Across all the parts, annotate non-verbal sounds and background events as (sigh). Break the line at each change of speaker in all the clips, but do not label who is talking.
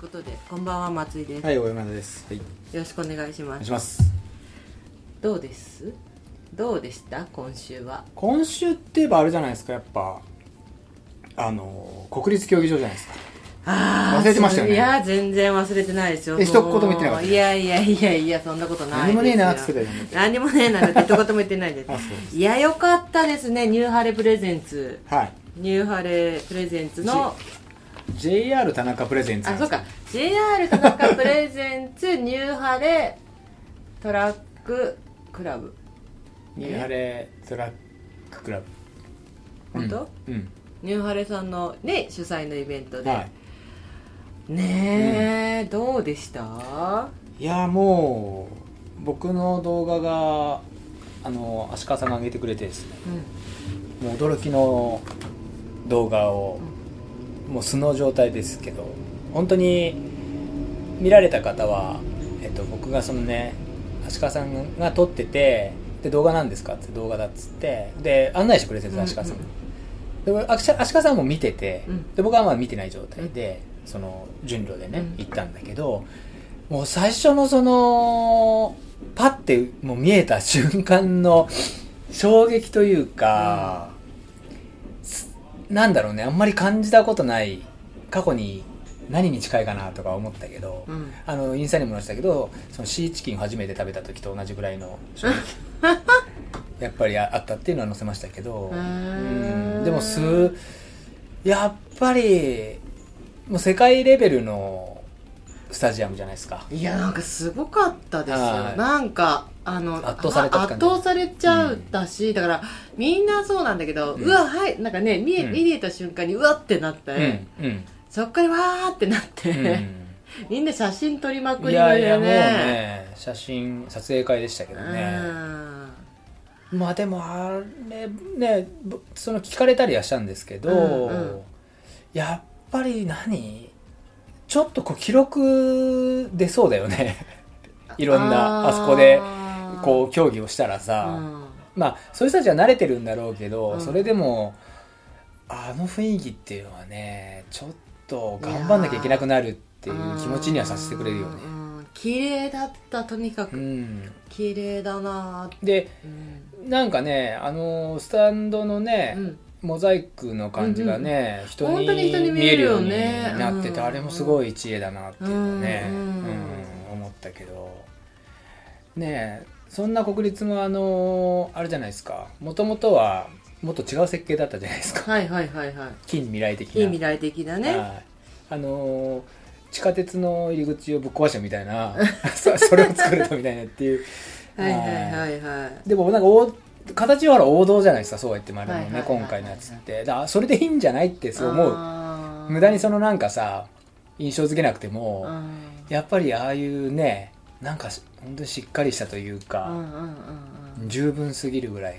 ことでこんばんは松井です、
はい、大山田です。はい、
よろしくお願いし
お
ま
願い
す
します。
どうですどうでした今週は
今週って言えばあれじゃないですか、やっぱ。あの、国立競技場じゃないですか。
あー
忘れてましたよね
そいや全然忘れてないですよ
え一言も言ってなかった
いやいやいやいやそんなことない
何もねえなっ
で
つっ
す
て
よ
たじゃん。
何もねえなんて一言も言ってないです
(laughs) あそうです
いやよかったですねニューハレプレゼンツ
はい。
ニューハレプレゼンツの
JR 田中プレゼンツ。
あそうか。JR 田中プレゼンツ (laughs) ニューハレトラッククラブ
ニューハレトラッククラブ。
本当、
うん。
ニューハレさんのね主催のイベント
うん。
で、
はい。
ねえ、どうでした
いや、もう、僕の動画が、あの、足利さんが上げてくれてですね、もう驚きの動画を、もう素の状態ですけど本当に見られた方は、えっと、僕がそのね足利さんが撮っててで動画なんですかって動画だっつってで案内してくれてるんです足利さ
う
ん
ん
で僕足足利さんも見てて
うん
で僕はまあ見てない状態でその順路でね
うん
行ったんだけどもう最初のそのパッてもう見えた瞬間の衝撃というか、すなんだろうねあんまり感じたことない過去に何に近いかなとか思ったけど、
うん、うん、
あのインスタにも載せたけどそのシーチキンを初めて食べた時と同じぐらいの衝
(laughs)
撃やっぱりああったっていうのは載せましたけど、うんでもすやっぱりもう世界レベルのスタジアムじゃないですか
いやなんかすごかったですよ
はい
なんかあの
圧倒された
あ
って
圧
感じ
倒されちゃったし、だからみんなそうなんだけど、う
うん
わはいなんかね見え,、
うん
見えた瞬間にうわってなって、
うんうん、
そっからわーってなって、 (laughs)
うん
みんな写真撮りまく
い
りだ
やいや
よ
もう
ね
ね写真撮影会でしたけ
う
どね、
ん
まあでもあれねぼその聞かれたりはしたんですけど、
うんうん
やっぱり何ちょっとこう記録出そうだよ
(laughs)
ねいろんなあそこでこう競技をしたら
う
さ、
ん
まあそういう人たちは慣れてるんだろうけど、
うん
それでもあの雰囲気っていうのはねちょっと頑張んなきゃいけなくなるっていう気持ちにはさせてくれるよね
う。んうん綺麗だったとにか
う
く
ん、
綺麗だなー
で
うん
なんかねあのスタンドのね、
うん
モザイクの感じがね、人に
本当に人に見
見
える
える
よ
よ
ね
うになってて、
うん
あれもすごい知恵だなっていうのね、
う
うんん思ったけどねえそんな国立もあのあれじゃないですかもともとはもっと違う設計だったじゃないですか (laughs)
はいはいはいは
近未来的
いい
ない
未来的だね
はいあの地下鉄の入り口をぶっ壊したみたいな (laughs) そそれを作るとみたいなっていう
はいはいはいはい
でもなんか王形はほら王道じゃないですかそうやってもあるのね、
はいはいはいはい
今回のやつってだからそれでいいんじゃないってそう思
あ
う
ー
無駄にそのなんかさ印象付けなくても、
うん
やっぱりああいうねなんかし本当にしっかりしたという
うんうん
か、
うんうん
十分すぎるぐらいの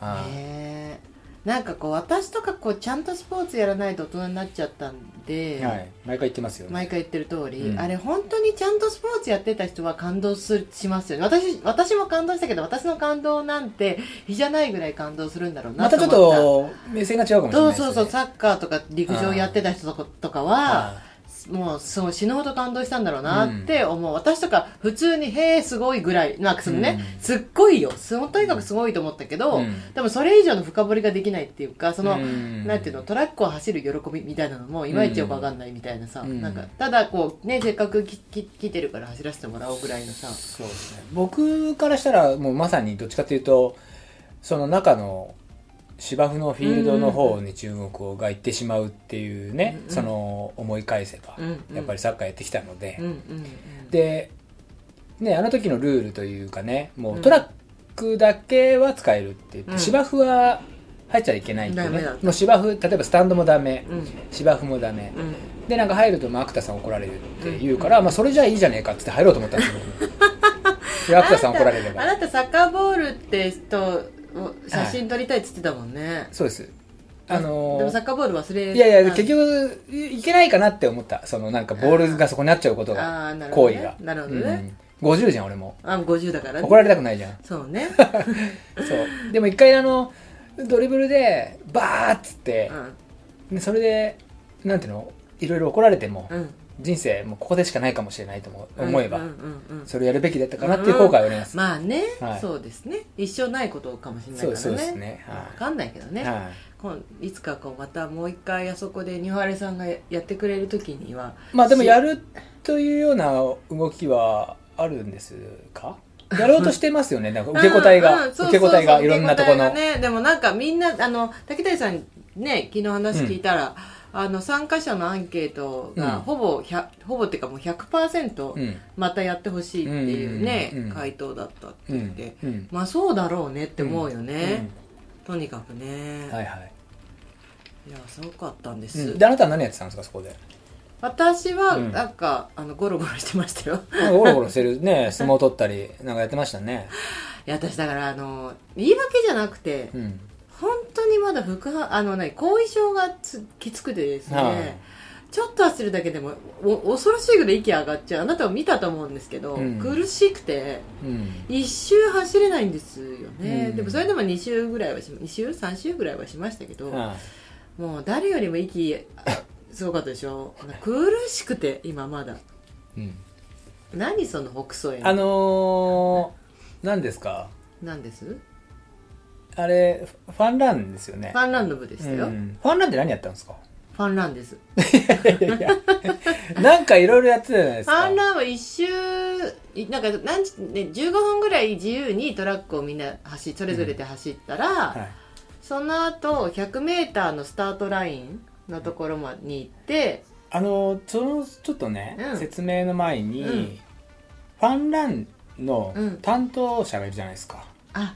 あー
ねえなんかこう私とかこうちゃんとスポーツやらないと大人になっちゃったんで、
はい、毎回言ってますよね、
毎回言ってる通り、
うん
あれ本当にちゃんとスポーツやってた人は感動するしますよね私私も感動したけど私の感動なんて比じゃないぐらい感動するんだろうな
またちょっ
思っ
と目線が違うかもしれ
そ
な
う
いですね
そうそうサッカーとか陸上やってた人とかとかは
あ
もうそう死ぬほど感動したんだろうなって思う、私とか普通に「へえすごい」ぐらいなんかそのね、
うん
すっごいよすとにかくすごいと思ったけど、
うん
でもそれ以上の深掘りができないっていうかその、
ん
なんていうのトラックを走る喜びみたいなのもいまいちよくわかんないみたいなさ、
うん
なんかただこうねせっかくきき来てるから走らせてもらおうぐらいのさ
そうですね僕からしたらもうまさにどっちかというとその中の芝生のフィールドの方に注目をがいってしまうっていうね、
うんうん
その思い返せば、
うんうん
やっぱりサッカーやってきたので、
うんうんうん
で、ね、あの時のルールというかねも
う
うんトラックだけは使えるって言って、
うん
芝生は入っちゃいけないって
ダ
ね
メだった
もう芝生例えばスタンドもダメ、
うん
芝生もダメ、
うん
でなんか入るとまあアクタさん怒られるって言うから、まあ、それじゃいいじゃねえかっつって入ろうと思ったんですよ
(laughs)
でアクタさん怒られれ
あ
ば
なたサッカーボールって人を写真撮りたいっつってたもんね、
そうですあ
で
の
もサッカーボール忘れ
いやいや
あ
結局いいけないかなって思ったそのなんかボールがそこになっちゃうこと
あ
が
ーなるほど
行
ね
為が
なるほどね、
うん、50じゃん俺も
あ50だからね
怒られたくないじゃん
そう
(laughs)
ね
そうでも一回あのドリブルでバーっつって
う、ん
でそれでなんていうのいろいろ怒られても、
うん
人生もうここでしかないかもしれないと思う思えば、
うんうんうん
それやるべきだったかなっていう後悔はあります、
まあね、
はい
そうですね一生ないことかもしれないからね
そうですねはい
分かんないけどね、
はい
今いつかこうまたもう一回あそこでニュハレさんがやってくれる時には
まあでもやるというような動きはあるんですかやろうとしてますよねなんか受け答え
うん
が、
うんそう
受け答
そう
えが
そう
いろんなところの、
受け答えがね、でもなんかみんなあの竹谷さんね昨日話聞いたら、あの参加者のアンケートが
うん
ほぼ100、ほぼっていうかもう
う
100%
ん
またやってほしいっていうね、
うんうんうん
回答だったって
う
言っ
ん
て、
うん
まあそうだろうねって思うよね、
う
とにかくね、
んはいはい、
い、やすごかったんで
う
す、
んであなたは何やってたんですかそ
(laughs)
こで
私は
うん
なんか、あのゴロゴロしてましたよ (laughs)
なんかゴロゴロしてるね相撲取ったりなんかやってましたね
いや私だからあの言い訳じゃなくて、
うん
本当にまだ副反あの何後遺症がつきつくてですね、
はい
ちょっと焦るだけでもお恐ろしいぐらい息上がっちゃうあなたを見たと思うんですけど、
うん
苦しくて
うん
1周走れないんですよね、
うん
でもそれでも2周ぐらいはし2周3周ぐらいはしましたけど、
は
もう誰よりも息あすごかったでしょ苦しくて今まだ
いうん
何その北総園
あのー、何ですか
なんですフ
あれフファンランですよね
ァンランド部でしたよ、
うんファンランって何やったんですか (laughs)
ファンランです
いやいやなんかいろいろやってたじゃないですか
観覧は一周いなんか何時、ね、15分ぐらい自由にトラックをみんな走それぞれで走ったら、
はい
その後 100m のスタートラインのところまでに行って
あのそのちょっとね、
うん
説明の前に、
うん
ファンランの
うん
担当者がいるじゃないですか、
あ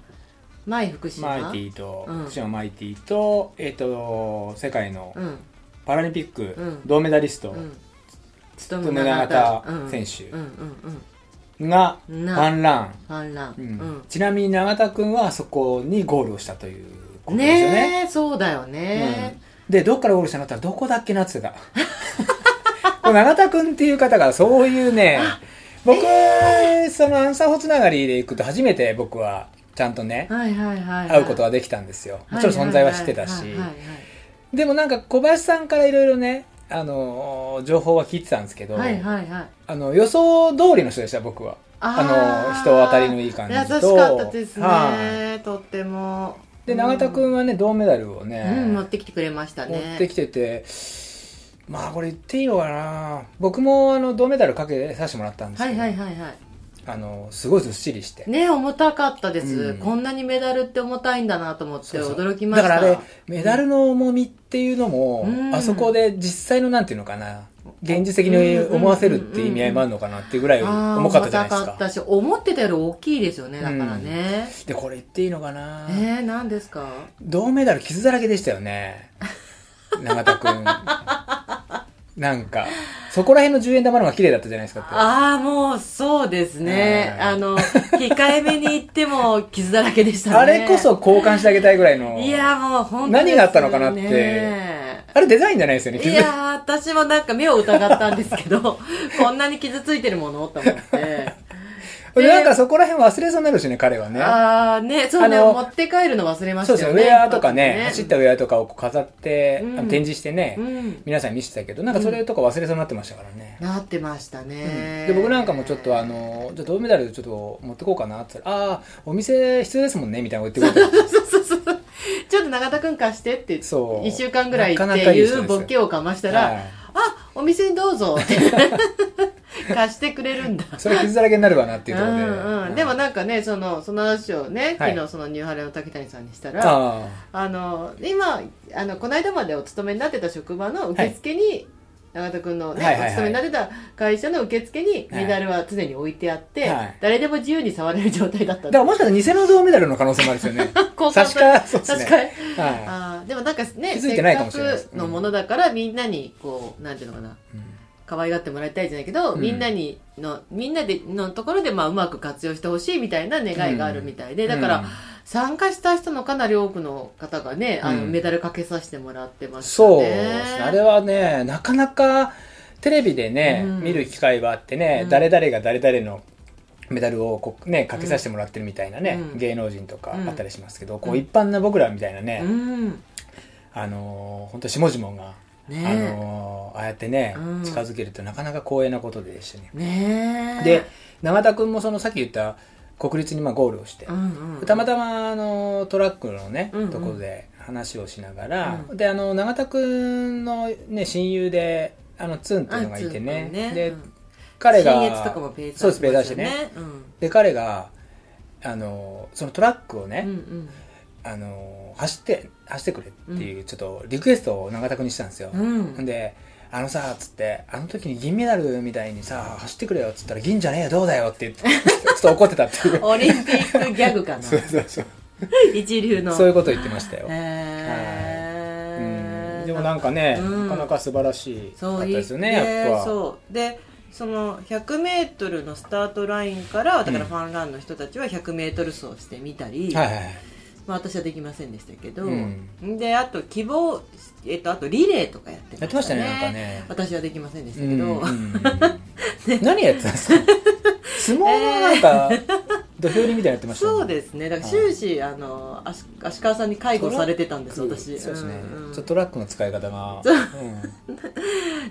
前福島
マイティと、
うん
福島マイティと,、えっと世界の
うん
パラリンピック
うん
銅メダリスト、
うん勤
富永田選手
うんうん
が
う
フ
んな
ァンラン、
ファンラン
うんちなみに永田君はあそこにゴールをしたというこ
うん
とですよね
ねえそうだよね、
うん、でどっからゴールしたのって言ったらどこだっけなって言ってた
(laughs)
この永田君っていう方がそういうね僕、そのアンサーホつながりで行くと初めて僕はちゃんとね、
はいはいはい、
会うこと
は
はできたんですよもちろん存在は知ってたし
はいはいはいはい
でもなんか小林さんからいろいろねあのー情報は聞いてたんですけど、
はいはいはい
あの予想通りの人でした僕は
ー
あの人当たりのいい感じと
優しかったです
は
ねとっても
で永田
うん
君はね銅メダルをね、
うん持ってきてくれましたね
持ってきてて、まあこれ言っていいのかな僕もあの銅メダルかけさせてもらったんです
は
け
い
ど、
はいはいは
あのすごいずっしりして、
いね重たかったです、
うん
こんなにメダルって重たいんだなと思って
そうそう
驚きました
だからあれメダルの重みっていうのも、
うん
あそこで実際のなんていうのかな現実的に思わせるっていう意味合いもあるのかなっていうぐらい
あー
重かったじゃないで
重
す
た
か
かったし思ってたより大きいですよねだからね、
でこれ言っていいのかな、
えー、何ですか
銅メダル傷だらけでしたよね永
(laughs)
田君なんかそこら辺の10円玉の方が綺麗だったじゃないですかって
ああもうそうですね、
うん
あの控えめに言っても傷だらけでしたね
あれこそ交換してあげたいぐらいの
いやもう本当
何があったのかなって
ですね
あれデザインじゃないですよね。
いやー、私もなんか目を疑ったんですけど、 (laughs) こんなに傷ついてるものと思
(laughs)
って。
でなんかそこら辺忘れそうになるしね、彼はね。
あーね、そうね、
あの
持って帰るの忘れまし
そう
た
です
よ
ね、
ね。
ウェアとかね、走った
ね
ウェアとかをこう飾って、
うん
あの展示してね、
うん。
皆さんに見せてたけど、なんかそれとか忘れそうになってましたからね。
なってましたね。
で僕なんかもちょっとあ、のじゃあ銅メダルちょっと持ってこうかなって言ったら「ああお店必要ですもんね」みたいなこと言ってくれ
(laughs) (laughs)
た
そうそうそうそう。ちょっと永田くん貸してって、一
そう
週間ぐらいって
なかなかいい
い
人
う
ですよ
ボケをかました
は
ら、
い
あ、お店にどうぞって
(laughs)
貸してくれるんだ。
それ傷だらけになるわなっていうところで、
うんうん、でもなんかねそのその話をね
はい
昨日そのニューハレの竹谷さんにしたら、
あ
あの今あのこの間までお勤めになってた職場の受付に、永田君のね、
はいはいはい
お勤めになってた会社の受付に
はい
メダルは常に置いてあって、
はい
誰でも自由に触れる状態だったん
あだか
で
らもしかしたら偽の銅メダルの可能性もあるんですよ
(laughs)
ね
交
差
換
し
され
替えそうですね
確かに
はい、
あーでもなんかね
気
せ
づいてないか
っ
もしれないです
かくのものだからみんなにこうなんていうのかな
うん
可愛がってもらいたいじゃないけど、
うん
みんなにのみんなでのところでまあうまく活用してほしいみたいな願いがあるみたいで、だから、
うん
参加した人のかなり多くの方がね、あの
うん
メダルかけさせてもらってましたね。
そうですねあれはねなかなかテレビでね、
うん
見る機会はあってね、
うん
誰々が誰々のメダルをこう、ね、かけさせてもらってるみたいなね、
うん
芸能人とか
うん
あったりしますけど、こ
うん
う一般な僕らみたいな
う
ね、
ん、
あのー、本当下々が
ね
あのーああやってね、
うん
近づけるってなかなか光栄なことでしたね
ねえ
で、永田君もそのさっき言った国立にまあゴールをして
う、んうん、
たまたまあのトラックのね、
うんうん
ところで話をしながら、
う
であの永田君の、ね、親友であのツンっていうのがいて
あつーく
ね
んね
で、
うん
彼が
新越とかもページ
そうですページ出してね
うん
で彼があのそのトラックをね、
うんうん
あの走って走ってくれっていうちょっとリクエストを永田君にしたんですよ、
うん
で「あのさ」っつって「あの時に銀メダルみたいにさ走ってくれよ」っつったら「銀じゃねえよどうだよ」って言って (laughs) ちょっと怒ってた
(laughs)
っていう
オリンピックギャグかな
(laughs) そうそうそう
一流の
そういうこと言ってましたよ、
へー
うんでもなんかね、
うん
なかなか素晴らしい
そ
かっ
う
た
い
ですよねやっぱ
そうでその 100m のスタートラインからだから
うん
ファンランの人たちは 100m 走してみたり、
はいはいはい
まあ、私はできませんでしたけど、
うん
であと希望、えっと、あとリレーとかやってましたね
やってましたねなんかね
私はできませんでし
う
た
ん
けど、
うん何やってたんですか
(laughs)
相撲のなんか、土俵入りみたいにやってましたね
そうですねだから終始、あの足足川さんに介護されてたんです
トラック
私
そうですね、
んうん
ちょっとトラックの使い方が、うん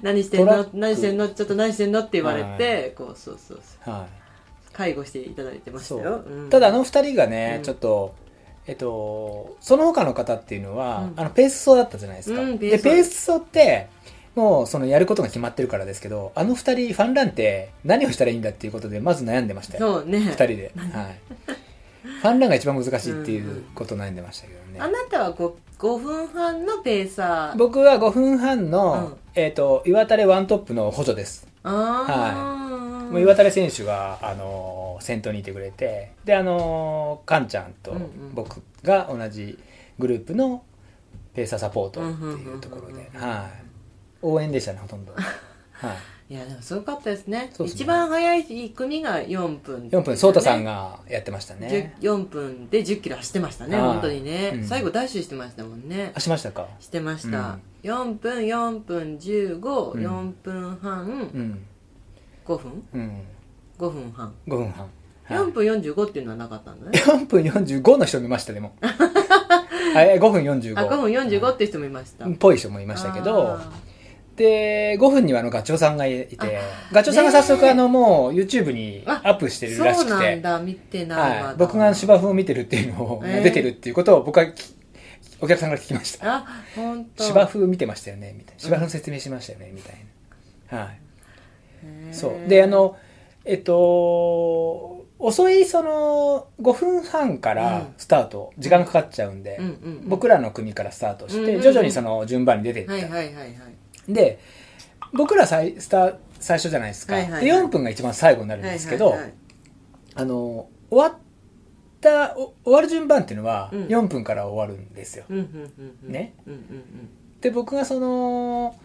何してん
トラ
の
ック
何してんのちょっと何してんのって言われて、
は
こうそうそうそう
は
介護していただいて
い、
ました
そ
よ
う、、ただあの二人がね、
うん
ちょっとえっとその他の方っていうのは、
うん
あのペース走だったじゃないですか、
うんペー
で
ス走
ペース走ってもうそのやることが決まってるからですけどあの二人ファンランって何をしたらいいんだっていうことでまず悩んでましたよ
そうね
二人で、はい、ファンランが一番難しいっていうこと悩んでましたけどね、
あなたは 5, 5分半のペーサー
僕は5分半の、
うん
えっと岩垂れワントップの補助です
あ
もう岩垂選手が、あのー先頭にいてくれてで、あのーカンちゃんと
うんうん
僕が同じグループのペーサーサポートって
うんうんうんうん
いううんところで、はい、応援でしたねほと
(laughs)
んど、はい、
いやでもすごかったですね
そうですね
一番早い組が4分、
4分颯太さんがやってましたね
10 4分で1 0キロ走ってましたね
はい
本当にね、
うん
最後ダッシュしてましたもんね
あしましたか
してました、4分4分154、
うん
4分半
うん、
5分
うん、
5分半、
5分半、は
4
い、
分45っていうのはなかったんだね
4分45の人見ました
(laughs)
でもはい5分45
あ5分45っていう人もいました、
っぽい人もいましたけど
あ
で5分にはあのガチョウさんがいてガチョウさんが早
ね
速
え
あのもう YouTube にアップして
ー
るら
そ
し
うな
く
ん
て、
だ見てないわ、
はい、僕が芝生を見てるっていうのを、
ええ
出てるっていうことを僕はきお客さんから聞きました
あ本当
芝生見てましたよねみたいな芝生の説明しましたよねみたいな、はい、そうであのえっと遅いその5分半からスタート、時間がかかっちゃうんで、
うんうん
僕らの組からスタートして、
うんうんうん
徐々にその順番に出ていった、
はいはいはいはい
で僕ら最スタ最初じゃないですか、
はいはいはい
で4分が一番最後になるんですけ
は
ど、
いはいはい
あの終わったお終わる順番っていうのは
うん
4分から終わるんですよ、
うんうんうんうん
ね
うんうん
で僕がその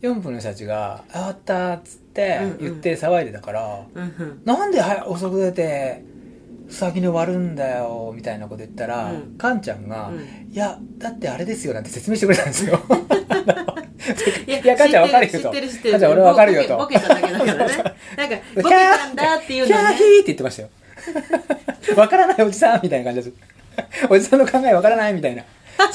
4分の人たちが「あ終わった」っつって
うんうん
言って騒いでたから「
うんうんうん
なんで早遅く出て先に終わるんだよ」みたいなこと言ったら、
うん
カンちゃんが「
うん
いやだってあれですよ」なんて説明してくれたんですよ
い
いや母ちゃんわかるよ
知
と
ってる知ってる知って
母ちゃん俺わかるよと
ボケボケただけだから
(laughs)
ねなんかボケたんだっていう
キャ
の
ー
ね
ヒーって言って
(laughs)
ましたよ。わからないおじさんみたいな感じです。 (laughs) おじさんの考えわからないみたいな。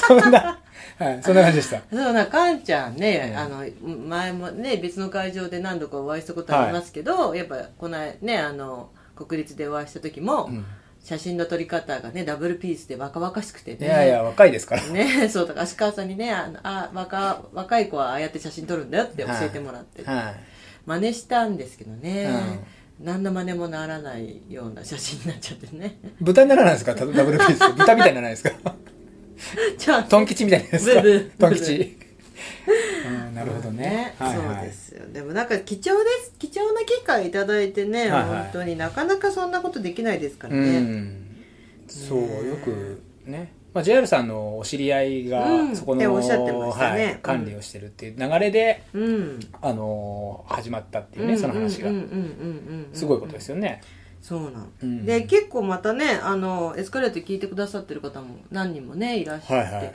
そんな、はい、そんな感じでした。
そうなかんちゃんね、
うん
あの前もね別の会場で何度かお会いしたことありますけど、やっぱこのねあの国立でお会いした時も、
うん
写真の撮り方がねダブルピースで若々しくてね
いやいや、若いですから。
ね (laughs) そうだから足川さんにねあのあ若若い子はああやって写真撮るんだよって教えてもらって、
は
真似したんですけどね、何の真似もならないような写真になっちゃってね (laughs)
い。豚にならないですかダブルピース。豚みたいにならないですか
ちょっ
トン吉みたいなですか
ブブ
トン吉。うんなるほど
と
ね。はいはい
そうですよでもなんか貴重です貴重な機会いただいてね、
はいはい
本当になかなかそんなことできないですから
う
ね、
ん。そう、よくね。まあ、JR さんのお知り合い
うん
が、そこ
って
の、
おっしゃってましたね
は
う
い
ん
管理をしてるっていう流れで、
うん
あのー始まったっていうね、その話が
うんうんうんうんうんうん
すごいことですよね、
そうなの、
うん
で結構またねあのエスカレート聞いてくださってる方も何人もねいらっしゃって、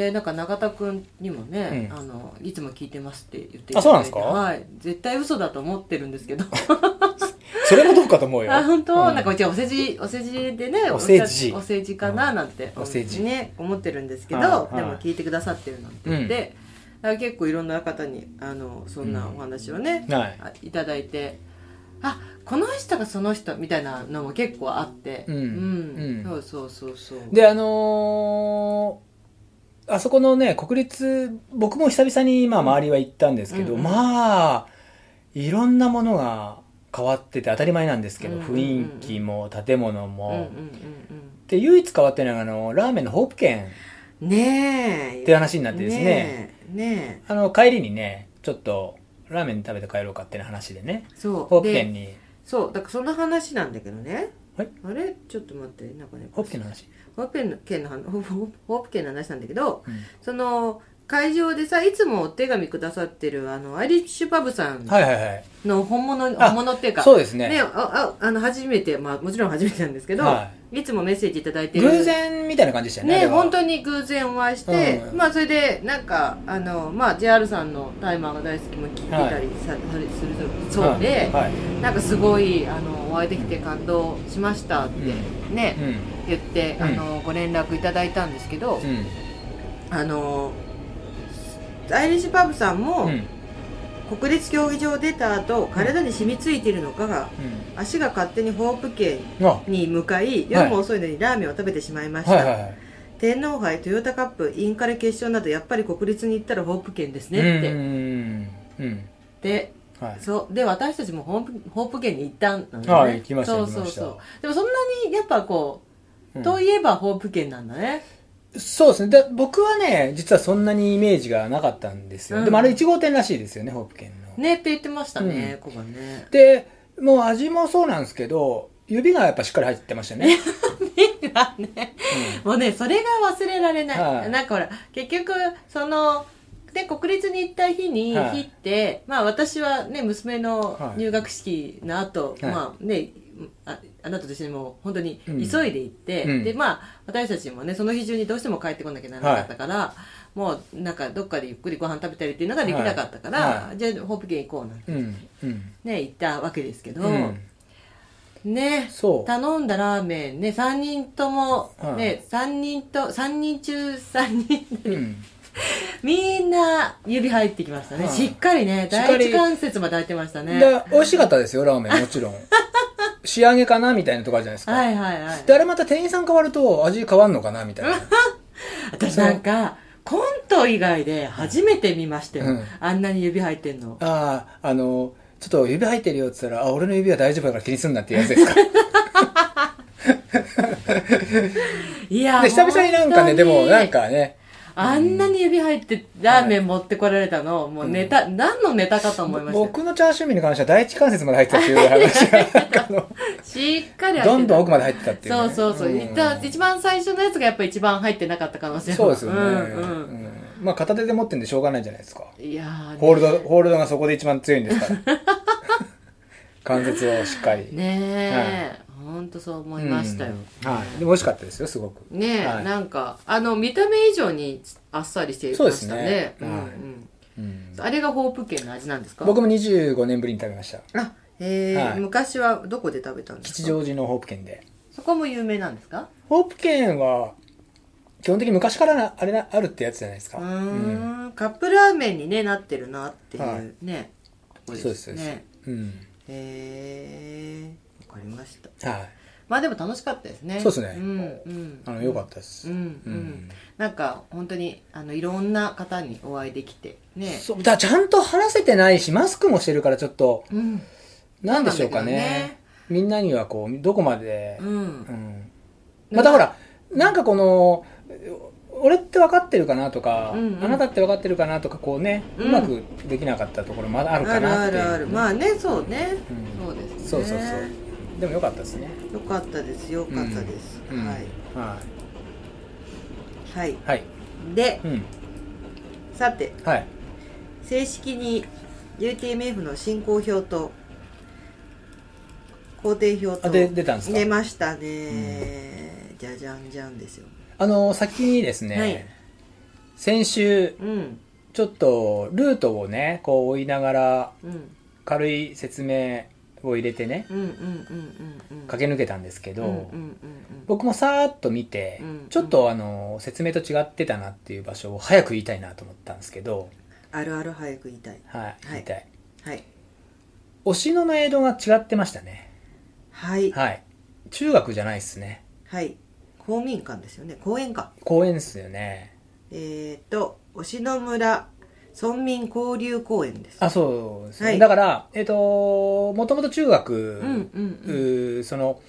でなんか永田君にもね、
うん
あの「いつも聞いてます」って言っていただいて
あそうなんですか
はい絶対嘘だと思ってるんですけど
それもどうかと思うよ
あ本当、
う
なんかうちはお世辞お世辞でね
お世辞
お世辞かななんて、
うんお世辞
ね思ってるんですけど、
はいはい
でも聞いてくださってるなんて言って、から結構いろんな方にあのそんなお話をね、
はい
あいただいてあこの人がその人みたいなのも結構あって
うん
うん
う
そうそうそうそう
であのーあそこのね国立僕も久々にまあ周りは行ったんですけ
う
ど、
んうん
まあいろんなものが変わってて当たり前なんですけど、
うんうんうん
雰囲気も建物
う
も、
んうんうん
で唯一変わってるのがあのラーメンのホープ券
うんねえ
って話になってですね
えね
あの帰りにねちょっとラーメン食べて帰ろうかっていう話でね
えそう
ホープ
で
券に
そうだからその話なんだけどね
はい
あれちょっと待ってなんかね
ホープ券の話、
ホープ券の件の話 (laughs) ホーホープ券の話なんだけど
うん
その会場でさいつもお手紙くださってるあのアイリッシュパブさん
はいはいはい
の本物
あ
本物っていうか
そうですね
ね、あああの初めて、まあ、もちろん初めてなんですけど、、
はい
つもメッセージいただいて
い、
る
偶然みたいな感じでしたよねあ
ね
れは
本当に偶然お会いして、
うん
まあ、それでなんかあの、まあ、JR さんの「タイマーが大好き」も聞いてたりさ、されするそうで、
はいはい
なんかすごいあのお会いできて感動しましたって、ね、
う
言って
うん
あのご連絡いただいたんですけど、
ん
あのアイリッシュパブさんも、
うんうん
国立競技場を出た後体に染みついているのかが足が勝手にホープ圏
うんあ
に向かい夜も遅いのにラーメンを食べてしまいました、
はいはいはい
天皇杯トヨタカップインカレ決勝などやっぱり国立に行ったらホープ圏ですねって、
うんうん
で
はい
そうで私たちもホープホープ圏に行ったんだよね
はい行きました
そう
行きま
そう
した
そうでもそんなにやっぱこう、
うん
といえばホープ圏なんだね
そうですねで僕はね実はそんなにイメージがなかったんですよ、
うん
でもあれ1号店らしいですよねホープ券の、
ねって言ってましたね、コバね
でもう味もそうなんですけど指がやっぱしっかり入ってました (laughs) ね、
がねもうねそれが忘れられない、
はい
なんかほら結局そので国立に行った日に
はい
日って、まあ私はね娘の
はい
入学式の後、
はい
まあねああなたとしても本当に
う
急
ん
いで行って、
うん
でまあ私たちもねその日中にどうしても帰ってこなきゃならなかったから、もうなんかどっかでゆっくりご飯食べたりっていうのができなかったから、
はいは
じゃあホープゲン行こうなんて
うんうんうん
ね行ったわけですけど、
うん
ね
そう
頼んだラーメンね3人とも、
はい
ね三人と三人中3人 (laughs)
うん
みんな指入ってきましたね、
はい
しっかりね
しっか
第
り
一関節まで入ってましたね
で美味しかったですよラーメンもち
(laughs)
ろん仕上げかなみたいなとこあるじゃないですか、
はいはいはい
であれまた店員さん変わると味変わるのかなみたいな
私なんかコント以外で初めて見ましたよ、
うん
あんなに指入ってんの
あああのちょっと指入ってるよって言ったら「あ俺の指は大丈夫だから気にすんな」っていうやつで
(laughs)
すか
いや
で久々になん
本
か
当
ね
に
でもなんかね
あんなに指入ってラーメン持ってこられたの、もうネタ、何のネタかと思いましたよ
僕のチャーシュー麺に関しては第一関節まで入ってたっていう
(laughs)
話がなんかあの
しっかり入ってた
どんどん奥まで入ってたっていうね、
そうそうそう、
ん
いった一番最初のやつがやっぱ一番入ってなかった可能性も
そうですよね、
うんうん
うんまあ片手で持ってんでしょうがないじゃないですか
いやーね
ホールドホールドがそこで一番強いんですから
(laughs)
関節をしっかり、
ねえ、ほんとそう思いましたよ、
うんはい、でも美味しかったですよすごく
ねえ、
はい
なんかあの見た目以上にあっさりしていましたね
そうですね
ん
はい
うん
うん
あれがホープ県の味なんですか
僕も25年ぶりに食べました
あへえ、
はい
昔はどこで食べたんです
吉
か
祥寺のホープ県で
そこも有名なんですか
ホープ券は、基本的に昔からなあれなあるってやつじゃないですか。
う
うん
ーんカップラーメンに、ね、なってるなってい
はいう
ね、とこ
そうです、そうです
ね。
うん。
へえわかりました
はい。
まあでも楽しかったですね。
そうですね
うんうん。
あの、良かったです。
うんうん。なんか本当にあのいろんな方にお会いできてね。
そうだちゃんと話せてないし、マスクもしてるからちょっと、
うん
なんでしょうかね。
そうなんだけどね
みんなにはこう、どこまで、
う。
うんんまたほら、なんかこの、俺って分かってるかなとか、
うんうん
あなたって分かってるかなとか、こうね、
う
うんまくできなかったところまだある
あ
か
る
な
あ
っていう
るある。まあねそうね。
うん
そうですね。
そうそうそう。でも良かったですね。
よかったですよかったです。
うん
はい
は
はい
い。はい。
で
うん。
さて
はい。
正式に UTMF の進行表と工程表
あ、
と
で、出たんですか
出ましたね。じゃじゃんじゃんですよ。
あの、先にですね、
はい
先週、
うん
ちょっと、ルートをね、こう追いながら、
うん
軽い説明を入れてね
う、んうんうんうんうん。
駆け抜けたんですけど、
うんうんうんうん
僕もさーっと見て、
うん
ちょっとあの、説明と違ってたなっていう場所を早く言いたいなと思ったんですけど、
あるある早く言いたい
はい、
はい
言いたい
はい
推しのメイドが違ってましたね
はい
はい中学じゃないっすね
はい公民館ですよね公園か
公園っすよね
えっ、と忍野村村民交流公園です
あそうですね、
はい
だからえっ、ともともと中学、
うんうん
うーその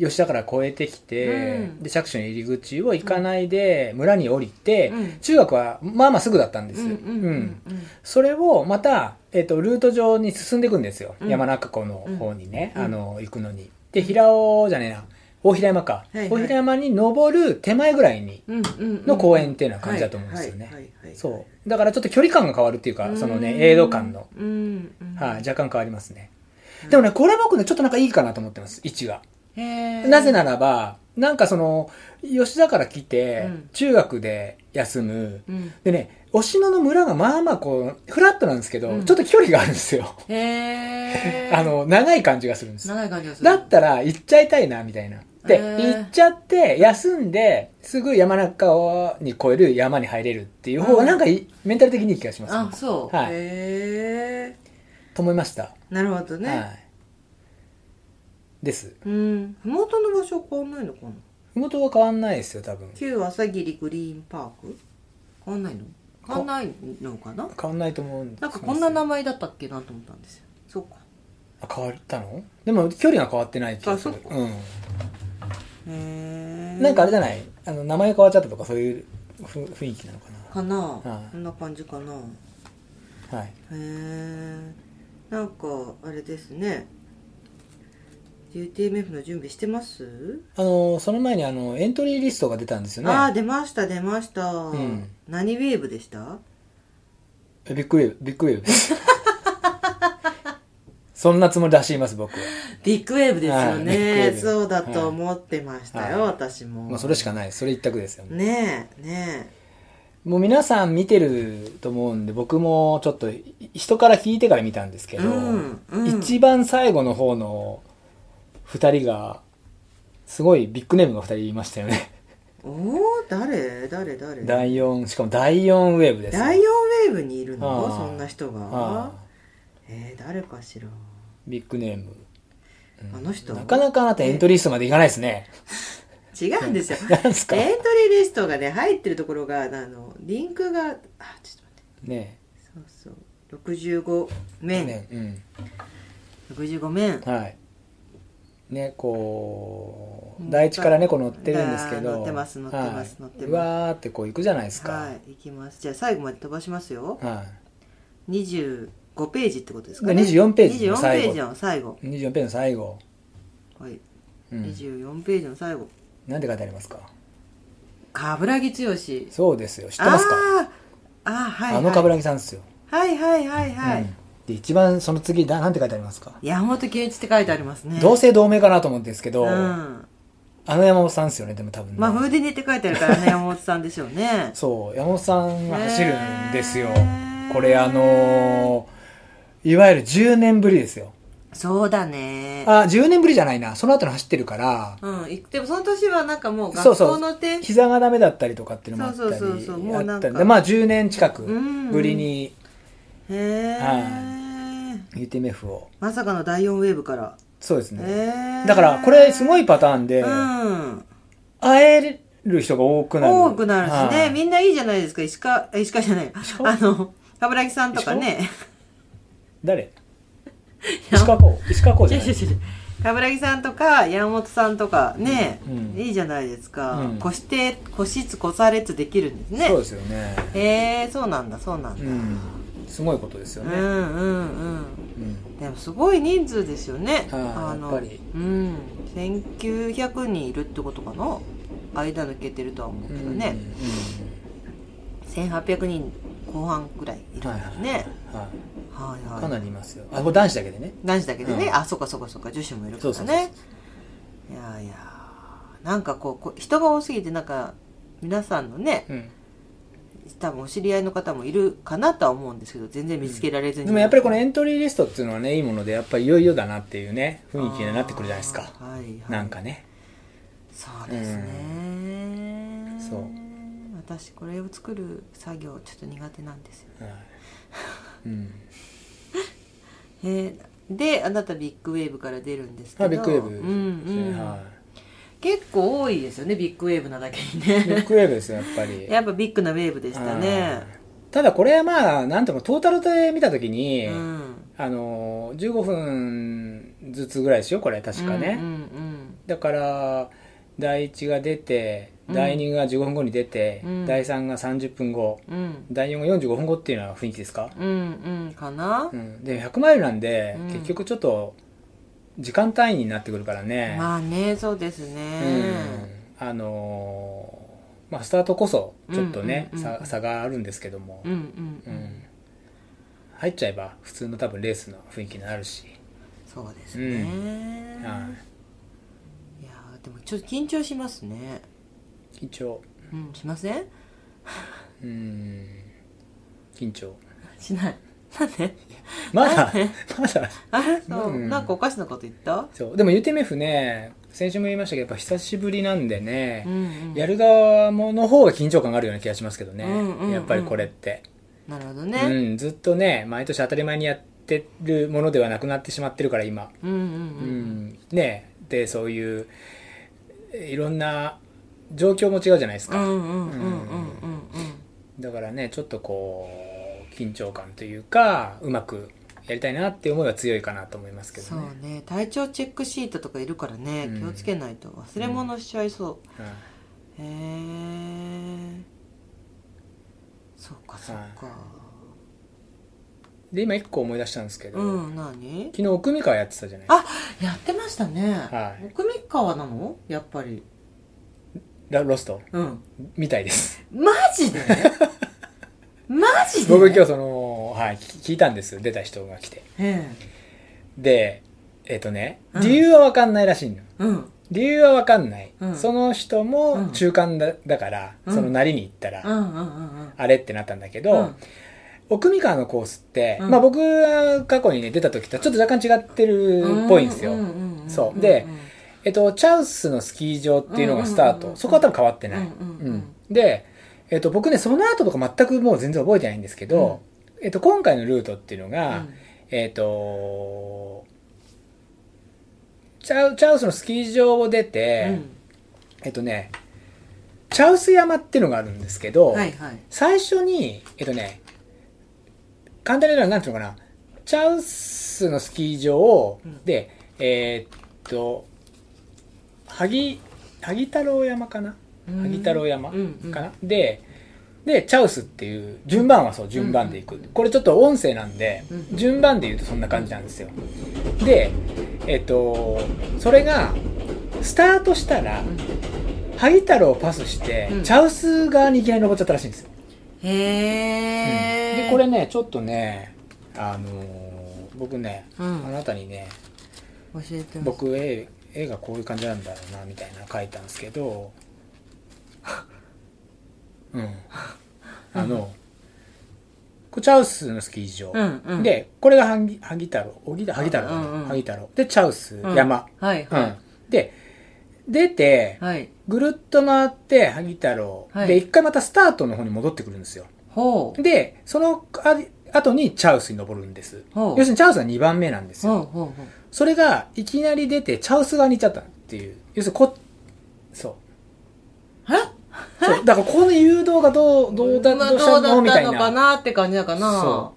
吉田から越えてきて、
うん
で釈迦の入り口を行かないで村に降りて、
うん
中学はまあまあすぐだったんで
う
す、
んうんうんうん
それをまた、えっとルート上に進んでいくんですよ、
うん
山中湖の方にね、
うん
あの行くのにで平尾じゃねえな大平山か、
はいはい
大平山に登る手前ぐらいに
うんうん
の公園っていうような感じだと思うんですよね、
はいはいはい
そうだからちょっと距離感が変わるっていうか、そのね映像感の、
うんうん
はい、若干変わりますね、
うん
でもねこれ僕ねちょっとなんかいいかなと思ってます位置が
へー
なぜならば、なんかその、吉田から来て、
うん
中学で休む。
うん
でね、押野の村がまあまあこう、フラットなんですけど、
うん
ちょっと距離があるんですよ。
へー
あの、長い感じがするんです。
長い感じがする
だったら、行っちゃいたいな、みたいな。で、
へー
行っちゃって、休んで、すぐ山中に越える山に入れるっていう方
う
が、
ん
なんかいいメンタル的にいい気がします、
あそう
はい
へ
と思いました。
えなるほどね、
はい。です。
うん麓の場所変わんないのかな
ふもとは変わんないですよ、多分。
旧朝霧グリーンパーク
変わんないの変わんないのかな
変わんないと思うんです
な
よ
んかこんな名前だったっけなと思ったんですよ
そうか
あ変わったのでも距離が変わってない気がする
あそう
う
へえ
ん、なんかあれじゃないあの名前変わっちゃったとかそういうふ雰囲気なのか
かな、
はい
こんな感じかなへ
なはい
えなんかあれですね UTMF の準備してます、
あのその前にあのエントリーリストが出たんですよね
ああ出ました出ました、
ん
何ウェーブでした
えビッグウェーブビッグウェーブですそんなつもりで走ります僕は、
ビッグウェーブですよ
はいビッグウェー
ね
ブ
そうだと思ってましたよ、
はい
私も
まあ、それしかないそれ一択ですよ、
ねえね
もう皆さん見てると思うんで僕もちょっとい人から聞いてから見たんですけど、
うんうん
一番最後の方の2人がすごいビッグネームが2人いましたよね
えおお誰誰誰
第4しかも第4ウェーブですよ
第4ウェーブにいるの
ああ
そんな人が
ああ
えー、誰かしら
ビッグネーム
あの人
なかなかあなたエントリー数までいかないですね
違うんですよ
なん (laughs) ですか
エ
ね
ントリーリストがね入ってるところがあのリンクがあちょっ
ね
と待ってそうそう65面、
ね
65面
うんはいねこ
うん
う第一からねこう乗ってるんですけど
あー乗ってます乗ってます乗
はい
ってます
うわーってこう行くじゃないですか
はいいきますじゃあ最後まで飛ばしますよ
は
25ページってことですかね
24ページの
24ペ
最後
ージの最後
い24ページの最後
はい
うん
24ページの最後
なんて書いてありますか
冠城剛
そうですよ知ってますか
ああああはい、はい、
あの冠城さんですよ
はいはいはいはい、
うんで一番その次だなんて書いてありますか
山本圭一って書いてありますね
同姓同名かなと思うんですけど、
うん
あの山本さんですよね、でも多分、ね。
まあ、フーディネって書いてあるから
(laughs)
ね、山本さんでしょうね。
そう、山本さんが走るんですよ
へ。ー
これあのーいわゆる10年ぶりですよ。
そうだね。
あ、10年ぶりじゃないな。その後の走ってるから、
うん、いでもその年はなんかもう
そう
学
そう
校の点
膝がダメだったりとかっていうのもあったり、
そうそうそうそうもう
あ
な
っ
ん
た
か
んで、まあ10年近くぶりに
へえ、
UTMF を。
まさかの第4ウェーブから。
そうですね。
へえ
だから、これすごいパターンで、
うん。
会える人が多くなる。
多くなるし
は
ね。
い
みんないいじゃないですか。石川、え石川じゃない。あの、冠城さんとかね。
誰石川こう。石川こうじ
違
ゃ
う
な
違
い
う違う。冠城さんとか、山本さんとかね。
うん
いいじゃないですか。
うん
こして、こしつ、こされつできるんですね。
そうですよね。
へえ、そうなんだ、そうなんだ。
うん。すごいことですよ
うん
ね。
うん
うん
うんでもすごい人数ですよね
はいやっぱり
うん1900人いるってことかな間抜けてるとは思うけどね、1800人後半ぐらいいるんだよね、
うんは
はい、はい
い、かなりいますよあこれ男子だけでね
男子だけでね、
うん
あそっかそっかそっか女子もいるからね
そうそうそう
いやいやなんかこうこう人が多すぎてなんか皆さんのね
うん
多分お知り合いの方もいるかなとは思うんですけど全然見つけられずに、
でもやっぱりこのエントリーリストっていうのはねいいものでやっぱりいよいよだなっていうね雰囲気になってくるじゃないですか
あーはいはい
なんかね
そうですね、
そう
私これを作る作業ちょっと苦手なんですよ (laughs)
はいうん、
へえであなたビッグウェーブから出るんですけ
あ
ど
ビッグウェーブです
うん
ね、
うん
は
結構多いですよねビッグウェーブなだけに
い、 (laughs) ビッ
ね
グウェーブですねやっぱ
(laughs)
り
やっぱビッグなウェーブでしたね
うんただこれはまあなんともトータルで見た時に、
うん
あの15分ずつぐらいですよこれ確かね、
うんうん
だから第1が出て
うん
第2が15分後に出て、
うん
第3が30分後
うんうん
第4が45分後っていうのは雰囲気ですか、
うんうんかな
うん、で100マイルなんで、
うん
結局ちょっと時間単位になってくるからね、
まあねそうですね
うんあのーまあスタートこそちょっとね、
うんうんうんうん
さ差があるんですけども
う、んうんう
うんん入っちゃえば普通の多分レースの雰囲気になるし、
そうですね
はい
やーでもちょっと緊張しますね
い、緊張
うんしません
うん緊張
しないなんで
まだ (laughs) まだ
あれそう、
うん
なんかおかしなこと言った
そうでも UTMF ね先週も言いましたけどやっぱ久しぶりなんでね、
うんうん
やる側もの方が緊張感があるような気がしますけどね、
うんうん
やっぱりこれって、
なるほど
う
ね、
ん、ずっとね毎年当たり前にやってるものではなくなってしまってるから今
うん、うんうん
う
うん
ん、ねでそういういろんな状況も違うじゃないです
う
か、
んうんうんうんうん
だからねちょっとこう緊張感というかうまくやりたいなっていう思いは強いかなと思いますけ
そ
ど
う
ね
ね体調チェックシートとかいるからね
うん
気をつけないと忘れ物しちゃいそうう、へえそうかそうか、
んで今一個思い出したんですけど、
うん何
昨日奥美川やってたじゃない
あやってましたね、
はい
奥三河なのやっぱり
ラロスト
うん
みたいです (laughs)
マジでマジで
僕今日その、はい、聞聞いたんです出た人が来て
え
でえっ、とね
うん
理由は分かんないらしいの、
えうん
理由は分かんない、
うん
その人も中間だだから、
うん
そのなりに行ったら、
うんうんうんうん
あれってなったんだけど、
うん
奥三河のコースって、
うん
まあ僕は過去にね出た時とはちょっと若干違ってるっぽいんですよ、
うううんん
そうでえっとチャウスのスキー場っていうのがスター
う
ト、
んうんうん
そこは多分変わってない、
うんうんうん
で、えっと、僕ねその後とか全くもう全然覚えてないんですけど、えっと、今回のルートっていうの
う
が、
ん
えっとチャウチャウスのスキー場を出て、えっとねチャウス山っていうのがあるんですけど、
うんはいはい
最初に、えっとね、簡単に言うのは、なんていうのかな、チャウスのスキー場を、
うん
で、えーっと、萩、萩太郎山かな
うん
萩太郎山
う
か
ん
な、
うん
で、で、チャウスっていう、順番はそう、順番でいく。これちょっと音声なんで、
うん
順番で言うとそんな感じなんですよ。で、えっと、それが、スタートしたら、萩太郎をパスして、
うん
チャウス側にいきなり登っちゃったらしいんですよ。
へ
うん
え、
でこれねちょっとねあのー僕ね、
うん
あなたにね
教えてます
僕絵絵がこういう感じなんだろうなみたいなの書いたんですけどうんあのこれチャウスのスキー場、
うんうん
でこれが萩萩太郎荻田萩太郎、
うんうん
萩太郎でチャウス、
うん
山、
はい
うん
は
で出て
いはい
ぐるっと回って萩太郎、
はい
で一回またスタートの方に戻ってくるんですよ
ほう
で、そのあ後にチャウスに登るんです。
ほ
要
う
するにチャウスは2番目なんです
ほう
よ。
ほうほう
それが、いきなり出て、チャウス側に行っちゃったっていう。要するにこ、そう。
え
そうだから、この誘導がどう、どうだ、
まあ
どうし
ど
たの
う
み
だったた
い
のか
な。
なって感じだかな
そ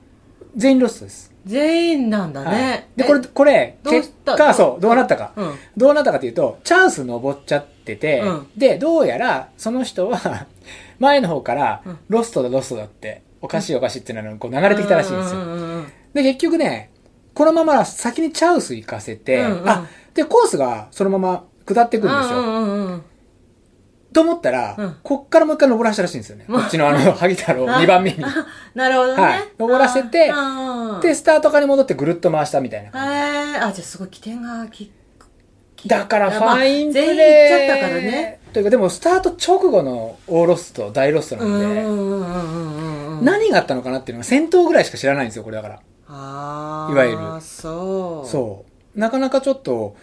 う。全員ロストです。
全員なんだ
はい
ね
で、これ、
え
これ、
どう
結
した
果、そう、どうなったか。
うん
どうなったかというと、チャウス登っちゃってて
うん、
で、どうやら、その人は、 (laughs) 前の方から
うん、
ロストだ、ロストだって、おかしいおかしいっていうのがこう流れてきたらしいんですよ
う。んうんうん
で、結局ね、このまま先にチャウス行かせて、
うんうん
あ、で、コースがそのまま下ってくるんですよ。
うんうんうんうん
と思ったら、
うん
こっからもう一回登らしたらしいんですよね。こっちの
(laughs)
あの、萩太郎
あ
2番目に。
なるほどね、
はい登らせてで、
で
スタートから戻ってぐるっと回したみたいな
へ
感じ。
えあじゃあすごい起点がきき
だからフ
まあ
ァインプレー、
全員行っちゃったからね。
というか、でもスタート直後の大ロスト、大ロストな
うんうん
んで、
うんうんうんうん
何があったのかなっていうのが先頭ぐらいしか知らないんですよ、これだから。
ああ
いわゆる
そう
そう。なかなかちょっと、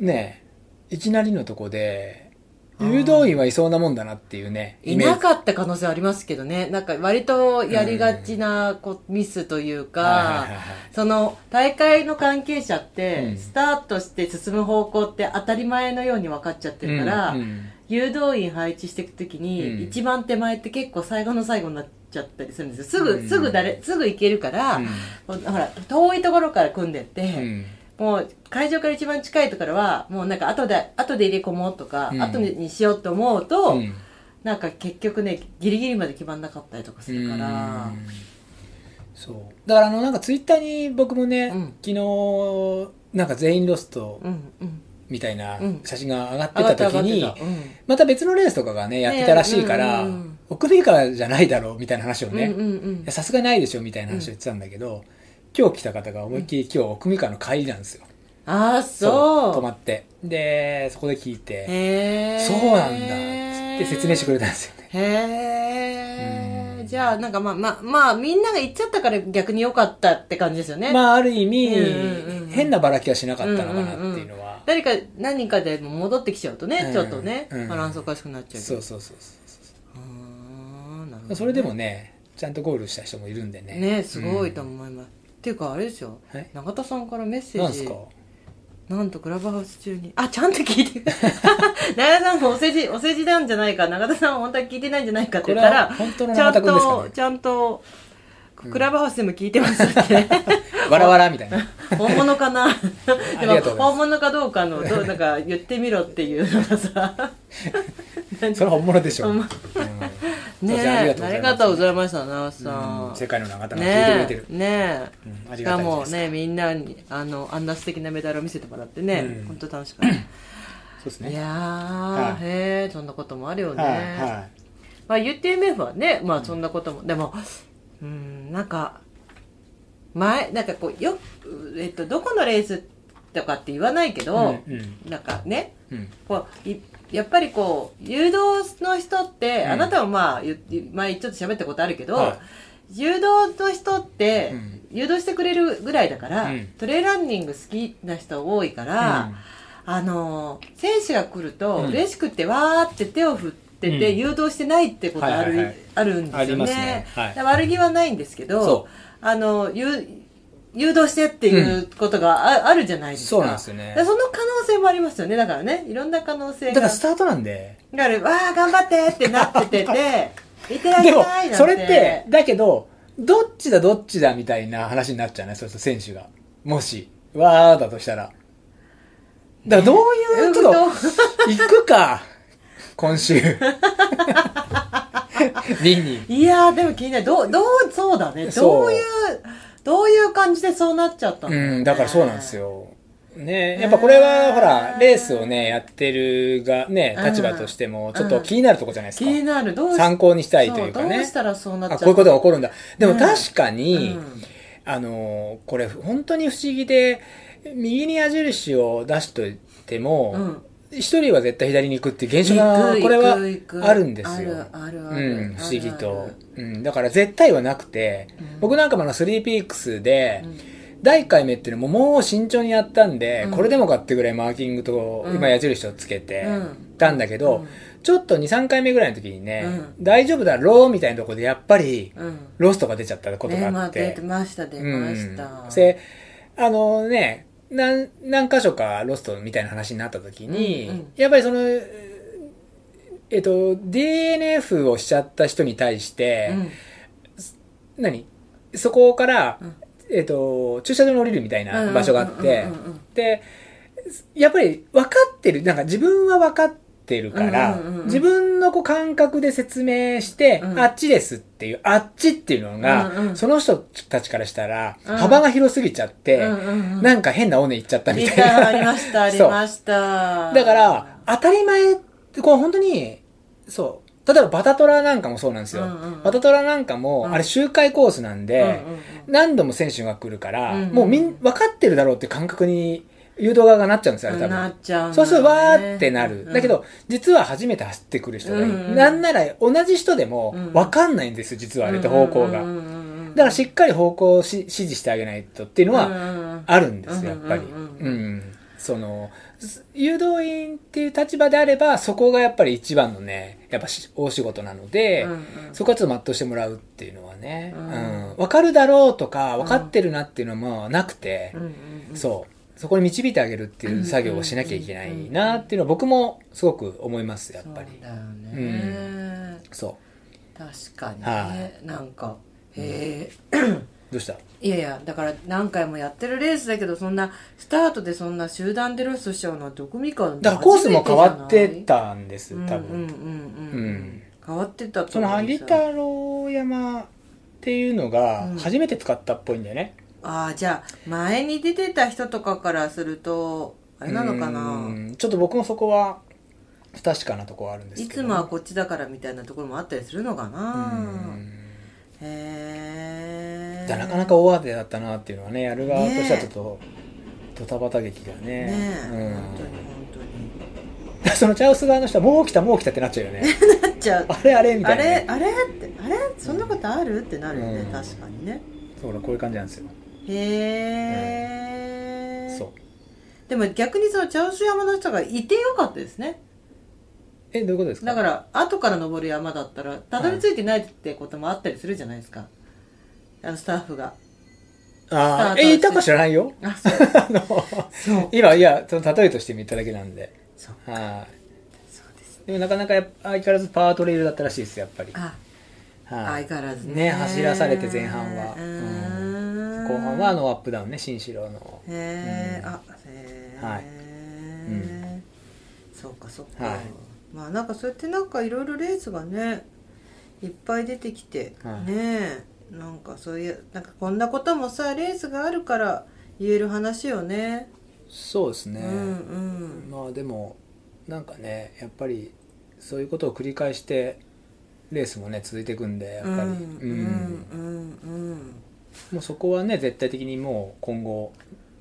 ねえいきなりのとこで、誘導員はいそうなもんだなっていうね
いなかった可能性ありますけどね。なんか割とやりがちなこうミスという
はいは
か
いはいはい、
その大会の関係者っ
う
て、
ん
スタートして進む方向って当たり前のように分かっちゃってるから、
うんうん
誘導員配置していくとき
うん
に、一番手前って結構最後の最後になっちゃったりするんですよ。すぐ、
うん
すぐ誰、すぐ行けるから、
うん
ほら、遠いところから組んでって、
うん
もう会場から一番近いところは、もうなんか後で、後で入れ込もうとか、
うん
後にしようと思うと、
うん
なんか結局ね、ギリギリまで決まんなかったりとかするから、
うんそうだからあのなんかツイッターに僕もね、
うん
昨日なんか全員ロスト
うん、うん。
みたいな
うん
写真が上がって
上が
た
ってた
時に、
上がってたうん
また別のレースとかがねやってたらしいから、
ねうんうんうん
奥メーカーじゃないだろうみたいな話をね、
うんうんうん
いやさすがにないでしょみたいな話を言ってたんだけど、今日来た方が思いっきり今日奥メーカーの帰りなんですよ、
ああ、そう。
泊まってでそこで聞いて、
へえ。
そうなんだっつって説明してくれたんですよね
へ
う
え。
ん
じゃあ、なんかまあまあ、まあ、みんなが行っちゃったから逆に良かったって感じですよね。
まあある意味、
うんうんうん
変なばらきはしなかったのかなっていうのは、
誰か、何人かでも戻ってきちゃうとね、
うん
ちょっとね、
うん
バランスおかしくなっちゃうけ
そ
ど。
うそうそうそう
うーんなるほど
それでもねちゃんとゴールした人もいるんでね
ねすごいと
う
思います、っていうかあれですよ
はい
永田さんからメッ
ん
セ
な
ー
んです
ジ
か
なんとクラブハウス中にあちゃんと聞いて (laughs) 永田さんもお世辞お世辞なんじゃないか永田さんは本当は聞いてないんじゃないかって言ったら
これは本当の
ちゃ
永
ん
田君ですか
と
ね
ちゃんとクラブハウスでも聞いてますって
(laughs) わらわらみたいな
(laughs) 本物かな
あ
でも
りがとうございます
本物かどうかのどうなんか言ってみろっていうのがさ何
それは本物でしょ、う
本
ん
物ね
そうじゃああ
え
りがとうご
あ
ざいます
りがとうございました永田さ
うんん世界の長田が聞
ね
いてくれてる
え、ねえ
うんあり
し
が
か
たいじゃない
も
です
ねみんなにあのあんな素敵なメダルを見せてもらってね、
うん
ほんと楽しかった
そうです
い
ね
やー、
い
へえそんなこともあるよね、
はいはい
まあ UTMF はねまあそんなことも、でもうんなんか前なんかこうよ、えっと、どこのレースとかって言わないけど、
うんうん
なんかね
うん
こういやっぱりこう誘導の人って、
うん
あなたもまあ言って前ちょっと喋ったことあるけど、
は
誘導の人って、
うん
誘導してくれるぐらいだから、
うん
トレイランニング好きな人多いから、あのー選手が来ると、
うん
嬉しくてわーって手を振ってて、
うん
誘導してないってことある,、
はいはいはい
あるんですよね
ありますねはい
だから悪気はないんですけど
そ
あの誘誘導してっていうことがあ,、あるじゃないですか
そうなんですよね
だからその可能性もありますよねだからねいろんな可能性
だ
が
からスタートなんで
だからわー頑張ってってな
(laughs)
っててていってらっし
でも
ゃいなんて
それってだけどどっちだどっちだみたいな話になっちゃうねそうすると選手がもしわーだとしたらだからどういうちょっと
うん
行くか
(laughs)
今週見に
いやーでも気になるどうどうそうだねど
そう
ういうどういう感じでそうなっちゃったの
うん、だからそうなんですよ。ね
ね
やっぱこれは、ほら、レースをね、やってるが、ね、立場としても、ちょっと気になるとこじゃないです
気
か。
になるどうし
参考にしたいというか
そどう
ね。
したらそうなっちゃ
あ、
う
こういうことが起こるんだ。でも
ね
確かに、
うん
あのー、これ本当に不思議で、右に矢印を出しといて
う
も
ん、
一、人は絶対左に行くっていう現象が
行、く
これは
行く行く
あるんですよ。
あるあるある
うん、不思議
あ
と
る。
うん、だから絶対はなくて、
うん
僕なんかもあの3ピークスで、
うん
第1回目っていうのももう慎重にやったんで、
うん
これでもかってぐらいマーキングと
うん
今矢印をつけて
うん
たんだけど、
うん
ちょっと23回目ぐらいの時にね、
う
大丈夫だろうみたいなところでやっぱり
うん
ロストが出ちゃったこと
ね
が
ま
あ
あ、
っ
出
て
て、ました出ました、
うんであのね何何箇所かロストみたいな話になった時に、
うんうん
やっぱりそのえっと DNF をしちゃった人に対して、
うん
何そこから、
うん
えっと駐車場に降りるみたいな場所があって、
うんうんうんうん
でやっぱり分かってるなんか自分は分かってるから、
うんうんうんうん
自分のこう感覚で説明して、
うん
あっちですっていうあっちっていうのが、
うんうん
その人たちからしたら、
うん
幅が広すぎちゃって、
うんうんうん
なんか変な尾根行っちゃったみ
リ
たい
ターン
な
ありましたあり
そう
ました
だから、当たり前って、こう本当に、そう。例えばバタトラなんかもそうなんですよ。
うんうん
バタトラなんかも、
うん
あれ周回コースなん
うんうん
で、何度も選手が来るから、
うんうん
もうみん、分かってるだろうって感覚に誘導側がなっちゃうんですよ、あ
う
れ
ん
多
なっ
分。
ちゃうんだね、
そうすると、わーってなる。
うん
だけど、実は初めて走ってくる人がいる。
うんうん
なんなら、同じ人でも
う、ん
分かんないんですよ、実はあれって方向が。
うんうんうんうん
だから、しっかり方向をし指示してあげないとっていうのは、
うんうんうん
あるんですよ、やっぱり。
う
うんん
うんうん
そのす誘導員っていう立場であればそこがやっぱり一番のねやっぱし大仕事なので、
うんうん
そこはちょっと全うしてもらうっていうのはね、
う
うんん分かるだろうとか分かってるなっていうのはまあなくて、
うんうんうん
そうそこに導いてあげるっていう作業をしなきゃいけないなっていうのは僕もすごく思いますやっぱり
そうだよね、
そ
確かにね、
は
なんかへえ
うどうした
いやいやだから何回もやってるレースだけどそんなスタートでそんな集団でロスしちゃうのはどこみか
だからコースも変わってたんです
うんうん
多
う
分、
んうん、
うん
変わってたと
そ
思
の
うんで
萩
すよ
太郎山っていうのが
うん
初めて使ったっぽいんだよね、
ああじゃあ前に出てた人とかからするとあれなのかな
うんちょっと僕もそこは不確かなとこはあるんです
い
けど
つもはこっちだからみたいなところもあったりするのか
う
なんへえ
じゃあなかなか大当てだったなっていうのはねやる側としてはちょっと、ドタバタ劇がね
ねえ、本当に
う
本当に
ん、 (laughs) そのチャウス側の人はもう来たもう来たってなっちゃう
(laughs)
よね
なっちゃう
あれあれみた
あ
いな
れ
ね
あれってあれそんなことあるってなるよね、
うん
確かにね
そうこういう感じなんですよ、
へえ、
そう
でも逆にその茶臼山の人がいてよかったですね
えどういうことですか
だから後から登る山だったらたどり着いてないってこともあったりするじゃないですか、あのスタッフが
あ
スタート
ーえいたか知らないよ (laughs)
あそう
あの
(laughs) そう
今いやその例えとして見ただけなんで
そう
はい
そうです
でもなかなかやっぱ相変わらずパワートレイルだったらしいですやっぱり、
あ
はい
相変わらずね
ね走らされて前半は
うーん
後半はあのアップダウンね新四郎の
へえ、
うん
あへえ、
はい
うん、そうかそうか、
はい
まあなんかそうやってなんかいろいろレースがねいっぱい出てきて、
はい
ねえなんかそういうなんかこんなこともさレースがあるから言える話よね
そうですね、
うん
まあでもなんかねやっぱりそういうことを繰り返してレースもね続いていくんでやっ
うん
ぱ
う
り、
ん
うん
うんうん
もうそこはね絶対的にもう今後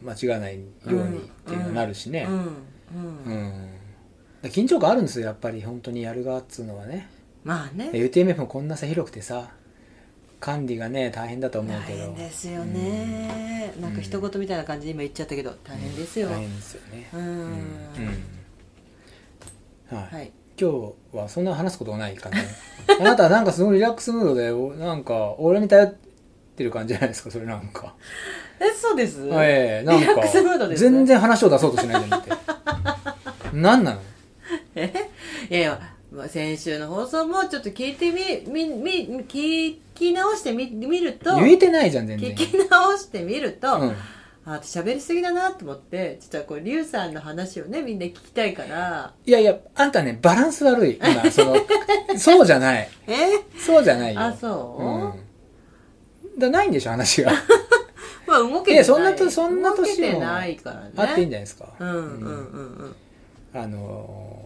間違いないようにっていうのになるし
うん
ね、
うんう
うん
ん
だから緊張感あるんですよやっぱり本当にやる側っつうのはね
まあね
UTMF もこんなさ広くてさ管理がね大変だと思う
大
けど
変ですよね、なんか人事みたいな感じで今言っちゃったけど大変ですよ、
大変ですよね
うん
うんはい、
はい
今日はそんな話すことがない (laughs) かねあなたはなんかすごいリラックスムードでおなんか俺に頼ってる感じじゃないですかそれなんか、
えそうです、
ええなんか
リラックスムードですね
全然話を出そうとしないじゃなくて (laughs) 何なの
えいやいや、まあ、先週の放送もちょっと聞いてみ、み、み、聞き直してみ、見ると、
言えてないじゃん全然
聞き直してみると、
うん
あ、私喋りすぎだなと思って、実はこう、リュウさんの話をね、みんな聞きたいから、
いやいやあんたねバランス悪い今その (laughs) そうじゃない
え
そうじゃないよ
あ、そう、
うん、だないんでしょ話が
まあ、動けてない。
いやそんなとそんな年も
動けてないからね。
あっていいんじゃないですか
うんうんうんうん。
あのー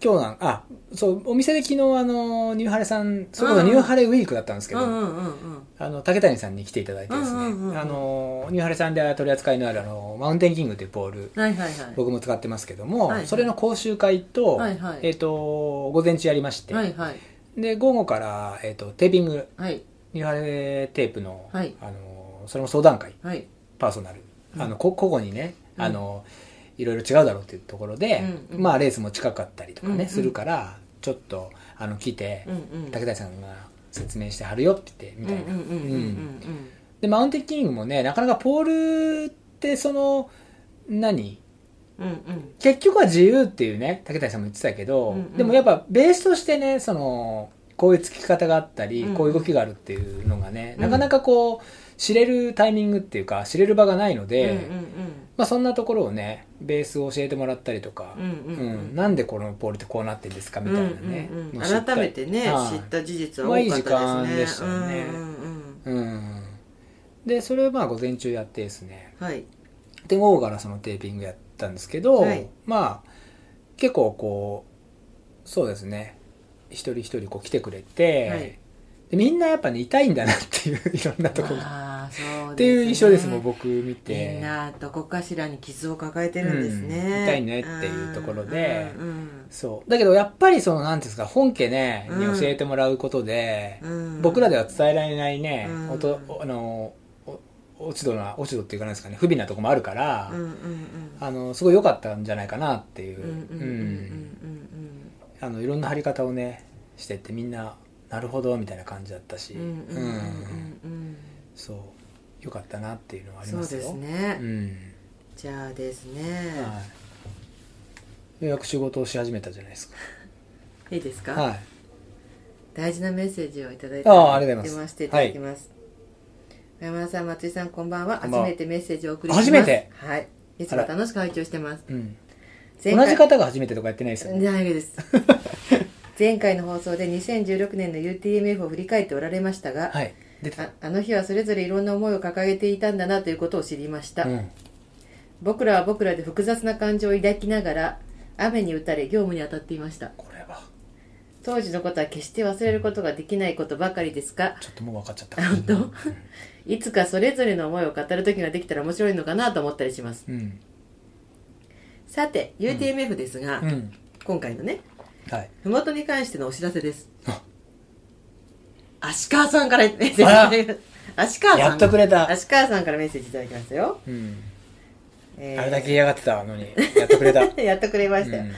今日なんあそうお店で昨日あのーニューハレさんそれこ
う
そ
んうん
ニューハレウィークだったんですけ
う
ど、
んうんうんうん。
あの竹谷さんに来ていただいてですね、
うんうんうんうん
あのーニューハレさんで取り扱いのあるあのマウンテンキングというボール
はいはいはい。
僕も使ってますけども、
はいはい
それの講習会と,、
はいはい
えっと午前中やりまして、
はいはい。
で午後から、えっとテーピング
はい。
ニューハレテープの、
はい
あのーそれも相談会
はい。
パーソナル、
うん
あのこ個々にね、
うん
あのいろいろ違うだろうっていうところで、
うんうん
まあレースも近かったりとかね、
うんうん
するからちょっとあの来て
うん、うん。
竹谷さんが説明してはるよって言ってみたいな、
うんうんうんうんうんうん。
でマウンテンキングもねなかなかポールってその何
うんうん。
結局は自由っていうね竹谷さんも言ってたけど、
うんうん
でもやっぱベースとしてねそのこういうつき方があったり、
うんうん
こういう動きがあるっていうのがね、
うん
なかなかこう知れるタイミングっていうか知れる場がないので、
うんうんうん。
まあ、そんなところをねベースを教えてもらったりとか、
うんうんうん
うんなんでこのボールってこうなってんですかみたいなね、
うんうんうん
のを知った
改めてね
はい
知った事実は多かった
まあいい時間
で
ですし
ね
たよね
うんうんうん
うんでそれをまあ午前中やってですね
はい
で午後からそのテーピングやったんですけど、
はい
まあ結構こうそうですね一人一人こう来てくれて、
はい
でみんなやっぱね痛いんだなっていう (laughs) いろんなとこが、
ああそう
っていう印象ですもん
僕
僕見て
みんなどこかしらに傷を抱えてるんです
う
ね
ん痛いねっていうところで
うんうん
そうだけどやっぱりその何ていうんですか本家ねに
うん
教えてもらうことで、
うん
僕らでは伝えられないね、
うん
おとあのお落ち度な落ち度っていうかなんですかね不備なとこもあるから、
うんうん
あのすごい良かったんじゃないかなってい
ん
うう、
うんうんうんうん
うんあのいろんな貼り方をねしてってみんななるほどみたいな感じだったし、
うんうんうんうんうんうん
そう良かったなっていうのはあり
そう
ます
で
よ
す
う
ね
ん
じゃあですね
はい、ようやく仕事をし始めたじゃないです
いいです
か
か
はい
大事なメッセージをいただいて
ああありがとうござい
読ま
ます
せていただきます山田さん松井さんこんばんは
こんばん
初
は
めてメッセージをお送りします
初めて
はいいつも楽しく拝聴してます
うん、
前
同
回
じ方が初めてとかやってないですよね
ない
(laughs)
です前回の放送で2016年の UTMF を振り返っておられましたが、
はい出てた
ああの日はそれぞれいろんな思いを掲げていたんだなということを知りました、
うん
僕らは僕らで複雑な感情を抱きながら雨に打たれ業務に当たっていました
これは
当時のことは決して忘れることができないことばかりですが
ちょっともう分かっちゃった
本当いつかそれぞれの思いを語る時ができたら面白いのかなと思ったりします
うん
さて UTMF ですが、
うん
今回のね
はい
麓に関してのお知らせです
あ
足川さんからメッセージい
あら
ただきます足川さん
やっとくれた
足川さんからメッセージいただきますよ、
うん
えー
あれだけ嫌がってたのにやって
(laughs)
くれた、う
やっとくれましたよ、
ん、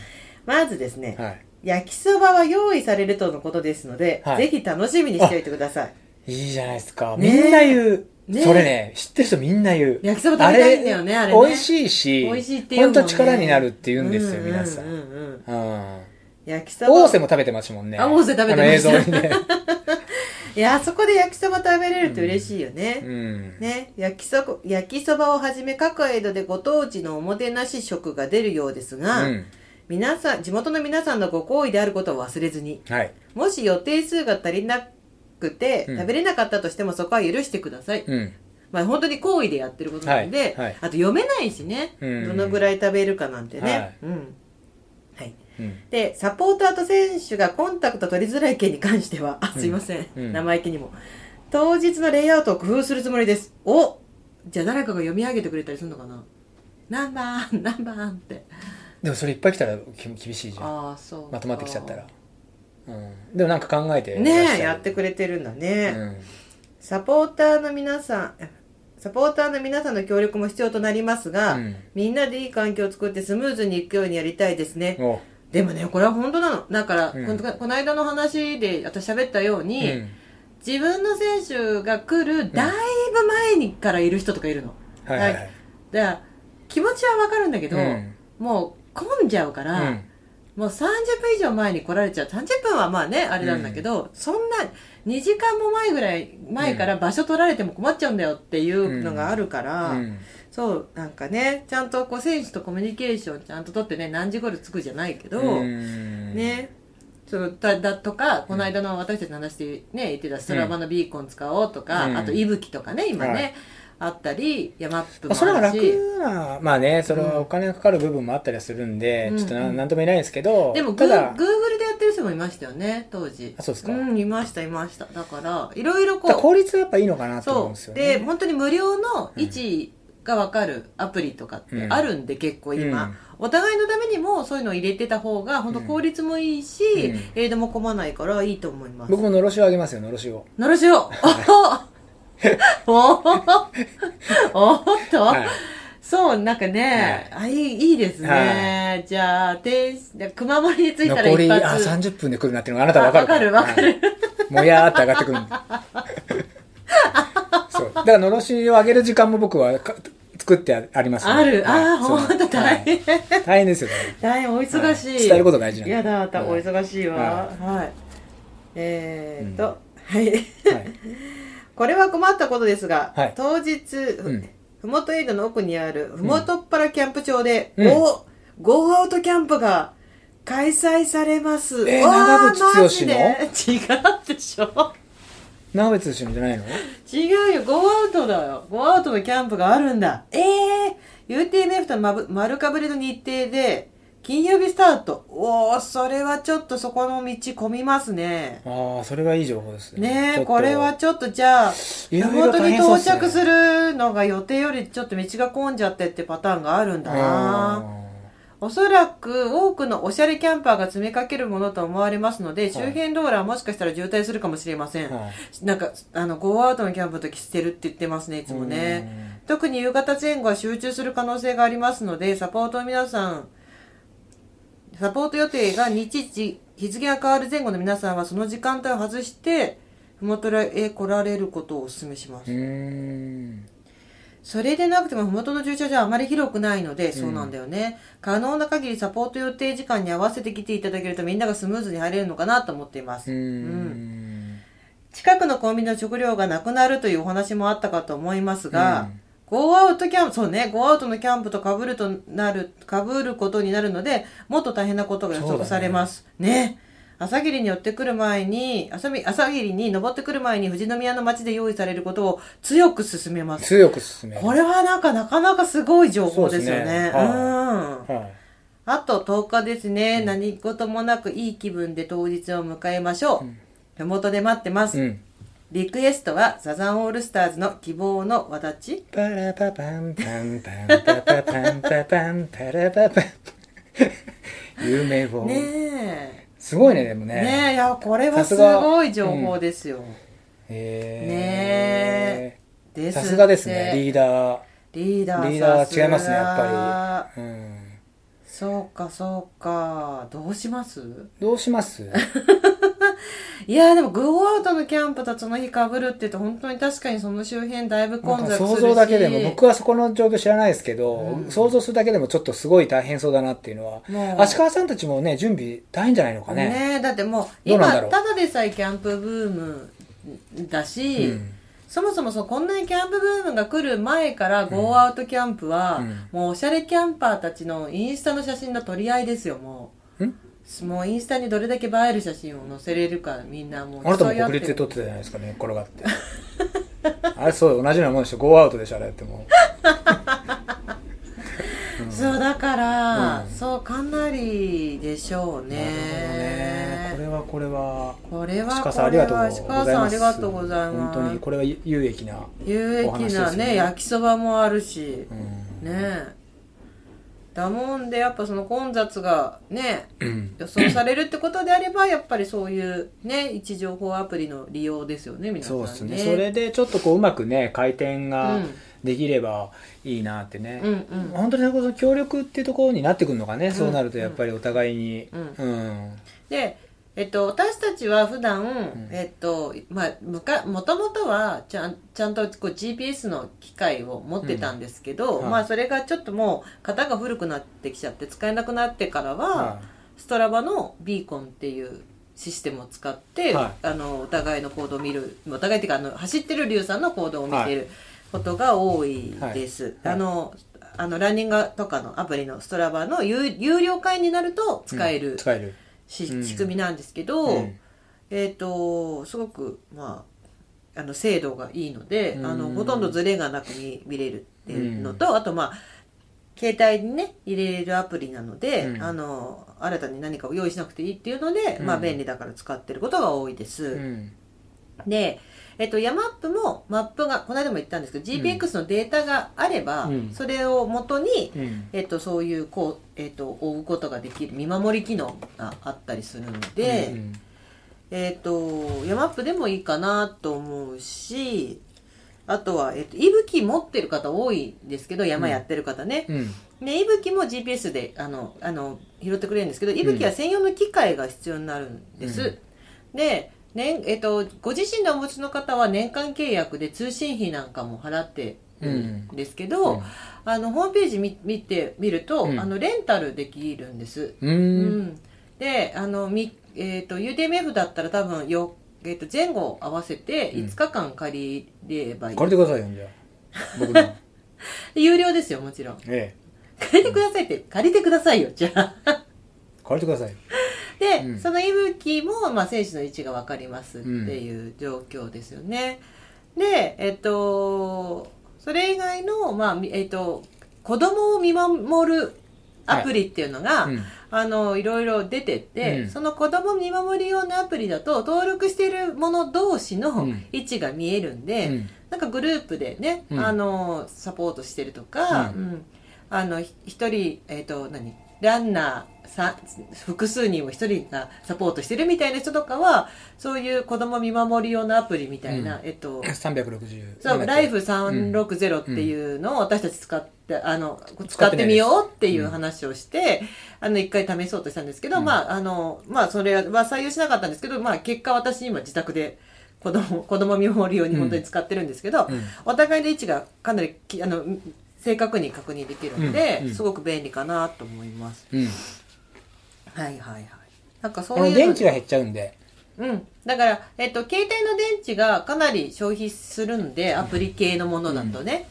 まずですね、
はい
焼きそばは用意されるとのことですので、
は
ぜ
い
ひ楽しみにしておいてください
いいじゃないですか。み
ねえ
んな言う。
ねえ
それね、知ってる人みんな言う。
焼きそば食べたいんだよねあれね
美味しいし、
美味しいっていうも
本
んね
当力になるって言うんですよ、
う
皆さ。
うんうんんうん
うん。
焼きそば
大瀬も食べてますもんね。
あ大瀬食べてました
あの映
(laughs)
像にね。
いやあそこで焼きそば食べれるって嬉しいよね、
うん。
ね、焼きそば焼きそばをはじめ各江戸でご当地のおもてなし食が出るようですが、
うん。
皆さん地元の皆さんのご好意であることを忘れずに
はい。
もし予定数が足りなくて、
うん
食べれなかったとしてもそこは許してください、
うん。
まあ本当に好意でやってることなんで、
はいはい
あと読めないしね、
うん
どのぐらい食べるかなんてね、
はい
うんはい、
うん。
でサポーターと選手がコンタクト取りづらい件に関してはあすいません、
うん
生意気にも当日のレイアウトを工夫するつもりですおじゃあ誰かが読み上げてくれたりするのかな何番 (laughs) 何番って
でもそれいっぱい来たらき厳しいじゃん。
ああそうか
まとまってきちゃったら。うん。でもなんか考えてらっしゃる。
ねえやってくれてるんだね、
うん。
サポーターの皆さんサポーターの皆さんの協力も必要となりますが、
うん
みんなでいい環境を作ってスムーズにいくようにやりたいですね、
お
でもねこれは本当なのだから、
うん
このこの間の話で私喋ったよう
う
に、
ん。
自分の選手が来るだいぶ前にからいる人とかいるの、
はいはいはい。
だから気持ちはわかるんだけど、
うん
もう混んじゃうか
う
ら、
ん。
もう30分以上前に来られちゃう30分はまあねあれなんだけど、そんな2時間も前ぐらい前から場所取られても困っちゃうんだよっていうのがあるから、
うん
そうなんかねちゃんとこう選手とコミュニケーションちゃんと取ってね何時頃着くじゃないけど、
うん。
ねそのだだとかこの間の私たちの話で、ね、言ってたストラバのビーコン使おうとか、
うん
あと息吹とかね今ね、
はい
あったり山っぷも
まあ、それは
ある
楽
し
な、まあね、それはお金がかかる部分もあったりはするんで、
うん
ちょっとななんとも言えないですけど、
でもグ
た
ーグ
だ
ー、グルでやってる人もいましたよね当時
あそうですか
んいましたいましただからいろいろ
ただ
こ
効率はやっぱいいのか
う
なと思うん
そ
です
う
よね。
で本当に無料の位置が分かるアプリとかってあるんで、結構今、
うん
お互いのためにもそういうのを入れてた方が本当効率もいいし、
うん
エイドも混まないからいいと思います
僕ものろしをあげますよ、のろしを。
のろし
(laughs)
をおおおおっと、
はい。
そう、なんかね、あいい、いいですね。じゃあ、天使、熊森についたら
残
一
り、あ、
発。
30分で来るなっていうのがあなたわかるら
あわかるわか
はいもやーって上がってくるんで
(laughs)
そう。だから、のろしをあげる時間も僕はか作ってありますね、
あるあー
そう
ほんと大変
はい大変ですよね。
大変お忙しい。
はい伝えることが大事なんで
やだ、たお
はい
忙しいわ。
は
はい。えーっと、はい。
はい。
これは困ったことですが、
はい
当日、
ん
ふもとエイドの奥にあるふもとっぱらキャンプ場で、
うん
ゴーゴーアウトキャンプが開催されます。
えー
わ
長渕剛の
マジで違うでしょ
長渕俊じゃないの
違うよ、ゴーアウトだよ。ゴーアウトのキャンプがあるんだ。ええー、UTMF とまぶ丸かぶりの日程で、金曜日スタート。おー、それはちょっとそこの道混みますね。
ああ、それはいい情報です
ね
ね。
え、
ちょっと
これはちょっとじゃあ、
いろいろ
本当
大
に
変そうっ
到着
すね
するのが予定よりちょっと道が混んじゃってってパターンがあるんだな。おそらく多くのおしゃれキャンパーが詰めかけるものと思われますので、周辺道路はもしかしたら渋滞するかもしれません。なんか、あの、ゴーアウトのキャンプの時してるって言ってますね、いつもね。特に夕方前後は集中する可能性がありますので、サポートの皆さん、サポート予定が日時、日付が変わる前後の皆さんはその時間帯を外して、ふもとへ来られることをお勧めします。
うんうん
それでなくても麓の駐車場はあまり広くないので、そうなんだよね。可能な限りサポート予定時間に合わせて来ていただけるとみんながスムーズに入れるのかなと思っています。
うん
近くのコンビニの食料がなくなるというお話もあったかと思いますが、
うん
ゴーアウトキャンプ、そうね、ゴーアウトのキャンプと被るとなる、被ることになるので、もっと大変なことが予測されます。ね朝霧に寄ってくる前に、朝み朝霧に登ってくる前に富士宮の街で用意されることを強く勧めます。
強く進める
これはなんかなかなかすごい情報ですよね。
そうです
う
ね
ん。
はい
あと10日ですね、何事もなくいい気分で当日を迎えましょう。ふもとで待ってます。
うん
リクエストはサザンオールスターズの希望のわだち
パラパパンパンパンパパパンパパンパラパパン有名棒
ねえ。
すごいねでも
ね
ね
え、いや、これは
さ
す
すが
ごい情報ですよ。
へ
で
え
す
さすがですねリーダー
リーダー
リー
さ
ダ
すが
ー違いますねやっぱり、うん、
そうか、そうか。どうします
どうします
いやーでもゴーアウトのキャンプとその日被るって言うと本当に確かにその周辺だいぶ
な
混
ん
雑
か
するし
想像だけでも僕はそこの状況知らないですけど、
うん
想像するだけでもちょっとすごい大変そうだなっていうのは
もう
足利さんたちもね準備大変じゃないのか
ね
ね
えだってもう
どう
今
なんだろう
ただでさえキャンプブームだし、
うん
そもそもそうこんなにキャンプブームが来る前からゴーアウトキャンプは、
うん
もうおしゃれキャンパーたちのインスタの写真の取り合いですよも
ん
うもうインスタにどれだけ映える写真を載せれるかみんなもう
あなたも
競い合って
国立で撮ってたじゃないですかね転がって (laughs) あれそう同じようなもんでしょゴーアウトでしょあれっても
そうだから、
うん
そうかなりでしょう
うなるほどね
ね
これはこれは
これは
鹿
こ
さんあり
れ
がとう
は
ござい
鹿さんあ
ます
りがとうございます
本当にこれは有益な、
有益
お話で
な
す
ね
ね
焼きそばもあるし
う、ん
ねえだもんでやっぱその混雑がね
うん
予想されるってことであ
(coughs)
ればやっぱりそういうね位置情報アプリの利用ですよね皆さん
そう
ね
ですねそれでちょっとこううまくね回転が
うん
できればいいなってね、
うんうん
本当にそれこそ協力っていうところになってくるのかね、そうなるとやっぱりお互いに
う
うん
でえっと、私たちは普段、
ん
えっと、まあ、むか、もともとは、ちゃん、ちゃんとこう GPS の機械を持ってたんですけど、
うんはい
まあ、それがちょっともう、型が古くなってきちゃって、使えなくなってからは、
は
ストラバのビーコンっていうシステムを使って、
は
あのお互いの行動を見るお互いっていうかあの走ってる龍さんの行動を見てることが多いです、
はいはい
あのあのランニングとかのアプリのストラバの有有料会になると使え
うん
る
使える
し、
うん
仕組みなんですけど、
うん
えっ、とすごくまああの精度がいいので、
うん
あのほとんどズレがなく見見れるっていうのと、あとまあ携帯にね入れれるアプリなので、
うん
あの新たに何かを用意しなくていいっていうので、
うん
まあ便利だから使ってることが多いです。
うん
で、えっと、ヤマップもマップがこの間も言ったんですけど、GPX のデータがあれば、
うん
それを元に、
うん
えっと、そういうこう、えっと、追うことができる見守り機能があったりするので、
うん
えっ、と、ヤマップでもいいかなと思うし、あとは、えっ、と、いぶき持ってる方多いんですけど、山やってる方ね。
うん
ね、いぶきも GPS で、あの、あの、拾ってくれるんですけど、いぶきは専用の機械が必要になるんです。で、年、えっ、と、ご自身でお持ちの方は年間契約で通信費なんかも払ってるんですけど、
うん
あの、ホームページ見見てみると、
うん
あの、レンタルできるんです。
う
うんん、であのみ、えー、と UDMF だったら多分よ、えー、と前後合わせて
うん
5日間借りればいい、
借りてくださいよじゃあ僕の
有料ですよもちろん
ええ
借りてくださいって借りてくださいよじゃあ
借りてください
で、
うん
その息吹も、まあ、選手の位置が分かりますっていう状況ですよね、でえっ、とそれ以外の、まあみえっと子供を見守るアプリっていうのが、
うん
あの、いろいろ出てって、
うん
その子供見守り用のアプリだと、登録している者同士
う
の
ん
位置が見えるんで、
うん
なんかグループでね、
うん
あの、サポートしてるとか、
う
うんあの、ひ一人、えっ、と、何ランナーさ複数人を一人がサポートしてるみたいな人とかはそういう子供見守り用のアプリみたいな、
うん
えっと
360
そう、ライフ360っていうのを私たち使って、あの、使ってみようっていう話をして、あの、一回試そうとしたんですけど、
うん
まあ、あの、まあ、それは採用しなかったんですけど、まあ、結果私今自宅で (laughs) 子供、子供見守り用に本当に使ってるんですけど、
うん
お互いの位置がかなりき、あの、正確に確認できるんで、
うんうん
すごく便利かなと思います。
うん
はいはいはい。なんかそ
あ
ういうの
の
で。
電池が減っちゃうんで
うん。だから、えっと、携帯の電池がかなり消費するんで、アプリ系のものだとね。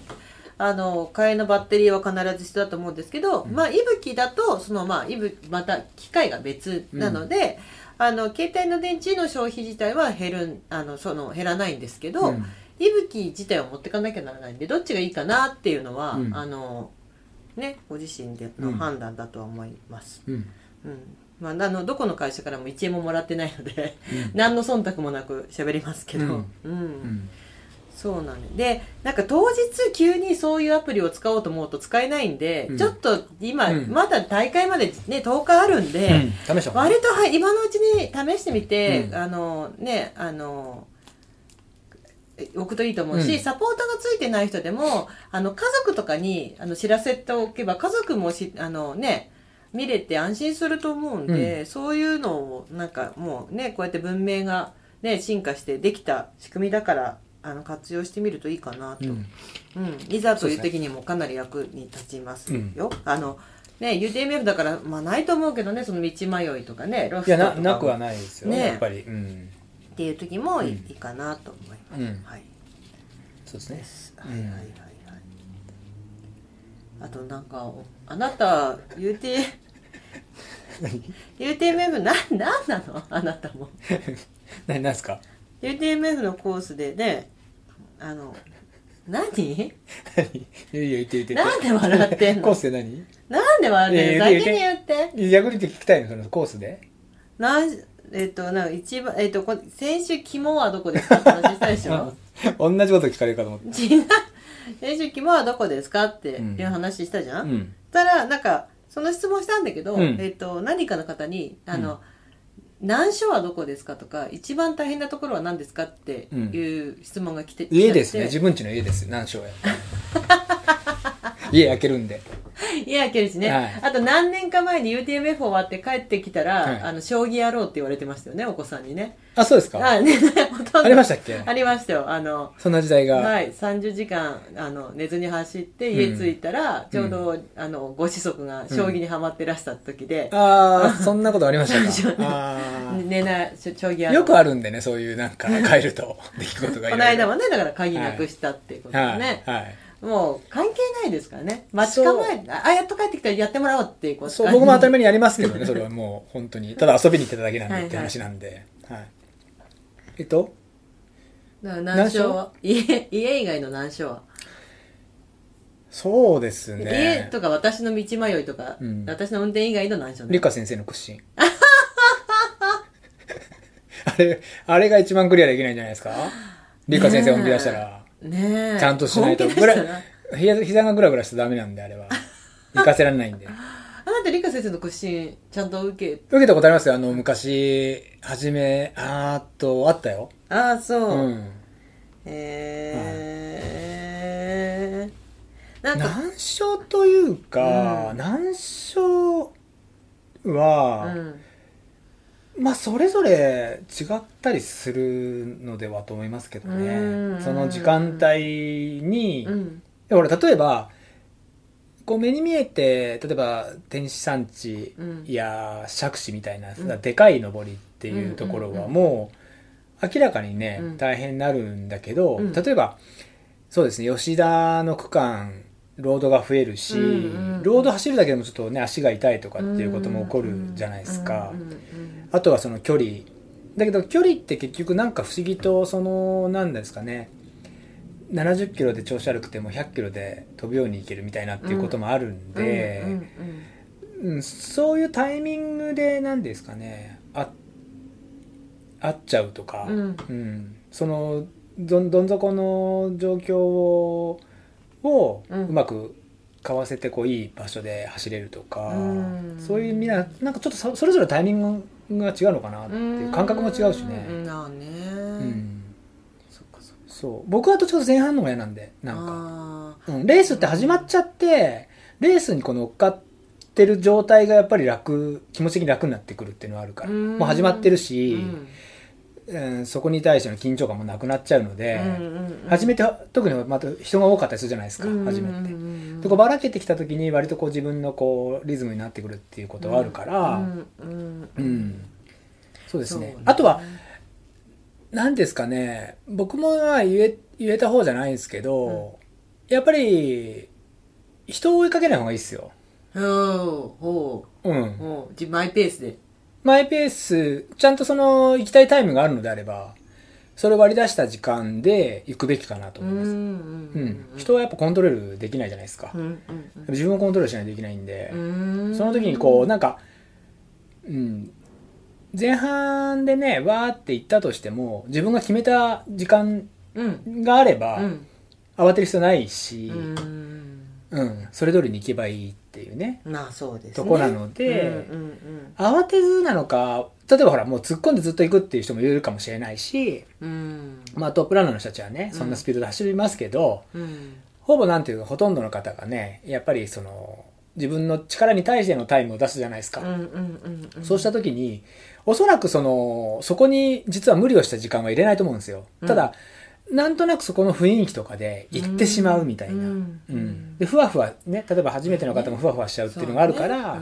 あの、替えのバッテリーは必ず必要だと思うんですけど、まあ、いぶきだと、その、まあ、いぶ、また、機械が別なので、あの、携帯の電池の消費自体は減るん、あの、その、減らないんですけど、
うん
いぶき自体を持ってかなきゃならないんで、どっちがいいかなっていうのは、
うん
あの、ね、ご自身での判断だとは思います。
うん
うんまあ、あのどこの会社からも1円ももらってないので、何の忖度もなく喋りますけど、う
うんんうん
そうなんででなんか当日急にそういうアプリを使おうと思うと使えないんで、
うん
ちょっと今、
うん
まだ大会まで、ね、10日あるん
う
で、
ん試した
割とはい今のうちに試してみて、
うん
あのねあのえ置くといいと思うし、
うん
サポートがついてない人でもあの家族とかにあの知らせておけば家族もしあのね見れて安心すると思うんで、そういうのをなんかもうねこうやって文明が、ね、進化してできた仕組みだからあの活用してみるといいかなと、
う
うん
ん
いざという時にもかなり役に立ちますよ。あのね、UTMF だから、まあ、ないと思うけどねその道迷いとかねロス
い
ト
や
と
な
か
なくはないですよ
ね
やっぱりうん
っていう時もいい,、
うん
かなと思います、
うん
はい
そうですね
はいはいはいはいあとなんかおあなた UT
(laughs)
UTMF ななんなのあなたも
何ですか
UTMF のコースでねあの何
何 (laughs) いやいや言って言って言っ
な
て
んで笑ってん
コー
の
スで何
なんで笑ってんの
い
先
や言っ
に
て
言って
逆に言って聞きたいのそのコースで
なんえっとなんか一番えっとこ先週肝はどこですかって話したでしょ
うん同じこと聞かれるかと思って
違う先週肝はどこですかっていう話したじゃん、
うん
たらなんかその質問したんだけど、
うん
えっと何かの方にあの、難所はどこですかとか一番大変なところは何ですかっていう質問が来て、来ちゃって
家ですね自分家の家です何章や (laughs) 家焼けるんで
家開けるしね、
はい
あと何年か前に UTMF 終わって帰ってきたら、
はい
あの将棋やろうって言われてましたよねお子さんにね
あそうですか
あね (laughs) ほとんど
ありましたっけ
ありましたよあの
そんな時代が
はい、30時間あの寝ずに走って家着いたら、ちょうど、あのご子息が将棋にはまってらした時で、
ああそんなことありまし
そう
たか
(laughs)
あー
寝ない将棋やろう
よくあるんでねそういうなんか帰ると (laughs) 出来事がいろいろ
この間もねだから鍵なくしたっていうことでね、
はいはい
もう関係ないですからね待ち構えああやっと帰ってきたらやってもらおうっていうこと
そう僕も当た
め
り前にやりますけどねそれはもう本当にただ遊びに行ってただけなん
はいは
で
い
って話なんではいえっと
難所は家家以外の難所は、
そうで
家
すね
とか私の道迷いとか、
うん
私の運転以外の難所
理科先生の屈伸 (laughs) あれあれが一番クリアできないんじゃないですか理科先生本気出したら
ねえ
ちゃんとしないと
本気出した
ぐら
ら
膝膝がグラグラしちゃダメなんであれは行かせられないんで
あなた理科先生の屈伸ちゃんと受け
受けたことありますよあの昔初めあーっとあったよ
ああそうう、
ん
えーなんか
難所というか、
うん
難所
う
は、
ん
まあそれぞれ違ったりするのではと思いますけど
う
ね
ん
その時間帯に、
うん
ほら例えばこう目に見えて例えば天使山地
うん
や釈子みたいな、
うん
でかい登りっていうところ
うんうん
は
うん
もう明らかにね、
うん
大変になるんだけど、
うん
例えばそうですね吉田の区間ロードが増えるし、
うんうんうん
ロード走るだけでもちょっとね足が痛いとかっていうことも起こるじゃないですか。
うんうんうん
あとはその距離だけど距離って結局なんか不思議とその何ですかね70キロで調子悪くても100キロで飛ぶように行けるみたいなっていうこともあるんで、
うんうんうん
うんそういうタイミングで何ですかねあ合っちゃうとか、
うん
うんそのどんどん底の状況をを
うん
うまく買わせてこういい場所で走れるとか
うん
そういうみんななんかちょっとそそれぞれタイミングが違うのかなっていう感覚も違うし
う
ね
んなあね
うん
そっかそっか
そう僕はどっちかというと前半の方が嫌なんでなんか
あ
うん、レースって始まっちゃって、レースにこの乗っかってる状態がやっぱり楽、気持ち的に楽になってくるっていうのはあるから、
うん
もう始まってる
ー
し、
うん
うんそこに対しての緊張感もなくなっちゃうので、
うんうんうん
初めては、特にまた人が多かったりするじゃないですか、初めて。
め
でこうばらけてきた時に割とこう自分のこうリズムになってくるっていうことはあるから、うんそうですねあとは何ですかね僕もまあ言え言えた方じゃないんですけど、やっぱり人を追いかけない方がいいですよ。
ほうほ
うん
う、ほうじマイペースで
マイペースちゃんとその行きたいタイムがあるのであればそれを割り出した時間で行くべきかなと思います、
ん
うん人はやっぱコントロールできないじゃないですか、
うん
自分をコントロールしないといけないんで
う、んうん
その時にこうなんか、うん、前半でねわーって行ったとしても自分が決めた時間
うん
があれば、
うん
慌てる必要ないし
う、ん
うん、それ通りに行けばいいっていうね
まあそうですね
とこなので、
うんうん
慌てずなのか例えばほらもう突っ込んでずっと行くっていう人もいるかもしれないし、
うん
まあ、トップランナーの人たちはね
うん
そんなスピードで走りますけど、
うん
ほぼなんていうかほとんどの方がねやっぱりその自分の力に対してのタイムを出すじゃないですか、
うんうんうん
そうした時におそらくそのそこに実は無理をした時間は入れないと思うんですよただ、なんとなくそこの雰囲気とかで行ってしまうみたいな、
う
うんん
うん
でふわふわね例えば初めての方もふわふわしちゃうっていうのがあるから、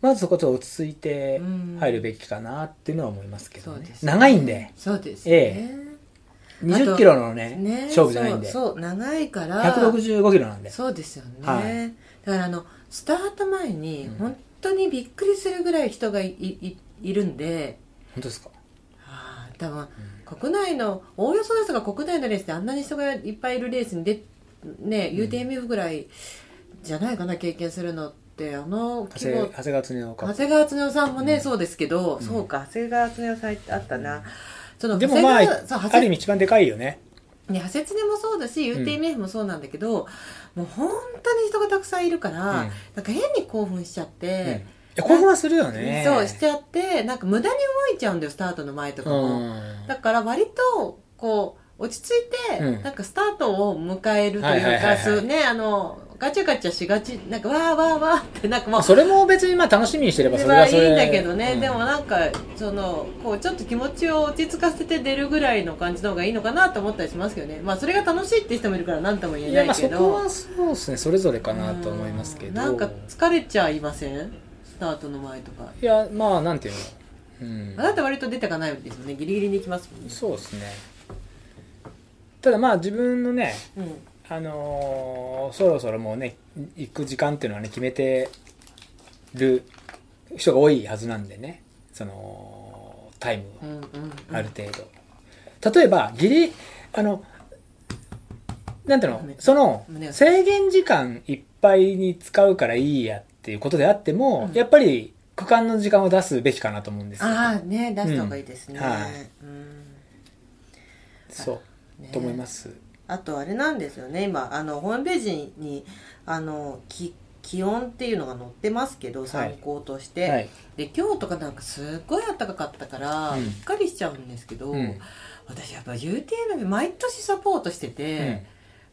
まずそこちょっと落ち着いて
うん
入るべきかなっていうのは思いますけど、
そう
ね
ですね
長いんで
そうです
え
ねあ
20
と
キロのね
ね
勝負じゃないんで
そうそう長いから
165キロなんで
そうですよね、
はい
だからあのスタート前に
うん
本当にびっくりするぐらい人がいいいるんで、
本当ですか
はあ、多分国内のおおよそですが国内のレースであんなに人がいっぱいいるレースにで、ね、
うん
UTMF ぐらいじゃないかな経験するのってあの
長
規模
谷長谷川恒夫
長
か
谷川恒夫さんもね、
うん
そうですけど、
ん
そうか長谷川恒夫さんあったな、その
でもまあ
長谷川そう長
あ
谷
る意味一番でかいよね
ね、ハセツネもそうだし
うん
UTMF もそうなんだけど、もう本当に人がたくさんいるから、
うん
なんか変に興奮しちゃっ
うんい
て、
や興奮はするよね
そうしちゃってなんか無駄に動いちゃうんだよスタートの前とか
う
も、
ん
だから割とこう落ち着いて、
うん
なんかスタートを迎えると
はいいはいは
う
い
か
はい
そうねあのガチャガチャしがちなんかわーわーわーってなんかもう
それも別にまあ楽しみにしてればそ
そ
れ
れは
はそれ
いいんだけどね、
うん
でもなんかそのこうちょっと気持ちを落ち着かせて出るぐらいの感じの方がいいのかなと思ったりしますけどねまあそれが楽しいって人もいるから何とも言
い
え
や
ない
まあ
け
そ
ど
こはそうですねそれぞれかなと思いますけど
なんか疲れちゃいませんスタートの前とか
いやまあなんていうのうん
あなた割と出たかないですよねギリギリに行きますもんね
そうですねただまあ自分のね
うん
あのーそろそろもうね行く時間っていうのはね決めてる人が多いはずなんでねそのタイム
う
を
んうんうん
ある程度、例えばギリあのなんていうの
ね
その
胸を
制限時間いっぱいに使うからいいやっていうことであっても、
うん
やっぱり区間の時間を出すべきかなと思うんですよ
ああね出した方がいいですね,、
うんはい
うん
そう、
ね
と思います
あとあれなんですよね今あのホームページにあのき気温っていうのが載ってますけど参考として、
はい
で今日とかなんかすっごい暖かかったから、
うん
びっかりしちゃうんですけど、
うん
私やっぱ UTMF 毎年サポートして
う
て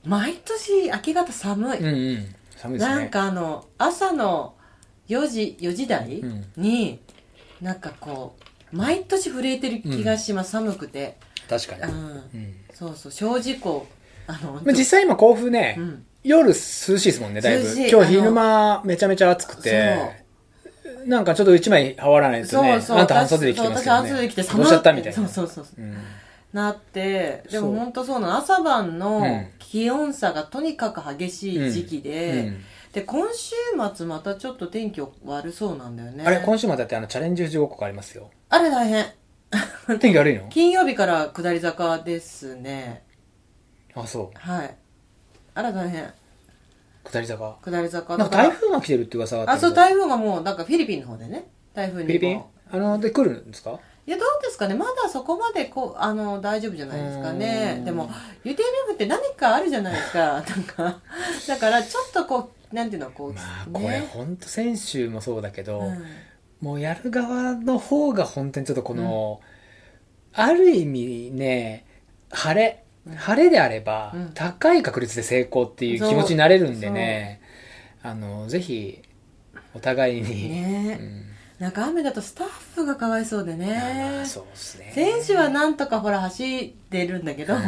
ん、
毎年明け方寒い、
うんうん寒いですね
なんかあの朝の4時4時台
うん
に、なんかこう毎年震えてる気がします、寒くて、
確かに
う、ん、
うん
そうそう小事故あの
まあ実際今甲府ね、
うん
夜涼しいですもんねだいぶ
涼しい
今日昼間めちゃめちゃ暑くてなんかちょっと一枚羽織らないとね
そうそう
あんた半袖で来てますけど、
そう私半
ね、
袖で来て
どうしちゃったみたいな
そうそうそう
うん
なってでも
そう
本当そうなの朝晩
う
の
ん
気温差がとにかく激しい時期で、
うん
で今週末またちょっと天気悪そうなんだよね
あれ今週までだってあのチャレンジ富士五湖ありますよ
あれ大変
天気悪いの
金曜日から下り坂ですね
あそう
はいあら大変
下り坂
下り坂
なん
だか
か
ら
台風が来てるって噂があった
あ
けど
そう台風がもうなんかフィリピンの方でね台風に
フィリピン
も
あので来るんですか
いやどうですかねまだそこまでこうあの大丈夫じゃないですかね
う
(laughs)
ん
でも UTMF って何かあるじゃないですかなんかだからちょっとこうなんていうのこう、
まあこれ
ね、
ほんと選手もそうだけど、
うん
もうやる側の方が本当にちょっとこの、ある意味ね晴れ
うん
晴れであれば、
うん
高い確率で成功っていう気持ちになれるんでねあのぜひお互いに、
ね
うん
なんか雨だとスタッフがかわいそうで
ま
ね
あそうですね
選手はなんとかほら走ってるんだけど、
うん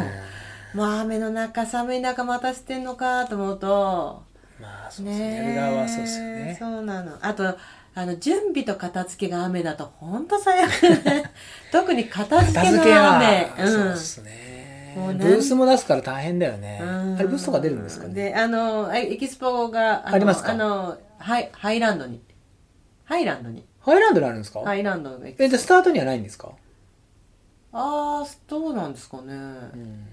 もう雨の中寒い中またしてんのかと思うと
まあそうですね
ね
やる側はそうですよね
そうなのあとあの準備と片付けが雨だと本当最悪
(laughs)
ね特に片付
片
けの
付けは
雨
そうですね
もうなん
ブースも出すから大変だよね
うん
あれブースとか出るんですかね
であのあエキスポがの
ありますか
あのハイハイランドにハイランドに
ハイランドにあるんですか
ハイランドのエキス
えじゃあスタートにはないんですか
ああどうなんですかね、
うん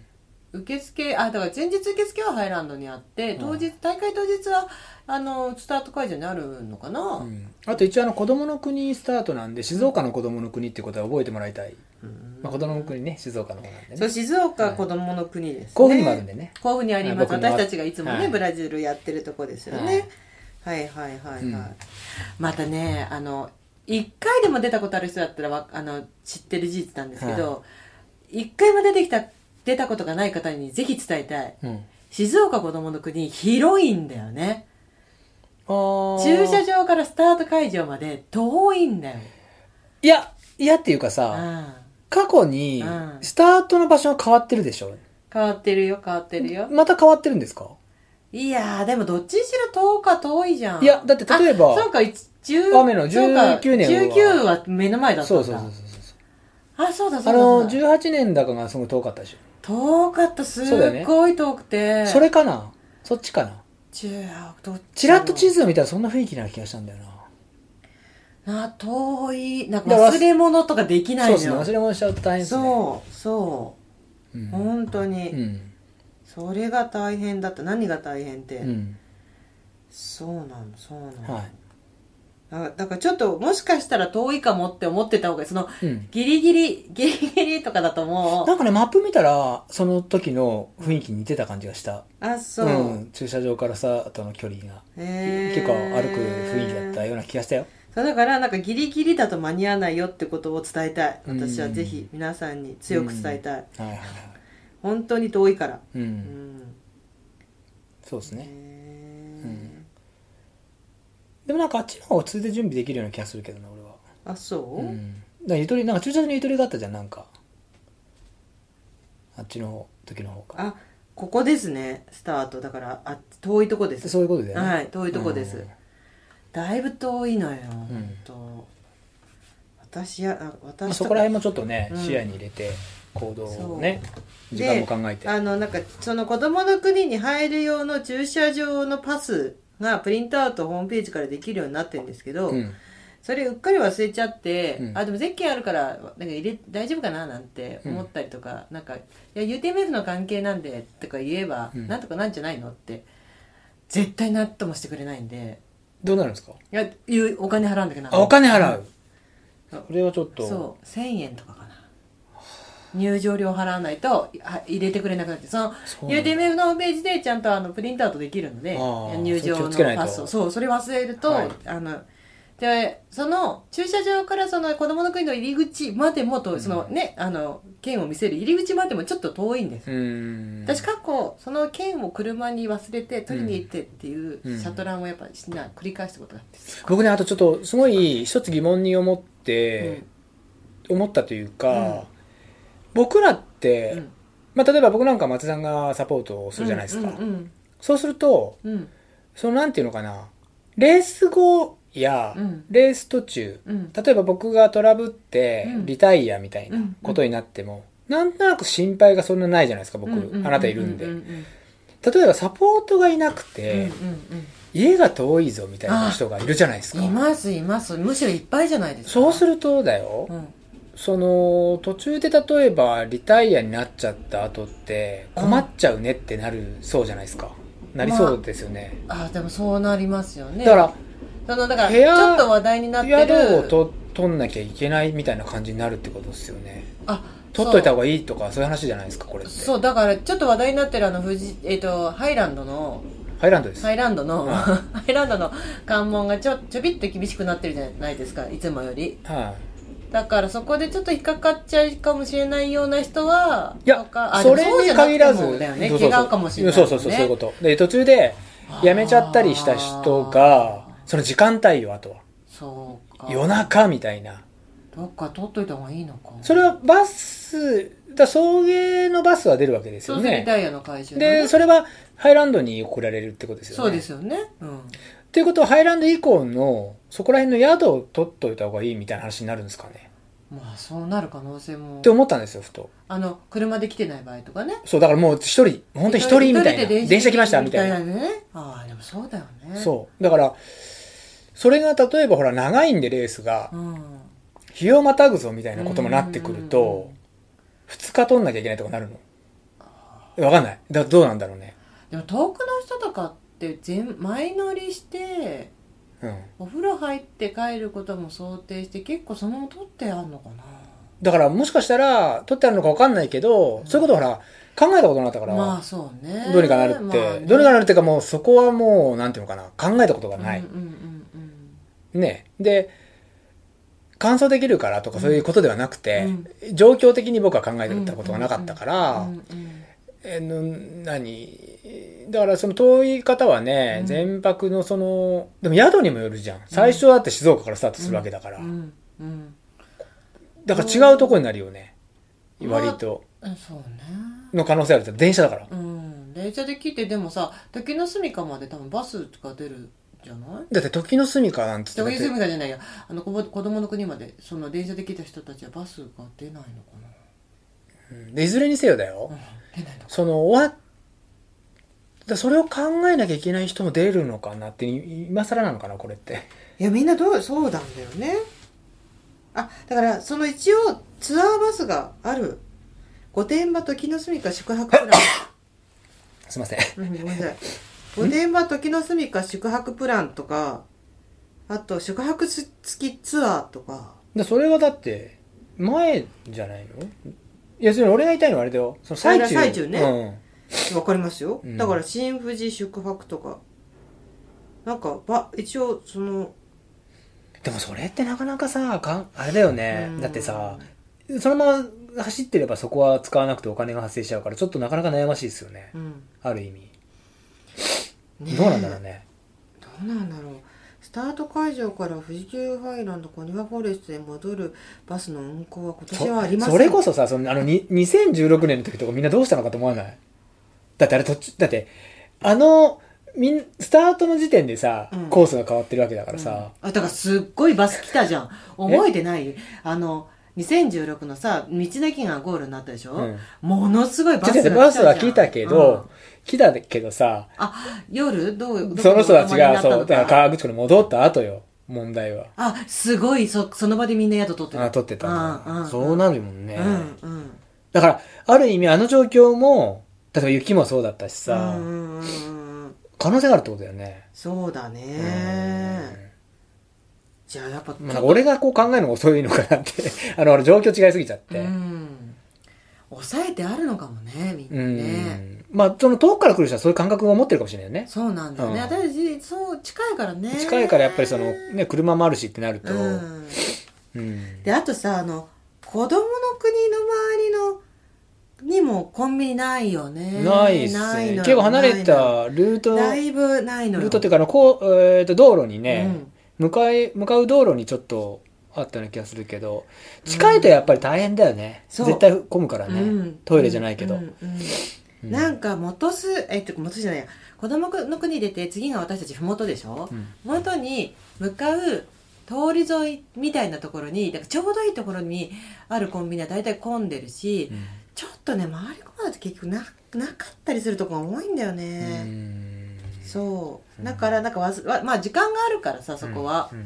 受付あだから前日受付はハイランドにあって当日、大会当日はあのスタート会場にあるのかな、
うんあと一応あの子供の国スタートなんで静岡の子供の国ってことは覚えてもらいたい、まあ、子供の国ね静岡の方なんで
そう
ね
静岡子どもの国です、ね
甲府にもあるんでね
甲府にあります
はい僕の
私たちがいつもね、
はい
ブラジルやってるとこですよね、はい、はいはいはいはい、
うん
またねあの1回でも出たことある人だったらわあの知ってる事実なんですけど、一1回も出てきた出たことがない方にぜひ伝えたい
うん
静岡子どもの国広いんだよね駐
駐
車場からスタート会場まで遠いんだよ
いやいやっていうかさ
ああ
過去に
うん
スタートの場所が変わってるでしょ
変わってるよ変わってるよ
また変わってるんですか
いやーでもどっちにしろ遠か遠いじゃん
いやだって例えば
あそうか1
雨の19年は
19は目の前だったん
そ
だ
うそうそうそうそう
あそうだそ
あ
うだそう
の
だ
18年だかがすごい遠かったでしょ、
遠かったすっ
そうだよね
ごい遠くて
それかなそっちかな
中あどっちだろう
ちらっと地図を見たらそんな雰囲気な気がしたんだよな
な遠いなんか
だから
忘れ物とかできない
そう
の
ですね忘れ物しちゃうと大変ですね
そうそう
うん
本当に、
うん
それが大変だった何が大変って、
うん
そうなのそうなの、
は
だだからちょっともしかしたら遠いかもって思ってた方がいいその
いうん
ギリギリギリギリとかだとも
なんかね、マップ見たら、その時の雰囲気に似てた感じがした。
うあそう、
ん、駐車場からスタートの距離が、
へー
結構歩く雰囲気だったような気がしたよ。
そうだからなんかギリギリだと間に合わないよってことを伝えたい私は
うん
ぜひ皆さんに強く伝えたい、
はいはいはい。
本当に遠いから
うん。
うん
そうですね。
へー
うんでもなんかあっちの方が普通で準備できるような気がするけどな、俺は。
あそう、
うん。だからゆとり、なんか駐車場にゆとりがあったじゃん、なんか。あっちの方時の方が。
あここですねスタートだからあ遠いとこです
そういうことだよね。
はい遠いとこです、
うん
だいぶ遠いのよ、
ん
本当私やあ
まあ
私
そ
と
こら辺もちょっとね、
うん
視野に入れて、行動をね、時間も考えて。
あのなんかその子供の国に入る用の駐車場のパスがプリントアウトホームページからできるようになってるんですけど、
うん。
それうっかり忘れちゃって、
うん
あでもゼッケンあるからなんか入れ大丈夫かななんて思ったりとか、なんかいや UTMF の関係なんでとか言えば、
うん
なんとかなんじゃないのって絶対なんともしてくれないんで
どうなるんですか
いやいうお金払うんだけどな
あ、お金払う。
うん
これはちょっと。
そう1000円とかかな入場料払わないとあ入れてくれなくなってその
そうなんだ
UTMF のホームページでちゃんとあのプリントアウトできるので
あー
入場
それ気を
の
つけないと
パスをそうそれ忘れると、
はい
あのでその駐車場からその子供の国の入り口までもと、そのねあの券を見せる入り口までもちょっと遠いんです、
うーん。
私過去その券を車に忘れて取りに行ってっていう
うん
シャトランをやっぱしな繰り返したことがあって、
僕ね、あとちょっと、すごい一つ疑問に思って、思ったというか、
うん
僕らっ
う
て、
んうん
まあ、例えば僕なんか松田さんがサポートをするじゃないですか。
うん
そうすると、
うんうん
その、なんていうのかな、レース後や
うん、
レース途中、
うん
例えば僕がトラブって
う、ん
リタイアみたいなことになっても、なんとなく心配がそんなないじゃないですか、僕。あなたいるんで。
ううん
例えばサポートがいなく
うんうん
て、
うんうん
家が遠いぞみたいな人がいるじゃないですか。
いますいますむしろいっぱいじゃないですか
そうするとだよ、
うん
その途中で例えばリタイアになっちゃった後って困っちゃうねってなるそうじゃないですか、なりそうですよね、
あでもそうなりますよね
だか
そのだから
部
ち
屋
ょっと話題にな
ら
ってる
宿をと取んなきゃいけないみたいな感じになるってことですよね
あ
取っといた
そ
方がいいとかそういう話じゃないですかこれっ
う
て
そうだからちょっと話題になってるあの富士、えっとハイランドの
ハイランドです、
ハイランドの、
はい
(laughs) ハイランドの関門がちょちょびっと厳しくなってるじゃないですかいつもより
は、
だからそこでちょっと引っかかっちゃうかもしれないような人はい
いや
とかあ
それに限らず
でもそうじゃなくてもだよね違
そうそうそう
うかもしれない、ね、
そうそうそうそういうことで途中で辞めちゃったりした人がその時間帯よあとは
そうか
夜中みたいな
どっか取っといた方がいいのか
それはバスだ送迎のバスは出るわけです
そ
よ
うそうリ
ね
タイアの回収だね
でそれはハイランドに送られるってことですよね
そうですよねうん
っていうことはハイランド以降のそこら辺の宿を取っといた方がいいみたいな話になるんですかね
まあそうなる可能性も
って思ったんですよふと
あの車で来てない場合とかね
そうだからもう一人本当に一人みたいな
一人で
電車来ましたみたいな
みたいなねああでもそうだよね
そうだからそれが例えばほら長いんでレースが
うん
日をまたぐぞみたいなこともなってくる
うんうんうん
と2日取んなきゃいけないとかなるのわかんないだからどうなんだろうね
でも遠くの人とかって全前乗りして
うん
お風呂入って帰ることも想定して結構そのまま取ってあんのかな
だからもしかしたら取ってあるのかわかんないけどそういうことほら考えたことなかったから
まあそうね
どうにかなるって、
まあね
どうにかなるっていうかもうそこはもうなんていうのかな考えたことがない、
うんうんうん
ねで完走できるからとかそういうことではなくて、状況的に僕は考えてたことがなかったから、
うんうんうん
えの何だからその遠い方はね、
うん
全泊のそのでも宿にもよるじゃん最初だって静岡からスタートするわけだから、
うんうん
だから違うとこになるよね、
うん
割と
うんそうね
の可能性あるって電車だから、
うん電車で来てでもさ時の住みかまで多分バスが出るじゃない
だって時の住みかなんつってだっ
時の
て
住みかじゃないやあのこぼ子供の国までその電車で来た人たちはバスが出ないのか
うんでいずれにせよだよ、
な、うん、出ないのか
その終わっだそれを考えなきゃいけない人も出るのかなってい今更なのかなこ
(laughs)
れって
いやみんなどうそうなんだよねあだからその一応ツアーバスがある御殿場時の住みか宿泊プラン
すいません
うんごめんなさい御殿場時の住みか宿泊プランとかあと宿泊付きツアーとか
でそれはだって前じゃないのいやそれ俺が言いたいのはあれだよその最中
それは最中ね
うん
わかりますよ、
うん
だから新富士宿泊とかなんかば一応その
でもそれってなかなかさかんあれだよね
うん
だってさそのまま走ってればそこは使わなくてお金が発生しちゃうからちょっとなかなか悩ましいですよね
うん
ある意味
ねえ
どうなんだろうね
どうなんだろうスタート会場から富士急ハイランドコニファフォレストへ戻るバスの運行は今
そ
年はありません
それこそさそのあのに2016年の時とかみんなどうしたのかと思わないだってあれ途中だってあのみんスタートの時点でさ、
うん
コースが変わってるわけだからさ、
うんあだからすっごいバス来たじゃん覚えてないあの2016のさ道の駅がゴールになったでしょ、
うん
ものすごいバ
ちょ
ス
っと待って
が来た
バス
じゃん
は来たけど、
うん
来たけどさ
あ夜どう
その人たちがそうだから
ら
川口湖に戻った後よ問題は
あすごいそその場でみんな宿取ってた
あ撮ってたんだ
うんうん
そうなるもんね、
うんうん
だからある意味あの状況も例えば雪もそうだったしさ、
うんうんうんうん
可能性があるってことだよね、
そうだ
うん
ねじゃあやっぱ
まあ、なんか俺がこう考えるのが遅いのかなって (laughs) あのあの状況違いすぎちゃって、
うん抑えてあるのかもねみんなね、
うんまあその遠くから来る人はそういう感覚を持ってるかもしれないよね
そうなんだよね、
うん
私そう近いからね
近いからやっぱりその、ね、車もあるしってなると、
うん
うん
であとさあの子供の国の周りのにもコンビニないよね
ないっす
ないの
ね
よ
結構離れたルート
だ
ル
いぶないのよ
ートっていうかあのこう、えー、と道路にね、
うん
向かい向かう道路にちょっとあったような気がするけど近いとやっぱり大変だよね、
そう
絶対混むからね、
うん
トイレじゃないけど、
うんうん
うん
なんか元すえっと元すじゃないや子供の国出て次が私たち麓でしょ、
うん
元に向かう通り沿いみたいなところにだからちょうどいいところにあるコンビニは大体混んでるし、
うん
ちょっとね回り込まれて結局ななかったりするところが多いんだよ
う
ね、
ん
そうだからなんかわすわまあ時間があるからさそこは、
うんうん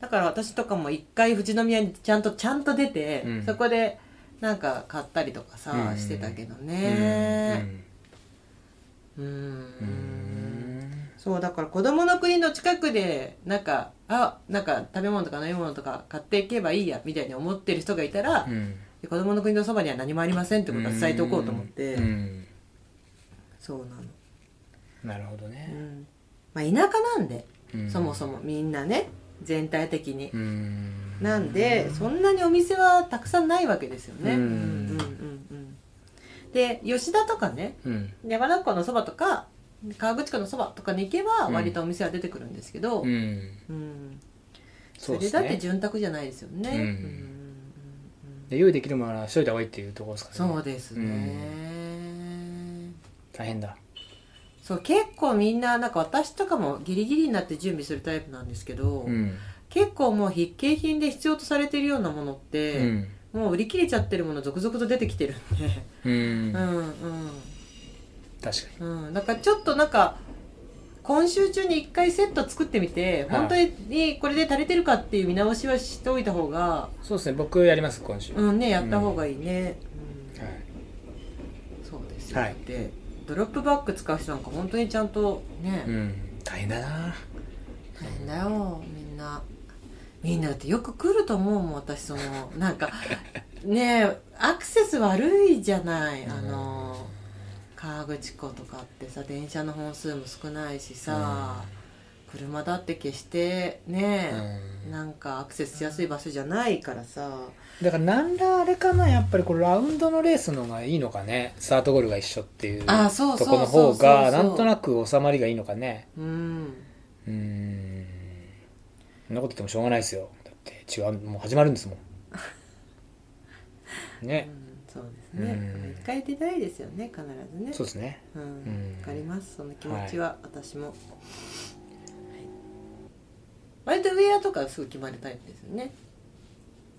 だから私とかも一回富士宮にちゃんとちゃんと出て、
うん
そこでなんか買ったりとかさ、
うん
してたけど
う
ね
ん
うん
うん
そうだから子供の国の近くでなんかあなんか食べ物とか飲み物とか買っていけばいいやみたいに思ってる人がいたら、
うん
子供の国のそばには何もありませんってことは伝えておこうと思って、
うん
そうなの
なるほど
う
ね
んまあ、田舎なんで、
うん
そもそもみんなね全体的に、
うん
なんでそんなにお店はたくさんないわけですよね、
うん
うんうんうんで吉田とかね
うん
山中湖のそばとか川口湖のそばとかに行けば
うん
割とお店は出てくるんですけど、
うん
うんそ
そうで
れ
す
だって
ね
潤沢じゃないですよね、
うん
うん
で用意できるものはしといた方がいいっていうところですからね
そうですね、
大変だ
そう結構みんななんか私とかもギリギリになって準備するタイプなんですけど、
うん
結構もう必携品で必要とされているようなものっ
う
て、
ん
もう売り切れちゃってるもの続々と出てきてるんで
(laughs) う
うんん
確かに
うんうんだからちょっとなんか今週中に1回セット作ってみて
はい
本当にこれで足りてるかっていう見直しはしておいた方が
そうですね僕やります今週
うんねやった方がいいね、うん
はい
そうですよ、
はい
でドロップバッグ使う人なんか本当にちゃんとね、
うん大変だな
大変だよみんなみんなだってよく来ると思うもん私そのなんかねえアクセス悪いじゃないあの河口湖とかってさ電車の本数も少ないしさ車だって決してね
うん
なんかアクセスしやすい場所じゃないからさ
だからなんらあれかなやっぱりこれラウンドのレースの方がいいのかねスタートゴールが一緒っていう
あそうそ
と
う
この
そ
方が
うそ
な
うそうん
となく収まりがいいのかね
うん
うーんそんなこと言ってもしょうがないですよだって違うもう始まるんですも
(laughs)
ん
う
ね、
んそうですね
うん
一回出たいですよね必ずね
そうですね
うん
ん
わかりますその気持ちは私も、割とウェアとかすぐ決まるタイプですよね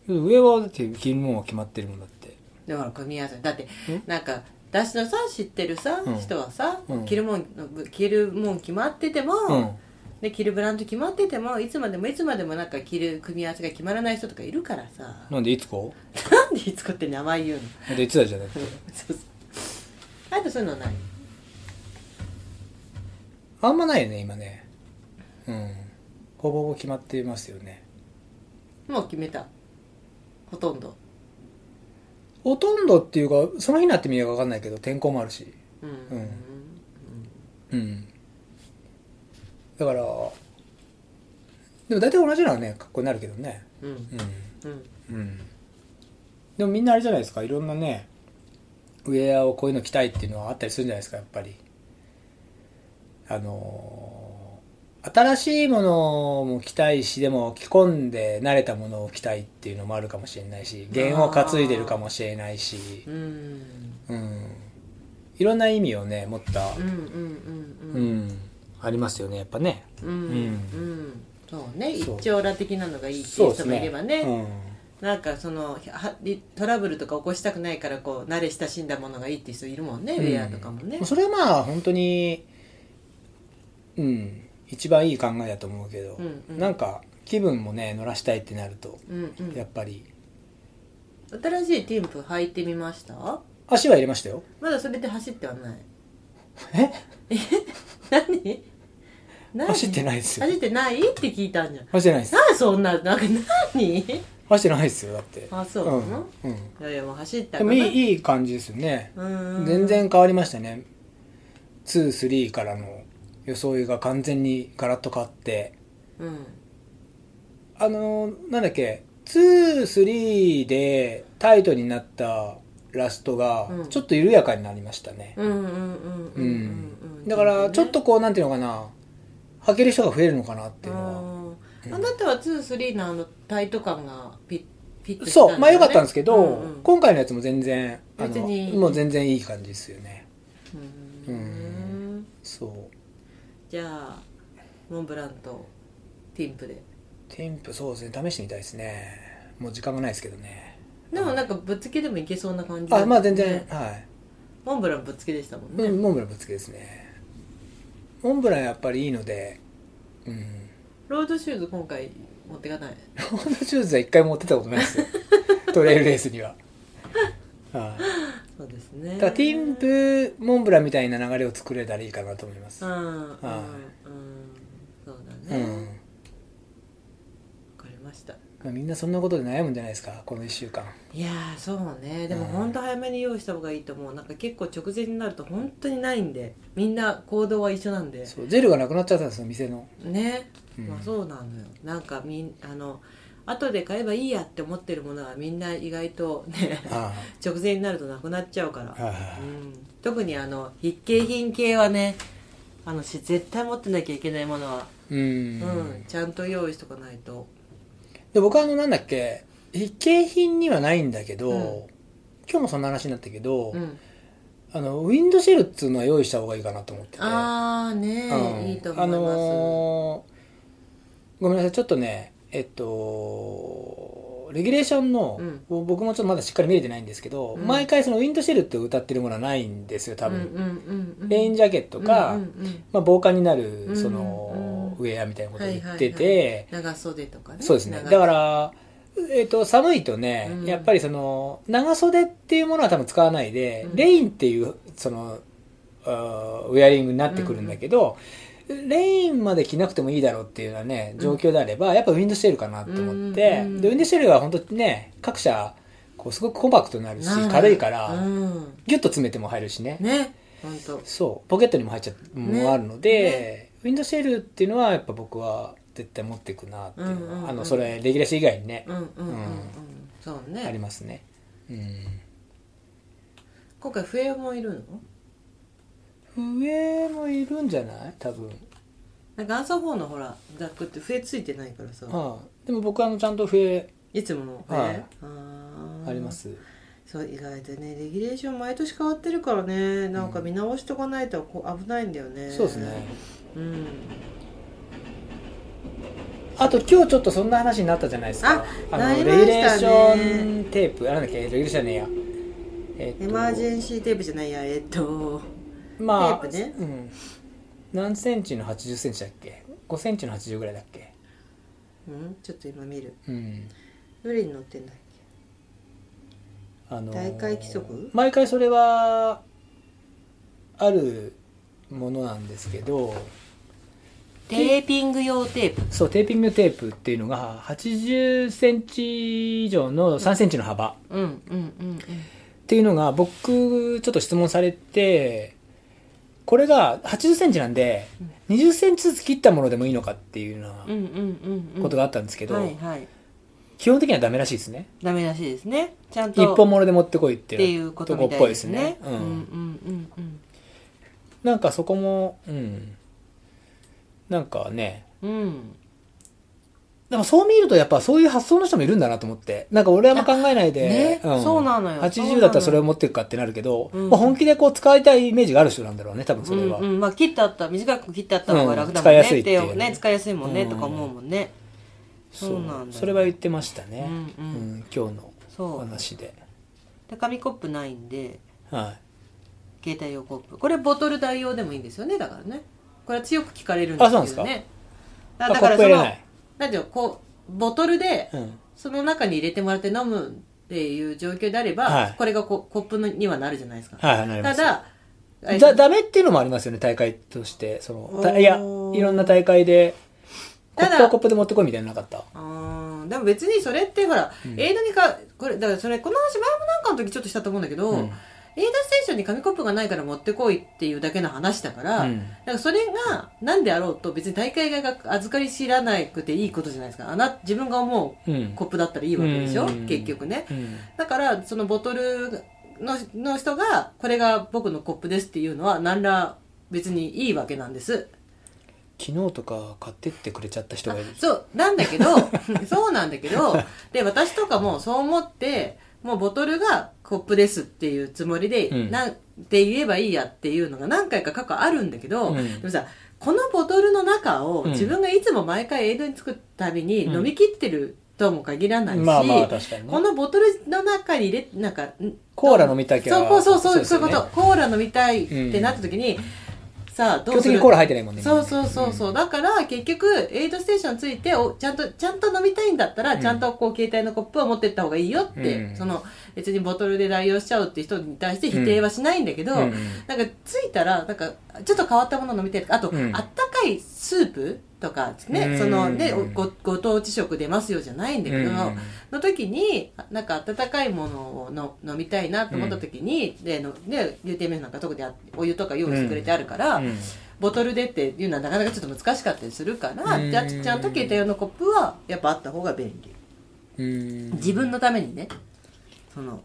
上はだって着るもんは決まってるもんだって
だから組み合わせだって
うん
なんか私のさ知ってるさ、
うん
人はさ、
うん
着るもん着るもん決まってても、
うん
で着るブランド決まっててもいつまでもいつまでもなんか着る組み合わせが決まらない人とかいるから
(laughs)
さ、
なんでいつこ
なんでいつこって名前言うの
うなんでいつだじゃなくて
そうそうあとそういうのない
あんまないよね今ねうんほぼほぼ決まってますよね
もう決めたほとんど
ほとんどっていうかその日になってみれば分かんないけど天候もあるし
うん、
うんうんだからでも大体同じならね格好になるけどね
うんうんうん
うんうんでもみんなあれじゃないですかいろんなねウェアをこういうの着たいっていうのはあったりするんじゃないですかやっぱりあのー新しいものも着たいしでも着込んで慣れたものを着たいっていうのもあるかもしれないし弦を担いでるかもしれないし
うんうん
うんいろんな意味をね持った
うんうん
う
うん
ん、ありますよねやっぱね
うんうんうんそうね一
そう
長羅的なのがいいっていう人もいればね
うん、
なんかそのはリトラブルとか起こしたくないからこう慣れ親しんだものがいいっていう人いるもんね、ウェアとかもね
うんそれはまあ本当にうん一番いい考えだと思うけど、
うんうん
なんか気分もね乗らしたいってなると、
うんう
や
ん
っぱり
新しいティンプ履いてみました
足は入れましたよ (laughs)
まだそれで走ってはない
え
何何
走ってないですよ
走ってないって聞いたんじゃん
走ってないです
なんでそんななんか何
走ってないですよだって
あそうな
う
の
ん、うん、
いやいやもう走った
で
か
も
ない
いいい感じですよね、
うん
全然変わりましたね23からの装いが完全にガラッと変わって
うん
あのーなんだっけ、2、3でタイトになったラストが
う、ん
ちょっと緩やかになりましたね。
うんうんうんうんうんうん
だから、ちょっ
う
とこう、なんていうのかな、履ける人が増えるのかなっていうのは。
ん
うん
あなたは23のあのタイト感がピッピッと
そう、まあ良かったんですけど、
うんうん
今回のやつも全然、あ
別
の、
に
もう全然いい感じですよね。
う
うんんそう。
じゃあモンブランとティンプで
テンプ、そうですね、試してみたいですね。もう時間がないですけどね。
でもなんかぶっつけでもいけそうな感じだ
あ、
ね
まあ全然、はい。
モンブランぶっつけでしたもんね、
うんモンブランぶっつけですねモンブランやっぱりいいのでうん
ロードシューズ今回持ってかない
ロードシューズは一回持ってたことない
(laughs)
ですよトレイルレースにははい
そうですね
だからティンプモンブランみたいな流れを作れたらいいかなと思います
う
うん
うんうん
は
そうだね、
ん
わかりました
まあみんなそんなことで悩むんじゃないですかこの1週間
いやーそうねでも
うん
本当早めに用意した方がいいと思うなんか結構直前になると本当にないんでみんな行動は一緒なんで
そうジェルがなくなっちゃったんですよ店の
ね、
うん
まあそうなのよなんかみんあの後で買えばいいやって思ってるものはみんな意外とね
あ
直前になるとなくなっちゃうから、
あ
う
は
ん、特にあの必携品系はねあのし絶対持ってなきゃいけないものは、
いうん、
うんちゃんと用意しとかないと
で僕はあのなんだっけ非景品にはないんだけど、
うん
今日もそんな話になったけど、
うん
あのウィンドシェルっつうのは用意した方がいいかなと思ってて
ああね、
うん
いいと思います、
あのーごめんなさいちょっとねえっとレギュレーションの、僕もちょっとまだしっかり見れてないんですけど、
うん
毎回そのウィンドシェルって歌ってるものはないんですよ多分、
うんうんうんうん、
レインジャケットか、
うんうんうん
まあ、防寒になる
うん
その、
うん
ウェアみたいなことを言ってて、
はいはい長袖とかね
そうですね
長
だから、えっと寒いとね、
うん
やっぱりその長袖っていうものは多分使わないで、
うん
レインっていうそのあーウェアリングになってくるんだけど、レインまで着なくてもいいだろうっていうのはね状況であれば、やっぱウィンドシェルかなと思って、
うん
でウィンドシェルは本当ね各社こうすごくコンパクトになるし
なる
軽いから、
うん、
ギュッと詰めても入るしね
ね本当
そうポケットにも入っちゃう
ね
もあるので、ウィンドシェルっていうのはやっぱ僕は絶対持っていくなっていうのは、
うんうんうん
あのそれレギュレーション以外にね
う、んうんうん、う
うんん、
そう
あり
ね
ますね、うん、
今回笛もいるの
笛もいるんじゃない多分、
なんかアンサー4のほらザックって笛ついてないからさ
はあ、でも僕はあのちゃんと笛
いつもの笛、
はい
あー
あります、
そう意外とねレギュレーション毎年変わってるからねなんか見直しとかないとこう危ないんだよね
そうですね
うん
あと今日ちょっとそんな話になったじゃないですか
あ
の
なりま
レギュ
したね
レーションテープあなんだっけレギュレーションねえやえっと
エマージェンシーテープじゃないやえっと
ま
テ
あ、
ープね
うん、何センチの80センチだっけ5センチの80ぐらいだっけ
うんちょっと今見る
うん
どれに乗ってんだっ
あのー
大会規則
毎回それはあるものなんですけど
けテーピング用テープ
そうテーピングテープっていうのが80センチ以上の3センチの幅
うんうんうん
っていうのが僕ちょっと質問されてこれが80センチなんで20センチずつ切ったものでもいいのかっていうよう
うんうんうんう
なんことがあったんですけど、
はいはい
基本的にはダメらしいですね
ダメらしいですねちゃんと
一本物で持ってこいって
って
い
いううこと
こ
み
ったぽ
い
いで
ですす
ね
ね。
う
うんうん
ん
うんうん
なんかそこも、うん。なんかね、
うん
でもそう見るとやっぱそういう発想の人もいるんだなと思って。なんか俺はあんま考えないで、
ね
ん
そうなのよそうな
80
の
だったらそれを持っていくかってなるけど、
うん
まあ、本気でこう使いたいイメージがある人なんだろうね、多分それは。
うんうんまあ切ってあった短く切ってあった方が楽だもんねっ
うん使いやすいって
て
いうね
ね使いやすいもんね
うん
とか思うもんねそうなんだよ
それは言ってましたね。
うんうん
今日のお
そう
話で。
で紙コップないんで
はい。
携帯用コップこれボトル代用でもいいんですよねだからねこれは強く聞かれるんで
あ
す
そうなんで
よ
すか
ね
あ
だだからそ
コップ入れ
の
ない
なんていうのこうボトルで
うん。
その中に入れてもらって飲むっていう状況であれば、
はい
これがこうコップのにはなるじゃないですか、
はい、なりま
た
す。
だ
だ、ダメっていうのもありますよね、大会として。その、たいや、い
おー
ろんな大会で、コ
た
ッ
だ
プはコップで持ってこいみたいなのなかった。
あーでも別にそれってほら、エイドにかこれだからそれこの話前もなんかの時ちょっとしたと思うんだけど、
うん
エイドステーションに紙コップがないから持ってこいっていうだけの話だから、
うん
だからそれが何であろうと別に大会側が預かり知らなくていいことじゃないですかあな自分が思
う。
うんコップだったらいいわけでしょ、
うん
結局ね
うん
だからそのボトルのの人がこれが僕のコップですっていうのは何ら別にいいわけなんです
昨日とか買ってってくれちゃった人がいる
そう、なんだけ
(laughs)
ど、そうなんだけど、で、私とかもそう思って、もうボトルがコップですっていうつもりで、
うん
なんて言えばいいやっていうのが何回か過去あるんだけど、
うん
でもさ、このボトルの中を
うん
自分がいつも毎回エイドに作るたびに飲み切ってるとも限らないし、
まあまあ確かに
こ
ね
のボトルの中に入れ、なんか、ん
コーラ飲みたきゃ
そうそうそう、そう
ですよ
いう
ね
こと。コーラ飲みたいってなった時に、さあ、
基
どうす
本的
る
にコーラ入ってないもんね
そうそうそうそう、だから結局エイドステーションついておちゃんとちゃんと飲みたいんだったら、
ん
ちゃんとこう携帯のコップは持ってった方がいいよって、
うん
その別にボトルで代用しちゃうって人に対して否定はしないんだけど、
うん
なんかついたらなんかちょっと変わったもの飲みたいとかあと、
うん
あったかかいスープとかね、
うん
そのねごご当地食出ますよじゃないんだけど、
うん
の時になんか温かいものをの飲みたいなと思った時に、でので UTM なんか特にあお湯とか用意してくれてあるから、
うん
ボトルでっていうのはなかなかちょっと難しかったりするから、
うん
じゃあちっちゃんと携帯用のコップはやっぱあった方が便利
うん
自分のためにねその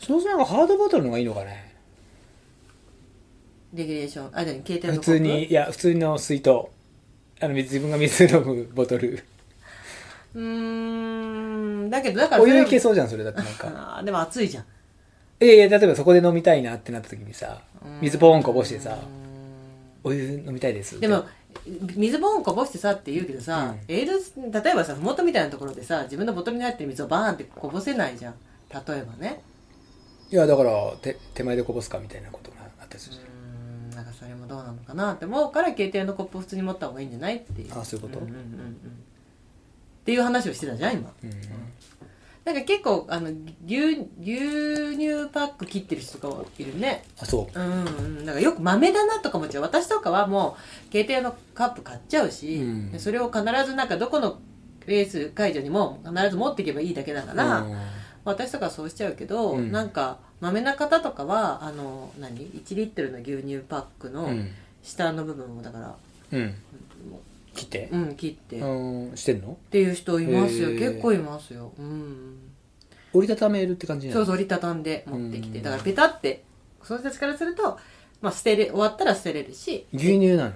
そうすればハードボトルの方がいいのかね
レギュレーションあじゃあ携帯の
普
コップ
通にいや普通の水筒あの自分が水飲むボトル
うーんだけどだから
お湯いけ
そ
そうじゃんそれだってなん
れ
か
あーでも暑いじゃん
いやいや例えばそこで飲みたいなってなった時にさ水ポーンこぼしてさ
う
お湯飲みたいですっ
ん
て
でも水ボーンこぼしてさって言うけどさ、
うん
エール例えばさ麓みたいなところでさ自分のボトルに入ってる水をバーンってこぼせないじゃん例えばね
いやだから手手前でこぼすかみたいなことがあったりするじゃん
うーんなんかそれもどうなのかなって思うから携帯用のコップを普通に持った方がいいんじゃないっていう
あそういうこと
んんうんうんっていう話をしてたじゃん今
うん
なんか結構あの牛牛乳パック切ってる人とかいるね
あそ
うんうんなんかよく豆だなとかも違う私とかはもう携帯用のカップ買っちゃうし、
うん
でそれを必ずなんかどこのレース会場にも必ず持っていけばいいだけだか
う
ら、
うん
私とかはそうしちゃうけど、
うん
なんか豆な方とかはあの何1リットルの牛乳パックの
うん、
下の部分をだから、
うん、切って
うん、切って、
う
っ
んしてんの
ていう人いますよ
へー
結構いますよ、うん、
折りたためるって感じな
そ
の
うそう折りたたんで持ってきて
うん
だからペタってその人たちからすると、まあ、捨てれ終わったら捨てれるし
牛乳なの
わ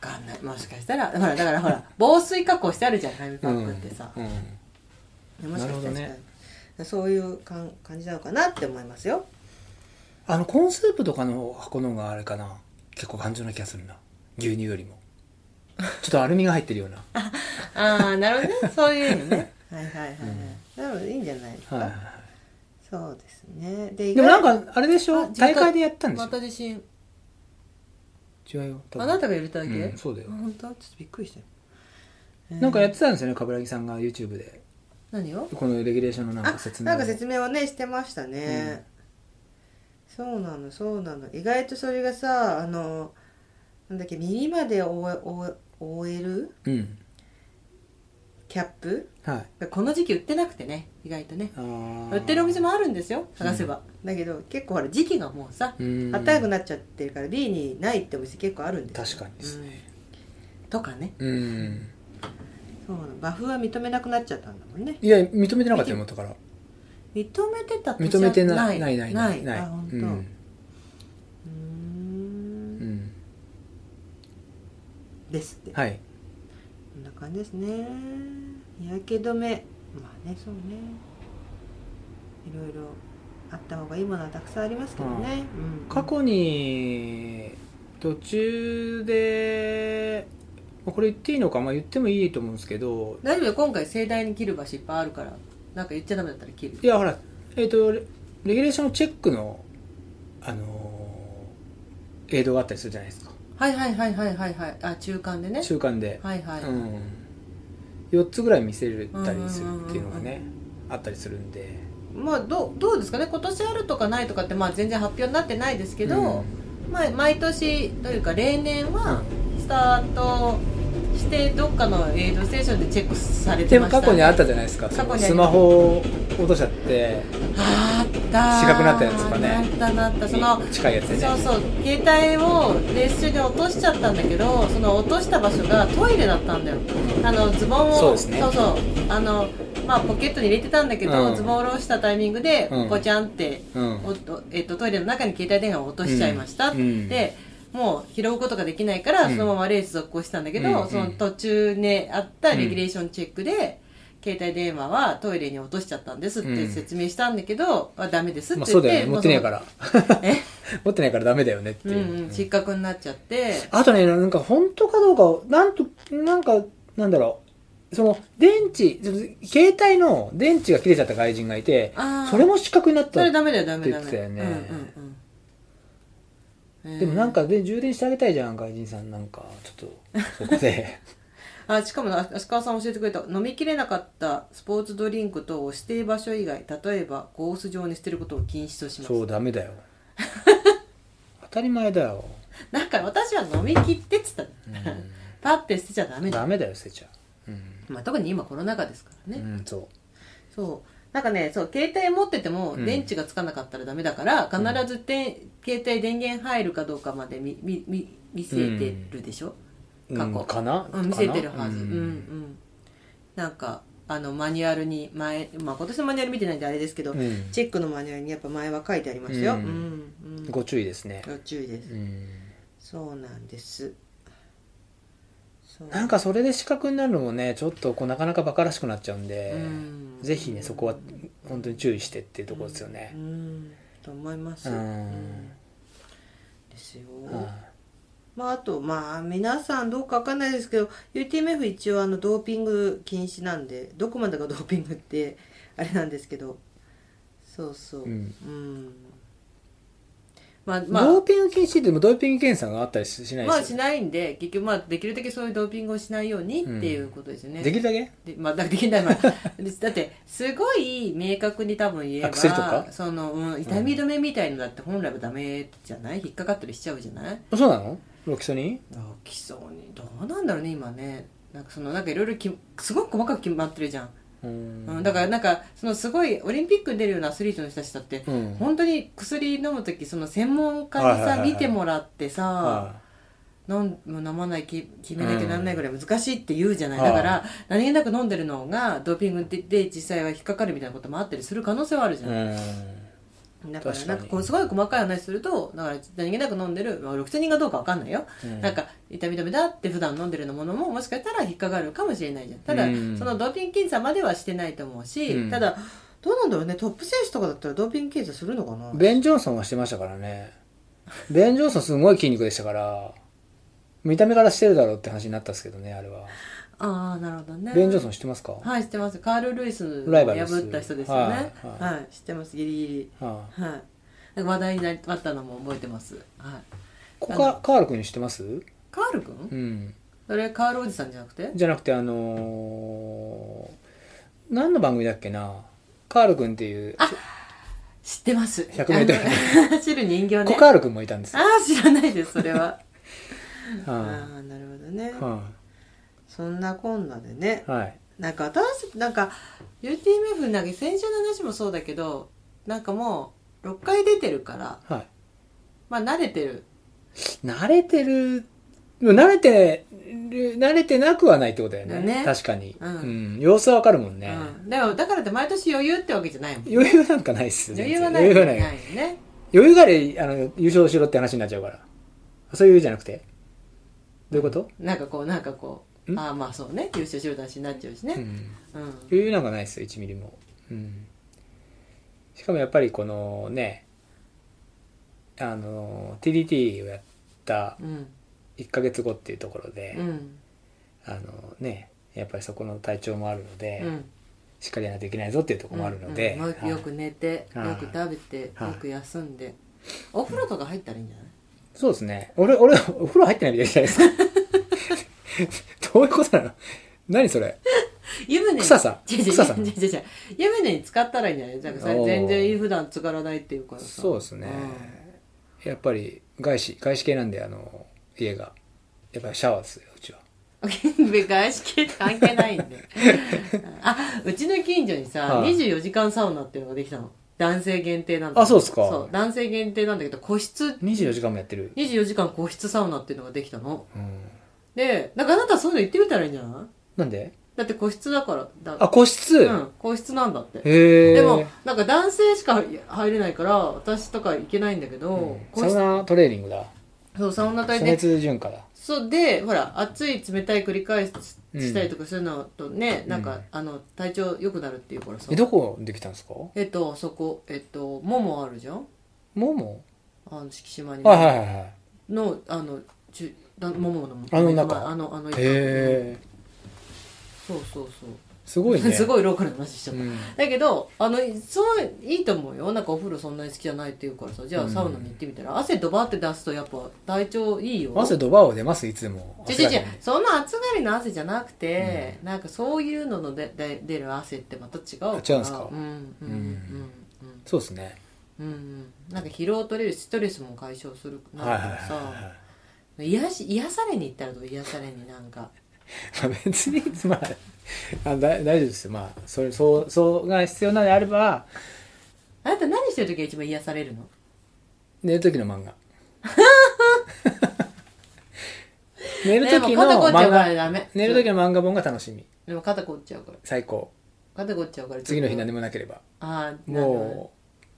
かんないもしかしたらほらだからほら
(laughs)
防水加工してあるじゃん紙パックってさ、
うんうん
もしかした
なるほど
ら、
ね
そういうかん感じなのかなって思いますよ
あのコーンスープとかの箱の方があれかな結構頑丈な気がするな牛乳よりもちょっとアルミが入ってるよ
(laughs)
うな
ああなるほ (laughs) どねそういうのねはいはいはい、はい。でもいいんじゃないですか、
はいはい
そうですねで
でもなんかあれでしょ
あ実家
大会でやったんで
ま
したょ
地震
違うよ多
あ
分
なたが入れただけ、
うんそうだよ
あ本当ちょっとびっくりしたよ、えー
なんかやってたんですよね冠城さんが YouTube で
何を
このレギュレーションのなんか
あ
説明
な
を
んか説明をねしてましたね、そうなのそうなの意外とそれがさあのなんだっけ耳まで覆え覆え覆える
うん
キャップ
はい
がこの時期売ってなくてね意外とね
あー
売ってるお店もあるんですよ探せば、だけど結構ほら時期がもうさ
うん
暖かくなっちゃってるから B にないってお店結構あるんですよ
確かにですね
うんとかね
うん
そうなのバフは認めなくなっちゃったんだもんね
いや認めてなかったよ元から
認めてた年
認めてな
はい
ないない
ない
ない
あ本当
う
うんー
うんん
ですって、
はい
こんな感じですね日焼け止めまあねそうねいろいろあった方がいいものはたくさんありますけどね、うん、
過去に途中でまあこれ言っていいのか、まあ、言ってもいいと思うんですけど
大丈夫よ今回盛大に切る場所いっぱいあるからなんか言っちゃダメだったら切る
いやほらえっ、とレレギュレーションチェックのあのー映像があったりするじゃないですか
はいはいはいはいはいはいあ中間でね
中間で、
はいはい、
うん、4つぐらい見せれたりするっていうのがねあったりするんで
まあどうどうですかね今年あるとかないとかってまあ全然発表になってないですけど、
うん
まあ、毎年というか例年はスタートしてどっかのエイドステーションでチェックされて
で
ま
も
した、
過
ね、
去にあったじゃないですかそ
過去
の
にありました
スマホを落としちゃって
あった
四角なったやつとかね
なったなったその
近いやつでね
そうそう携帯をレース中に落としちゃったんだけどその落とした場所がトイレだったんだよあのズボンを
そうですね
そうそうあのまあポケットに入れてたんだけど、
うん
ズボンを下ろしたタイミングで
うん
ポチャンって、
うん
おっとえっとトイレの中に携帯電話を落としちゃいましたって、
うん
もう拾うことができないから
うん
そのままレース続行したんだけど、
うんうん
その途中ねあったレギュレーションチェックで、携帯電話はトイレに落としちゃったんですって説明したんだけど、あダメですって
まあ、
言
そ
っ
うだ
て、
よね持ってないからら
(laughs) え
持 (laughs) ってないからダメだよねって
う
い
ん
う、
うん、失格になっちゃって
あとねなんか本当かどうかなんとなんかなんだろうその電池携帯の電池が切れちゃった外人がいて
あー
それも失格になっ
そ
た
れダメだよダメだよ
って言ってたよね
うんうんうん、
でもなんかで充電してあげたいじゃん外人さんなんかちょっとそ
(laughs)
こで
あしかもあ足川さん教えてくれた飲みきれなかったスポーツドリンク等を指定場所以外例えばコース上に捨てることを禁止とします
そうダメだよ当たり前だよ
だから私は飲み切ってっつったの、
ん
(laughs) パッて捨てちゃダメだ
ダメだよ捨てちゃううん、
まあ、特に今コロナ禍ですからね、
うん、そ
そうなんかねそう携帯持ってても
うん
電池がつかなかったらダメだから、
ん
必ずで携帯電源入るかどうかまで見見見見据えてるでしょ、
う、
過
う
去
ん、かな、
うん、見
かな
せてるはずうんん
う
うんなんかあのマニュアルに前、まあ、今年のマニュアル見てないんであれですけど、
うん
チェックのマニュアルにやっぱ前は書いてありましたよ、
う
うんんうん
ご注意ですね、
要注意です、
うん、
そうなんですそう
なんかそれで資格になるのもねちょっとこうなかなかバカらしくなっちゃうんで、
うん
ぜひねそこは本当に注意してっていうところですよね
う、んと思います、
うん
ですよ、
うん
まあ、あとまあ皆さんどうかわかんないですけど UTMF 一応あのドーピング禁止なんでどこまでがドーピングってあれなんですけどそうそう
う
うんん、まあま
ドー
あ
ピング禁止でもドーピング検査があったりしない
まあしないんで結局まあできるだけそういうドーピングをしないようにっていうことですよね、
できるだけ
でまあ、だ (laughs) できない、まあ、だってすごい明確に多分言えば
アクセルとか
その、うん、痛み止めみたいのだって本来はダメじゃない引っかかったりしちゃうじゃない
そうなのロキソニン
あ基礎にどうなんだろうね今ねなんかそのなんかいろいろきすごく細かく決まってるじゃん、う
う
ん
ん
だからなんかそのすごいオリンピックに出るようなアスリートの人たちだって、
うん
本当に薬飲む時その専門家にさ、
はいはいはい
見てもらってさ、
は
飲ん飲まないき決めなきゃなんないぐらい難しいって言うじゃない、
うん
だから何気なく飲んでるのがドーピングでで実際は引っかかるみたいなこともあったりする可能性はあるじ
い
ゃ、
うんん
だから
確か
な
に
んかこうすごい細かい話するとだから何気なく飲んでる、まあ、6000人がどうかわかんないよ、
うん
なんか痛み止めだって普段飲んでるようなものももしかしたら引っかかるかもしれないじゃんただ、
うん
そのドーピング検査まではしてないと思うし、
うん
ただどうなんだろうねトップ選手とかだったらドーピング検査するのかな
ベン・ジョンソンはしてましたからねベン・ジョンソンすごい筋肉でしたから見た目からしてるだろうって話になったんですけどねあれは
ああなるほどね
ベン・ジョンソンしてますか、は
はい知ってますカール・ルイスを
ライバルです
破った人ですよね
はい
は、
はい
知ってますギリギリ
あ、
はい
なんか話題になったのも覚えてます、はい、
ここかカール君にしてます
カール君、
うん
それカールおじさんじゃなくて
じゃなくてあのー何の番組だっけなカール君っていう
知ってます
100m
あ (laughs) の走る人形
コ
ね
カール君もいたんですよ
ああ知らないですそれ
(laughs)
は
は
ああなるほどね
いは
そんなこんなでね
いはい
なんか
私なんか UTMF なんか先週の話もそうだけどなんかもう6回出てるから
はい
まあ慣れてる
慣れてる慣れてる慣れてなくはないってことだよね
だね
確かに、
うん
ん様子はわかるもんね、
うん、でもだからって毎年余裕ってわけじゃないもん
余裕なんかないっすよ
余
全然
裕はない
余裕
ない
が
よ
ない
ね
余裕があれあの優勝しろって話になっちゃうからそういうじゃなくてどういうこと、
なんかこうなんかこうんああまあそうね優勝しろだしになっちゃうし
う
ね
ん
うん、
余裕なんかないですよ1ミリも、うん、しかもやっぱりこのねあの TDT をやった
うん
1ヶ月後っていうところ
う
で、
ん
あのねやっぱりそこの体調もあるので、
うん
しっかりやらないといけないぞっていうところもあるので、
うんうんよく寝て、
はい
よく食べて、
はい
よく休んでお風呂とか入ったらいいんじゃない、
そうですね俺俺お風呂入ってないみたいじゃないですか (laughs) どういうことなの何それ
湯船に
臭さ
違う違う
臭さ
違う違う違う湯船に浸ったらいいんじゃないだから
お
さ
ー
全然普段浸からないっていうからさ
そうですね、やっぱり外資外資系なんであの家がやっぱりシャワーですようちは
うん、別に (laughs) 外資系関係ないんで
(laughs)
あうちの近所にさ、
はい
24時間サウナっていうのができたの男性限定なんだ
あそうっすか
そう男性限定なんだけど個室
24時間もやってる、
24時間個室サウナっていうのができたの
うん、
でだからあなたそういうの行ってみたらいいんじゃない
なんで
だって個室だからだ
あ個室、
うん、個室なんだって
へえ
でもなんか男性しか入れないから私とか行けないんだけど、個
サウ
室
ナトレーニングだ
そうサウナ
暑
隊で
熱順化だ
そうでほら暑い冷たい繰り返したりとかするのとね、なん
う
か
ん
あの体調良くなるっていうからさ
えどこできたんですかも
えっとそこえっとももあるじゃん
も
あの敷島に
はいはいはいはい
のあのちゅだももの
あの中
あのあの
へえ
そうそうそう
すごいね
(laughs) すごいローカルな話しちゃった、
うん
だけどあのそういいと思うよなんかお風呂そんなに好きじゃないっていうからさじゃあサウナに行ってみたら、汗ドバって出すとやっぱ体調いいよ
汗ドバを出ますいつでも
違う違う違うその暑がりの汗じゃなくて、なんかそういうののでで出る汗ってまた違うから
あ違うんすか
うんうんうんうん
そうですね
うんうんなんか疲労取れるしストレスも解消する
はいは
ないん
は
か
い
さ、
はい
癒し癒されに行ったらどう癒されになんか
まあ別に、まあ、あだ大丈夫ですよ。まあ、それ、そう、そうが必要なのであれば、
あなた何してる時が一番癒されるの
寝る時の漫画。
(laughs)
寝る時
ね
の
もう肩凝っちゃ
漫
うからダ
画
メ、
寝る時の漫画本が楽しみ。
でも肩凝っちゃうから
最高。
肩凝っちゃうから
次の日何もなければ。
ああ
も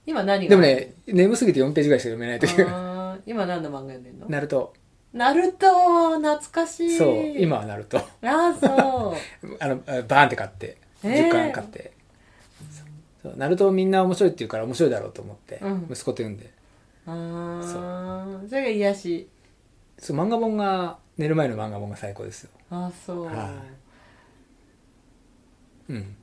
今何が
う、でもね、眠すぎて4ページぐらいしか読めない時が。
あー今何の漫画読んで
(laughs)
んの
ナルト。
ナルト懐かしい
そう、今はナルト。
ああそう
(laughs) あの、あバーンって買って、
えー
10巻買って。そうそうナルトみんな面白いって言うから面白いだろうと思って
うん、
息子と読んで。
ああそれが癒し
そう、漫画本が、寝る前の漫画本が最高ですよ。
ああそう、
はいうん。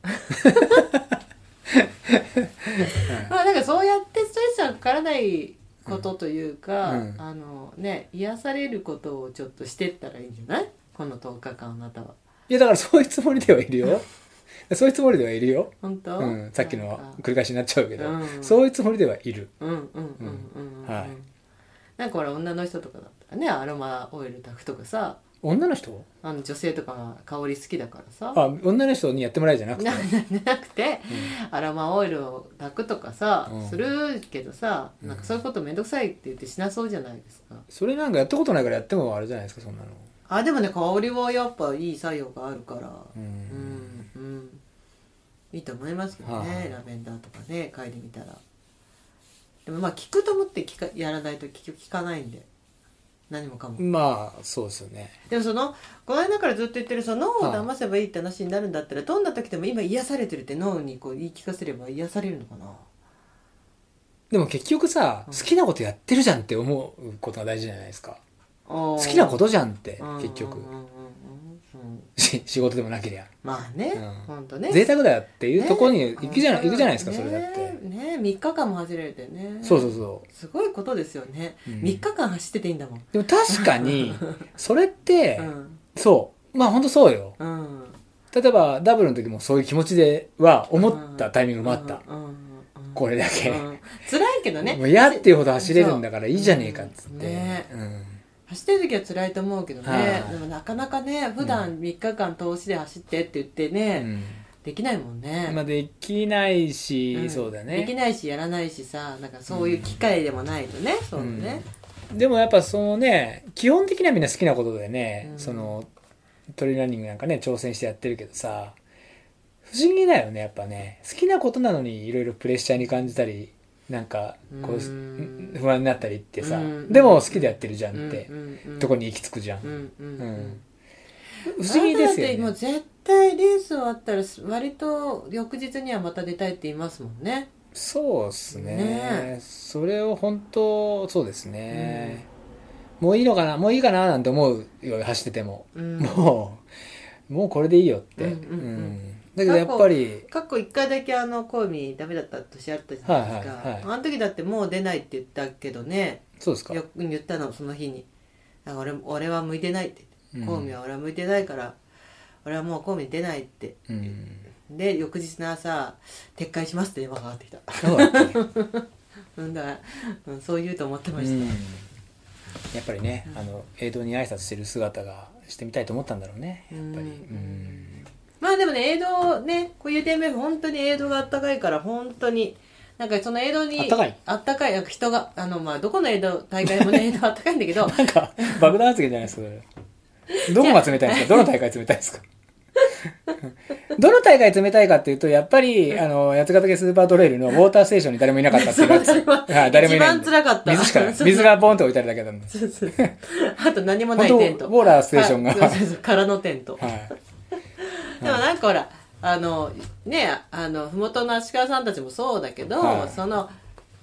まあなんかそうやってストレスがかからないことというか、
うんうん
あのね癒されることをちょっとしてったらいいんじゃないこの10日間あなたはい
や、だからそういうつもりではい
(laughs)
るよ。そういうつもりではいるよ。
本当、
うん、さっき
な
の
んか
繰り返しになっちゃうけど、
うん
そういうつもりではいる。
うんうんうんうん、うん、
はい
なんかほら女の人とかだったらねアロマオイル炊くとかさ
女の人
あの女性とかが香り好きだからさ
あ、女の人にやってもらえじゃなくて
な。なくて、アロマオイルを炊くとかさ、
うん
するけどさなんかそういうこと面倒くさいって言ってしなそうじゃないですか、
それなんかやったことないからやってもあれじゃないですか、そんなの。
あでもね香りはやっぱいい作用があるから
う。
うんんうんいいと思いますけどね、
はい
ラベンダーとかね嗅いでみたらでもまあ聞くと思って聞かやらないと結局聞かないんで何もかも
まあ、そうですよね。
でもそのこの間からずっと言ってるその脳を騙せばいいって話になるんだったら、どんな時でも今癒されてるって脳にこう言い聞かせれば癒されるのかな
でも結局さ、好きなことやってるじゃんって思うことが大事じゃないですか。
好
好きな
こ
ことじゃんって、結局
うん。うんうんうん
し仕事でもなけりゃ。
まあね、
うん
ほんとね
贅沢だよっていうとこに
ね
行くじゃない、行くじゃないですか、
ね
それだって。
ね3日間も走れるってね
そうそうそ
すごいことですよね、
う。うん
3日間走ってていいんだもん
でも確かに、それって
う、ん
そう。まあ本当そうよ。
うん
例えば、ダブルの時もそういう気持ちでは、思ったタイミングもあった。
うんうんうん
これだけ。
うん辛いけどね
もう嫌っていうほど走れるんだからいいじゃねえかっつっ
そう
て。
ね
うん
走ってる時は辛いと思うけどね
はい
でもなかなかね普段3日間通しで走ってって言ってね、できないもんね、
うんまあできないし、
うん
そうだ
でき
ね。
ないしやらないしさなんかそういう機会でもないとね、そうね、
でもやっぱそのね、基本的にはみんな好きなことでね、
うん
その、トレーランニングなんかね、挑戦してやってるけどさ、不思議だよね、やっぱね。好きなことなのにいろいろプレッシャーに感じたり、なんか、こう、
うん
不安になったりってさ、
うん
でも好きでやってるじゃんって、
うんうんうん
とこに行き着くじゃん
う。んうんうん
うん不思議で
あなた
す
だっても
よ
う
ね。
絶対レース終わったら割と翌日にはまた出たいって言いますもんね
そうですね
ね
それを本当、そうですね、もういいのかな、もういいかななんて思うよ、走ってても。
うん
もう、もうこれでいいよって。
うんうんうん
うんだけどやっぱり、
過去1回だけあのコウミダメだった年あったじゃないですか、
はいはいはい
あの時だってもう出ないって言ったけどね
そうですか。
よく言ったのその日にあ俺俺は向いてないって
うん
コウミは俺は向いてないから俺はもうコウミ出ないって
うん。
で翌日の朝撤回しますって電話がかかってきた (laughs)
そうだっけ
うんだから、うん、そう言うと思ってま
う
し
ん
た、
やっぱりね、あの映像に挨拶してる姿がしてみたいと思ったんだろうねやっぱり
う
うん
まあでもね映像ねこういう DMF 本当に映像があったかいから本当になんかその映像に
あったかい
あったかいなんか人があのまあどこの映像大会も
(laughs)
ね映像あったかいんだけど
なんか爆弾発言じゃないですかそれどこが冷たいんですかどの大会冷たいですかどの大会冷たいかっていうとやっぱりあの八ヶ岳スーパートレイルのウォーターステーションに誰もいなかったっていうやつはい誰もいない
一番辛かった
水
(laughs)
しかない水がボンと置いてあるだけなんです
そうそうあと何もな
本
い
当ウ
テン
ォ
ト
ーターステーションが、
はいそうそうそう空のテント、
はい
(laughs) でもなんかほらあのねあの麓の足利さんたちもそうだけど、
はい
その、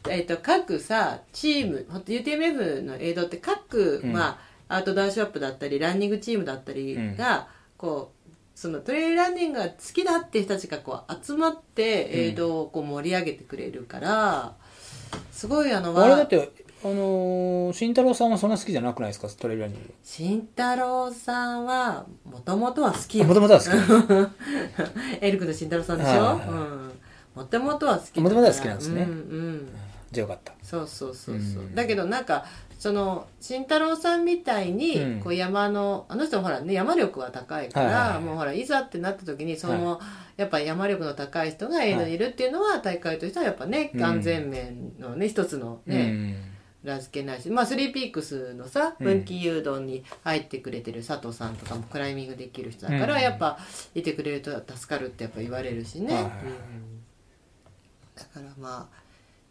えっと各さチームほんと UTMF の映像って各、
うん
まあ、アウトドアショップだったりランニングチームだったりが、こうそのトレイルランニングが好きだって人たちがこう集まって
ん
映像をこう盛り上げてくれるから、すごいあの
あれだってあのー慎太郎さんはそんな好きじゃなくないですかトレイルランニング
慎太郎さんはもともとは好きよ
もともとは好き
(laughs) エルクの慎太郎さんでし
はい
ょ
はいはい
もともとは好きだから
元々は好きなんですね
うんうん
じゃあよかった
そうそうそうそう、
うん
だけどなんかその慎太郎さんみたいに、
うん
こう山のあの人もほらね山力は高いから、
はいはいはい
もうほらいざってなった時にその、やっぱ山力の高い人がエイドにいるっていうのは大会としてはやっぱね、
うん
安全面のね一つのね、裏付けないしまあスリーピークスのさ
うん
分岐誘導に入ってくれてる佐藤さんとかもクライミングできる人だから、
うん
やっぱいてくれると助かるってやっぱ言われるしね、
はい
うんだからまあ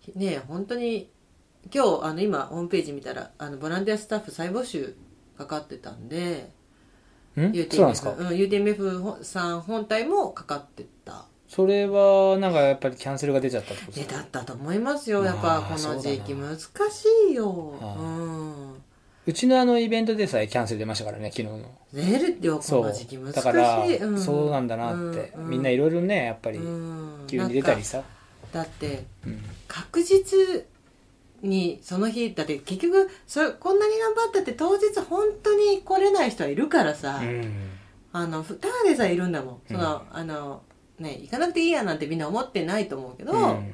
ひね本当に今日あの今ホームページ見たらあのボランティアスタッフ再募集かかってたんで
うんんそうなんですか
UTMF,、うん、UTMF さん本体もかかってた
それはなんかやっぱりキャンセルが出ちゃったってこと
出
です
だ
か
ったと思いますよやっぱ
まあ
この時期
そうだ
難しいよ、
ああ
うん
うちのあのイベントでさえキャンセル出ましたからね昨日の
寝るってよこ
そ
の
う
時期難しい
だから、
ん
そうなんだなって、
うう
みんないろいろねやっぱり
うん
急に出たり
なんか
さ、
だって
うん
確実にその日だって結局それこんなに頑張ったって当日本当に来れない人はいるからさ、
うん
あのふただでさえいるんだもんその、あのね行かなくていいやなんてみんな思ってないと思うけど、
うん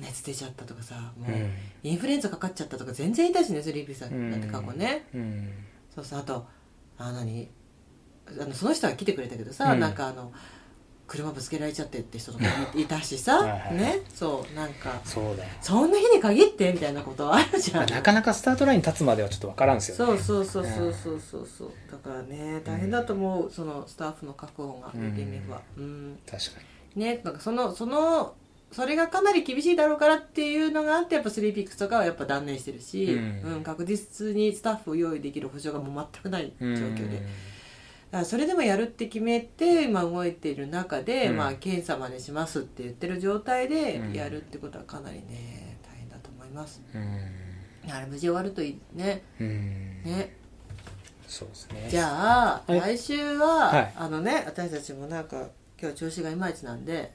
熱出ちゃったとかさも
う
う、
ん
インフルエンザかかっちゃったとか全然いたしねスリーピーさんなんて過去ね、
うん
そうそうあとあ何あのその人は来てくれたけどさ、
うん
なんかあの車ぶつけられちゃってって人とか
(laughs)
いいたし
はい
さ
はい
ねそうなんか
そうだよ
そんな日に限ってみたいなことあるじゃん
なかなかスタートラインに立つまではちょっとわからんですよ
そ
ね
うそうそうそうそうそうそうだからね大変だと思う、そのスタッフの確保が
うん
UTMF はうん
確かに
ねなんかそのそのそれがかなり厳しいだろうからっていうのがあってやっぱスリーピックスとかはやっぱ断念してるし、
うん
うん確実にスタッフを用意できる保証がもう全くない状況で、あそれでもやるって決めて今動いている中で、
うん
まあ、検査までしますって言ってる状態で
うん
やるってことはかなりね大変だと思います
うん
あれ無事終わるといいね
うん
ね
そうですね
じゃあ
はい
来週は、
はい
あのね私たちもなんか今日調子がいまいちなんで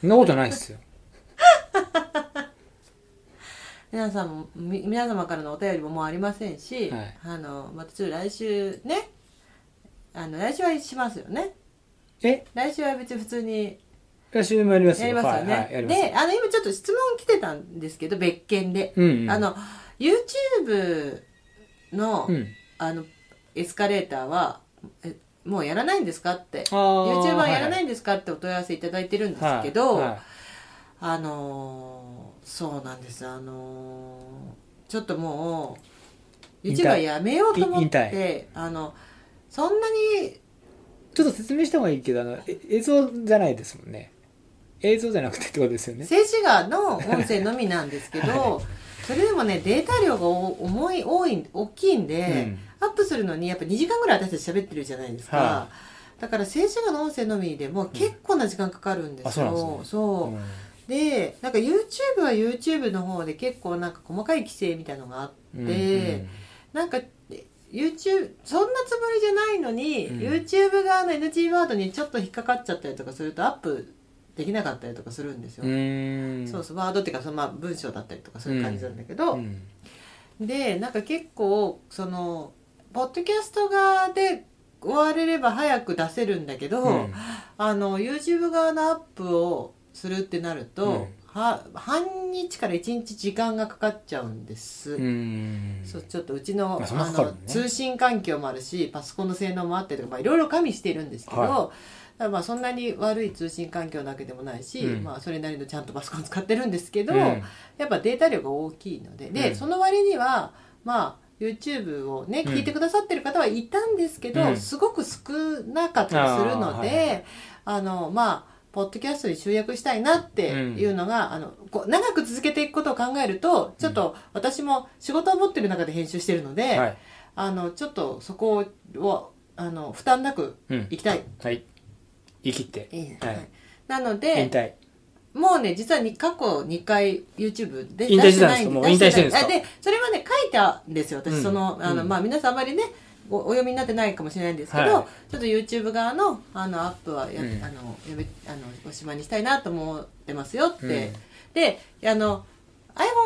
そんなことないで
(laughs)
すよ
皆さんもみ皆様からのお便りももうありませんし、
はい
あのまたちょっと来週ねあの来週はしますよね
え
来週は別に普通に
来週もやりますよ
やりますよね、
はいはい、やりますよ
であの今ちょっと質問来てたんですけど別件で、
うんうん
あの YouTube の,、
うん
あのエスカレーターはえもうやらないんですかって
あー
YouTube はやらない
ん
んですかってお問い合わせいただいてるんですけど、
はいはい
あのーそうなんですあのーちょっともう
引退
YouTube はやめようと思っ
い引
てあのそんなに
ちょっと説明した方がいいけどあのえ映像じゃないですもんね映像じゃなくてってことですよね
静止画の音声のみなんです
(laughs)
けど、それでもねデータ量がお重い多い大きいんで、アップするのにやっぱ2時間ぐらい私たち喋ってるじゃないですか、
は
だから静止画の音声のみでも結構な時間かかるんですよ、
うんあそうなんです
そう
うん
でなんか YouTube は YouTube の方で結構なんか細かい規制みたいのがあって、
うんうん
なんか YouTube そんなつもりじゃないのに、
うん
YouTube 側の NG ワードにちょっと引っかかっちゃったりとかするとアップできなかったりとかするんですよ、
うん
そうそうワードっていうかそのまあ文章だったりとかそういう感じなんだけど、
ん
でなんか結構そのポッドキャスト側で終われれば早く出せるんだけど、
うん
あの YouTube 側のアップをするってなると、は半日から1日時間がかかっちゃうんです、
うん
そうちょっとうちの,、
あそんな
あ
かかる
の
のね
通信環境もあるしパソコンの性能もあったりとかまあいろいろ加味してるんですけど、
はい
だからまあそんなに悪い通信環境なわけでもないし、
うん
まあ、それなりのちゃんとパソコン使ってるんですけど、
うん
やっぱデータ量が大きいのでで、
うん
その割にはまあ YouTube をね
うん
聞いてくださってる方はいたんですけど、
うん
すごく少なかったりするの
あーはい
であ,、のまあポッドキャストに集約したいなっていうのが、あのこう長く続けていくことを考えるとちょっと私も仕事を持ってる中で編集してるので、
はい
あのちょっとそこをあの負担なく
うん
いきたい。
はい言い切って
いいね
はい
はいなので
引退
もうね、実はに過去2回 YouTube で
引退してたんですか
出
もう引退してるんですか
出ないで、それはね、書いたんですよ。私、
うん
その、あの、
うん
まあ、皆さんあまりね、おお読みになってないかもしれないんですけど、
はい
ちょっと YouTube 側の、あの、アップはや、
うん
あの、やめ、あの、おしまいにしたいなと思ってますよって。
うん
で、あの、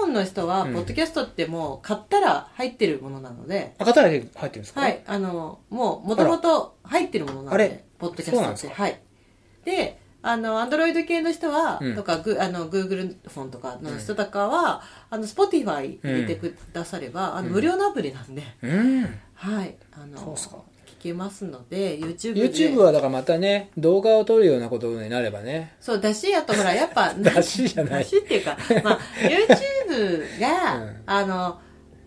iPhone の人は、
うん
ポッドキャストってもう買ったら入ってるものなので、
赤たら入ってるんですか
はい、あの、もう、もともと入ってるものなん
あれ
で、ポッドキャス
そう
ト
なん
っ
です
て。
か
はい。で、あのアンドロイド系の人は、
うん
とかグあのグーグルフォンとかの人とかは、あのスポティファイ入れてくだされば、あの無料のアプリなんで、
うん
はいあの
そうっすか
聞けますので YouTube で
YouTube はだからまたね動画を撮るようなことになればね
そうだしあとほらやっぱ
(laughs) だしじゃな
だ
い
しっていうか、まあ、YouTube が、
(laughs) うん
あの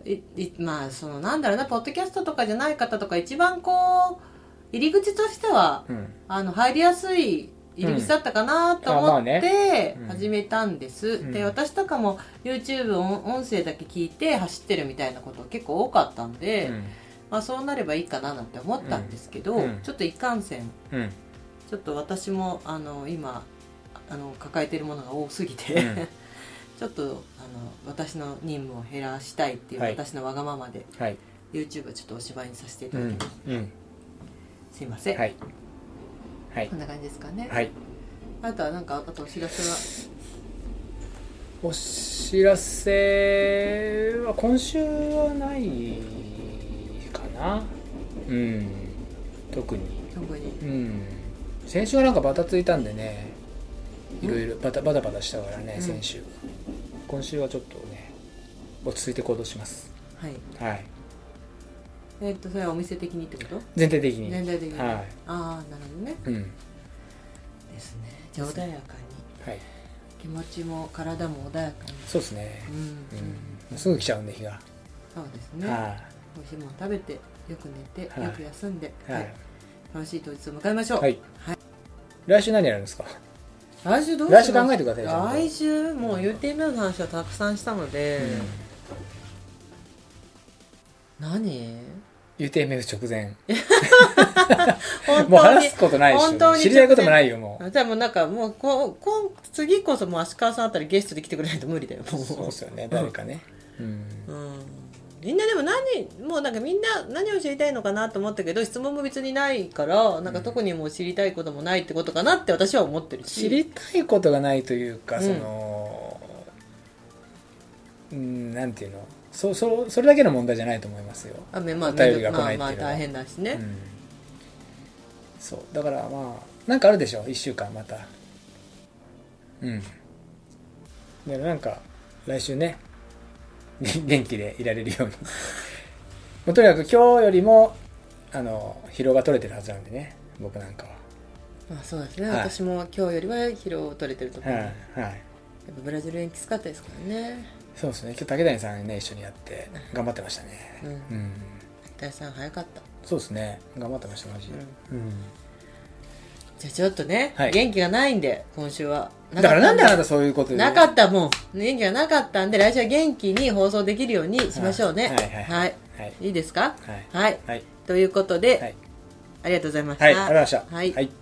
いいまあそのなんだろうなポッドキャストとかじゃない方とか一番こう入り口としては、
うん
あの入りやすい入り口だったかなと
うんあま
思
あ
って
ねうん
始めたんです、
ん
で私とかも YouTube 音音声だけ聞いて走ってるみたいなこと結構多かったんで、まあ、そうなればいいかななんて思ったんですけど、
うんうん
ちょっといかんせん
うんうん
ちょっと私もあの今あの抱えているものが多すぎて、
うん
(laughs) ちょっとあの私の任務を減らしたいっていう、
はい
私のわがままで
はい
YouTube をちょっとお芝居にさせていた
う
だき
ん
ます、
うん
すいません、
はいはい
こんな感じですかね、
はい
あとはなんかあとお知らせは
お知らせは今週はないかなうん特に
特に
うん先週はなんかバタついたんでね
うん
いろいろバタバタバタしたからね、
うん
先週今週はちょっとね落ち着いて行動します
はい
はい
えっ、とそれはお店的にってこと
全体的に
年代的に、
は
ああなるほどね
いうん
ですねじゃあ穏やかに
はい
気持ちも体も穏やかに
そうですね
うん、
うんもうすぐ来ちゃうんで日が、
そうですね、
は
美味しいもの食べてよく寝て、
はい
よく休んで、
い、はい
楽しい当日を迎えましょう、
はい来週何やるんですか
来週どうします
来週考えてくださいちゃんと
来週もう UTM の話はたくさんしたので、何
UTMF 直前
本
(laughs) もう
当
話
に
すことない
本当に
し知りたいこともないよもう
じゃあもうなんかもうこうこん次こそもう芦川さんあたりゲストで来てくれないと無理だよもう
そうですよね誰かねうん
うんみんなでも何もうなんかみんな何を知りたいのかなと思ったけど質問も別にないからなんか特にもう知りたいこともないってことかなって私は思ってるし
知りたいことがないというか、
うん
そのうんなんていうのそそそれだけの問題じゃないと思いますよ、
あめまあ
お便りが来
ま
な
あ
いっていうの
ま
は
あ大変だしね、
うんそうだからまあなんかあるでしょ1週間またうんでなんか来週ね (laughs) げ元気でいられるように (laughs) もうとにかく今日よりもあの疲労が取れてるはずなんでね僕なんかは
まあそうですね、
はい
私も今日よりは疲労取れてると思う、やっ
はい、はい、
ぱブラジル延期使ったですからね
そうですね今日竹谷さんね一緒にやって頑張ってましたね
うん
うん
大さん早かった、
そうですね頑張ってましたマジでうん
じゃあちょっとね、
はい
元気がないんで今週は
だからなんであな
た
たそういうこと言う
なかったもん元気がなかったんで来週は元気に放送できるようにしましょうね
はいはいはいはい
いいですか
はい
はい、
はい
ということで、
はい
ありがとうございました
はい、ありがとうございました。
はい
はい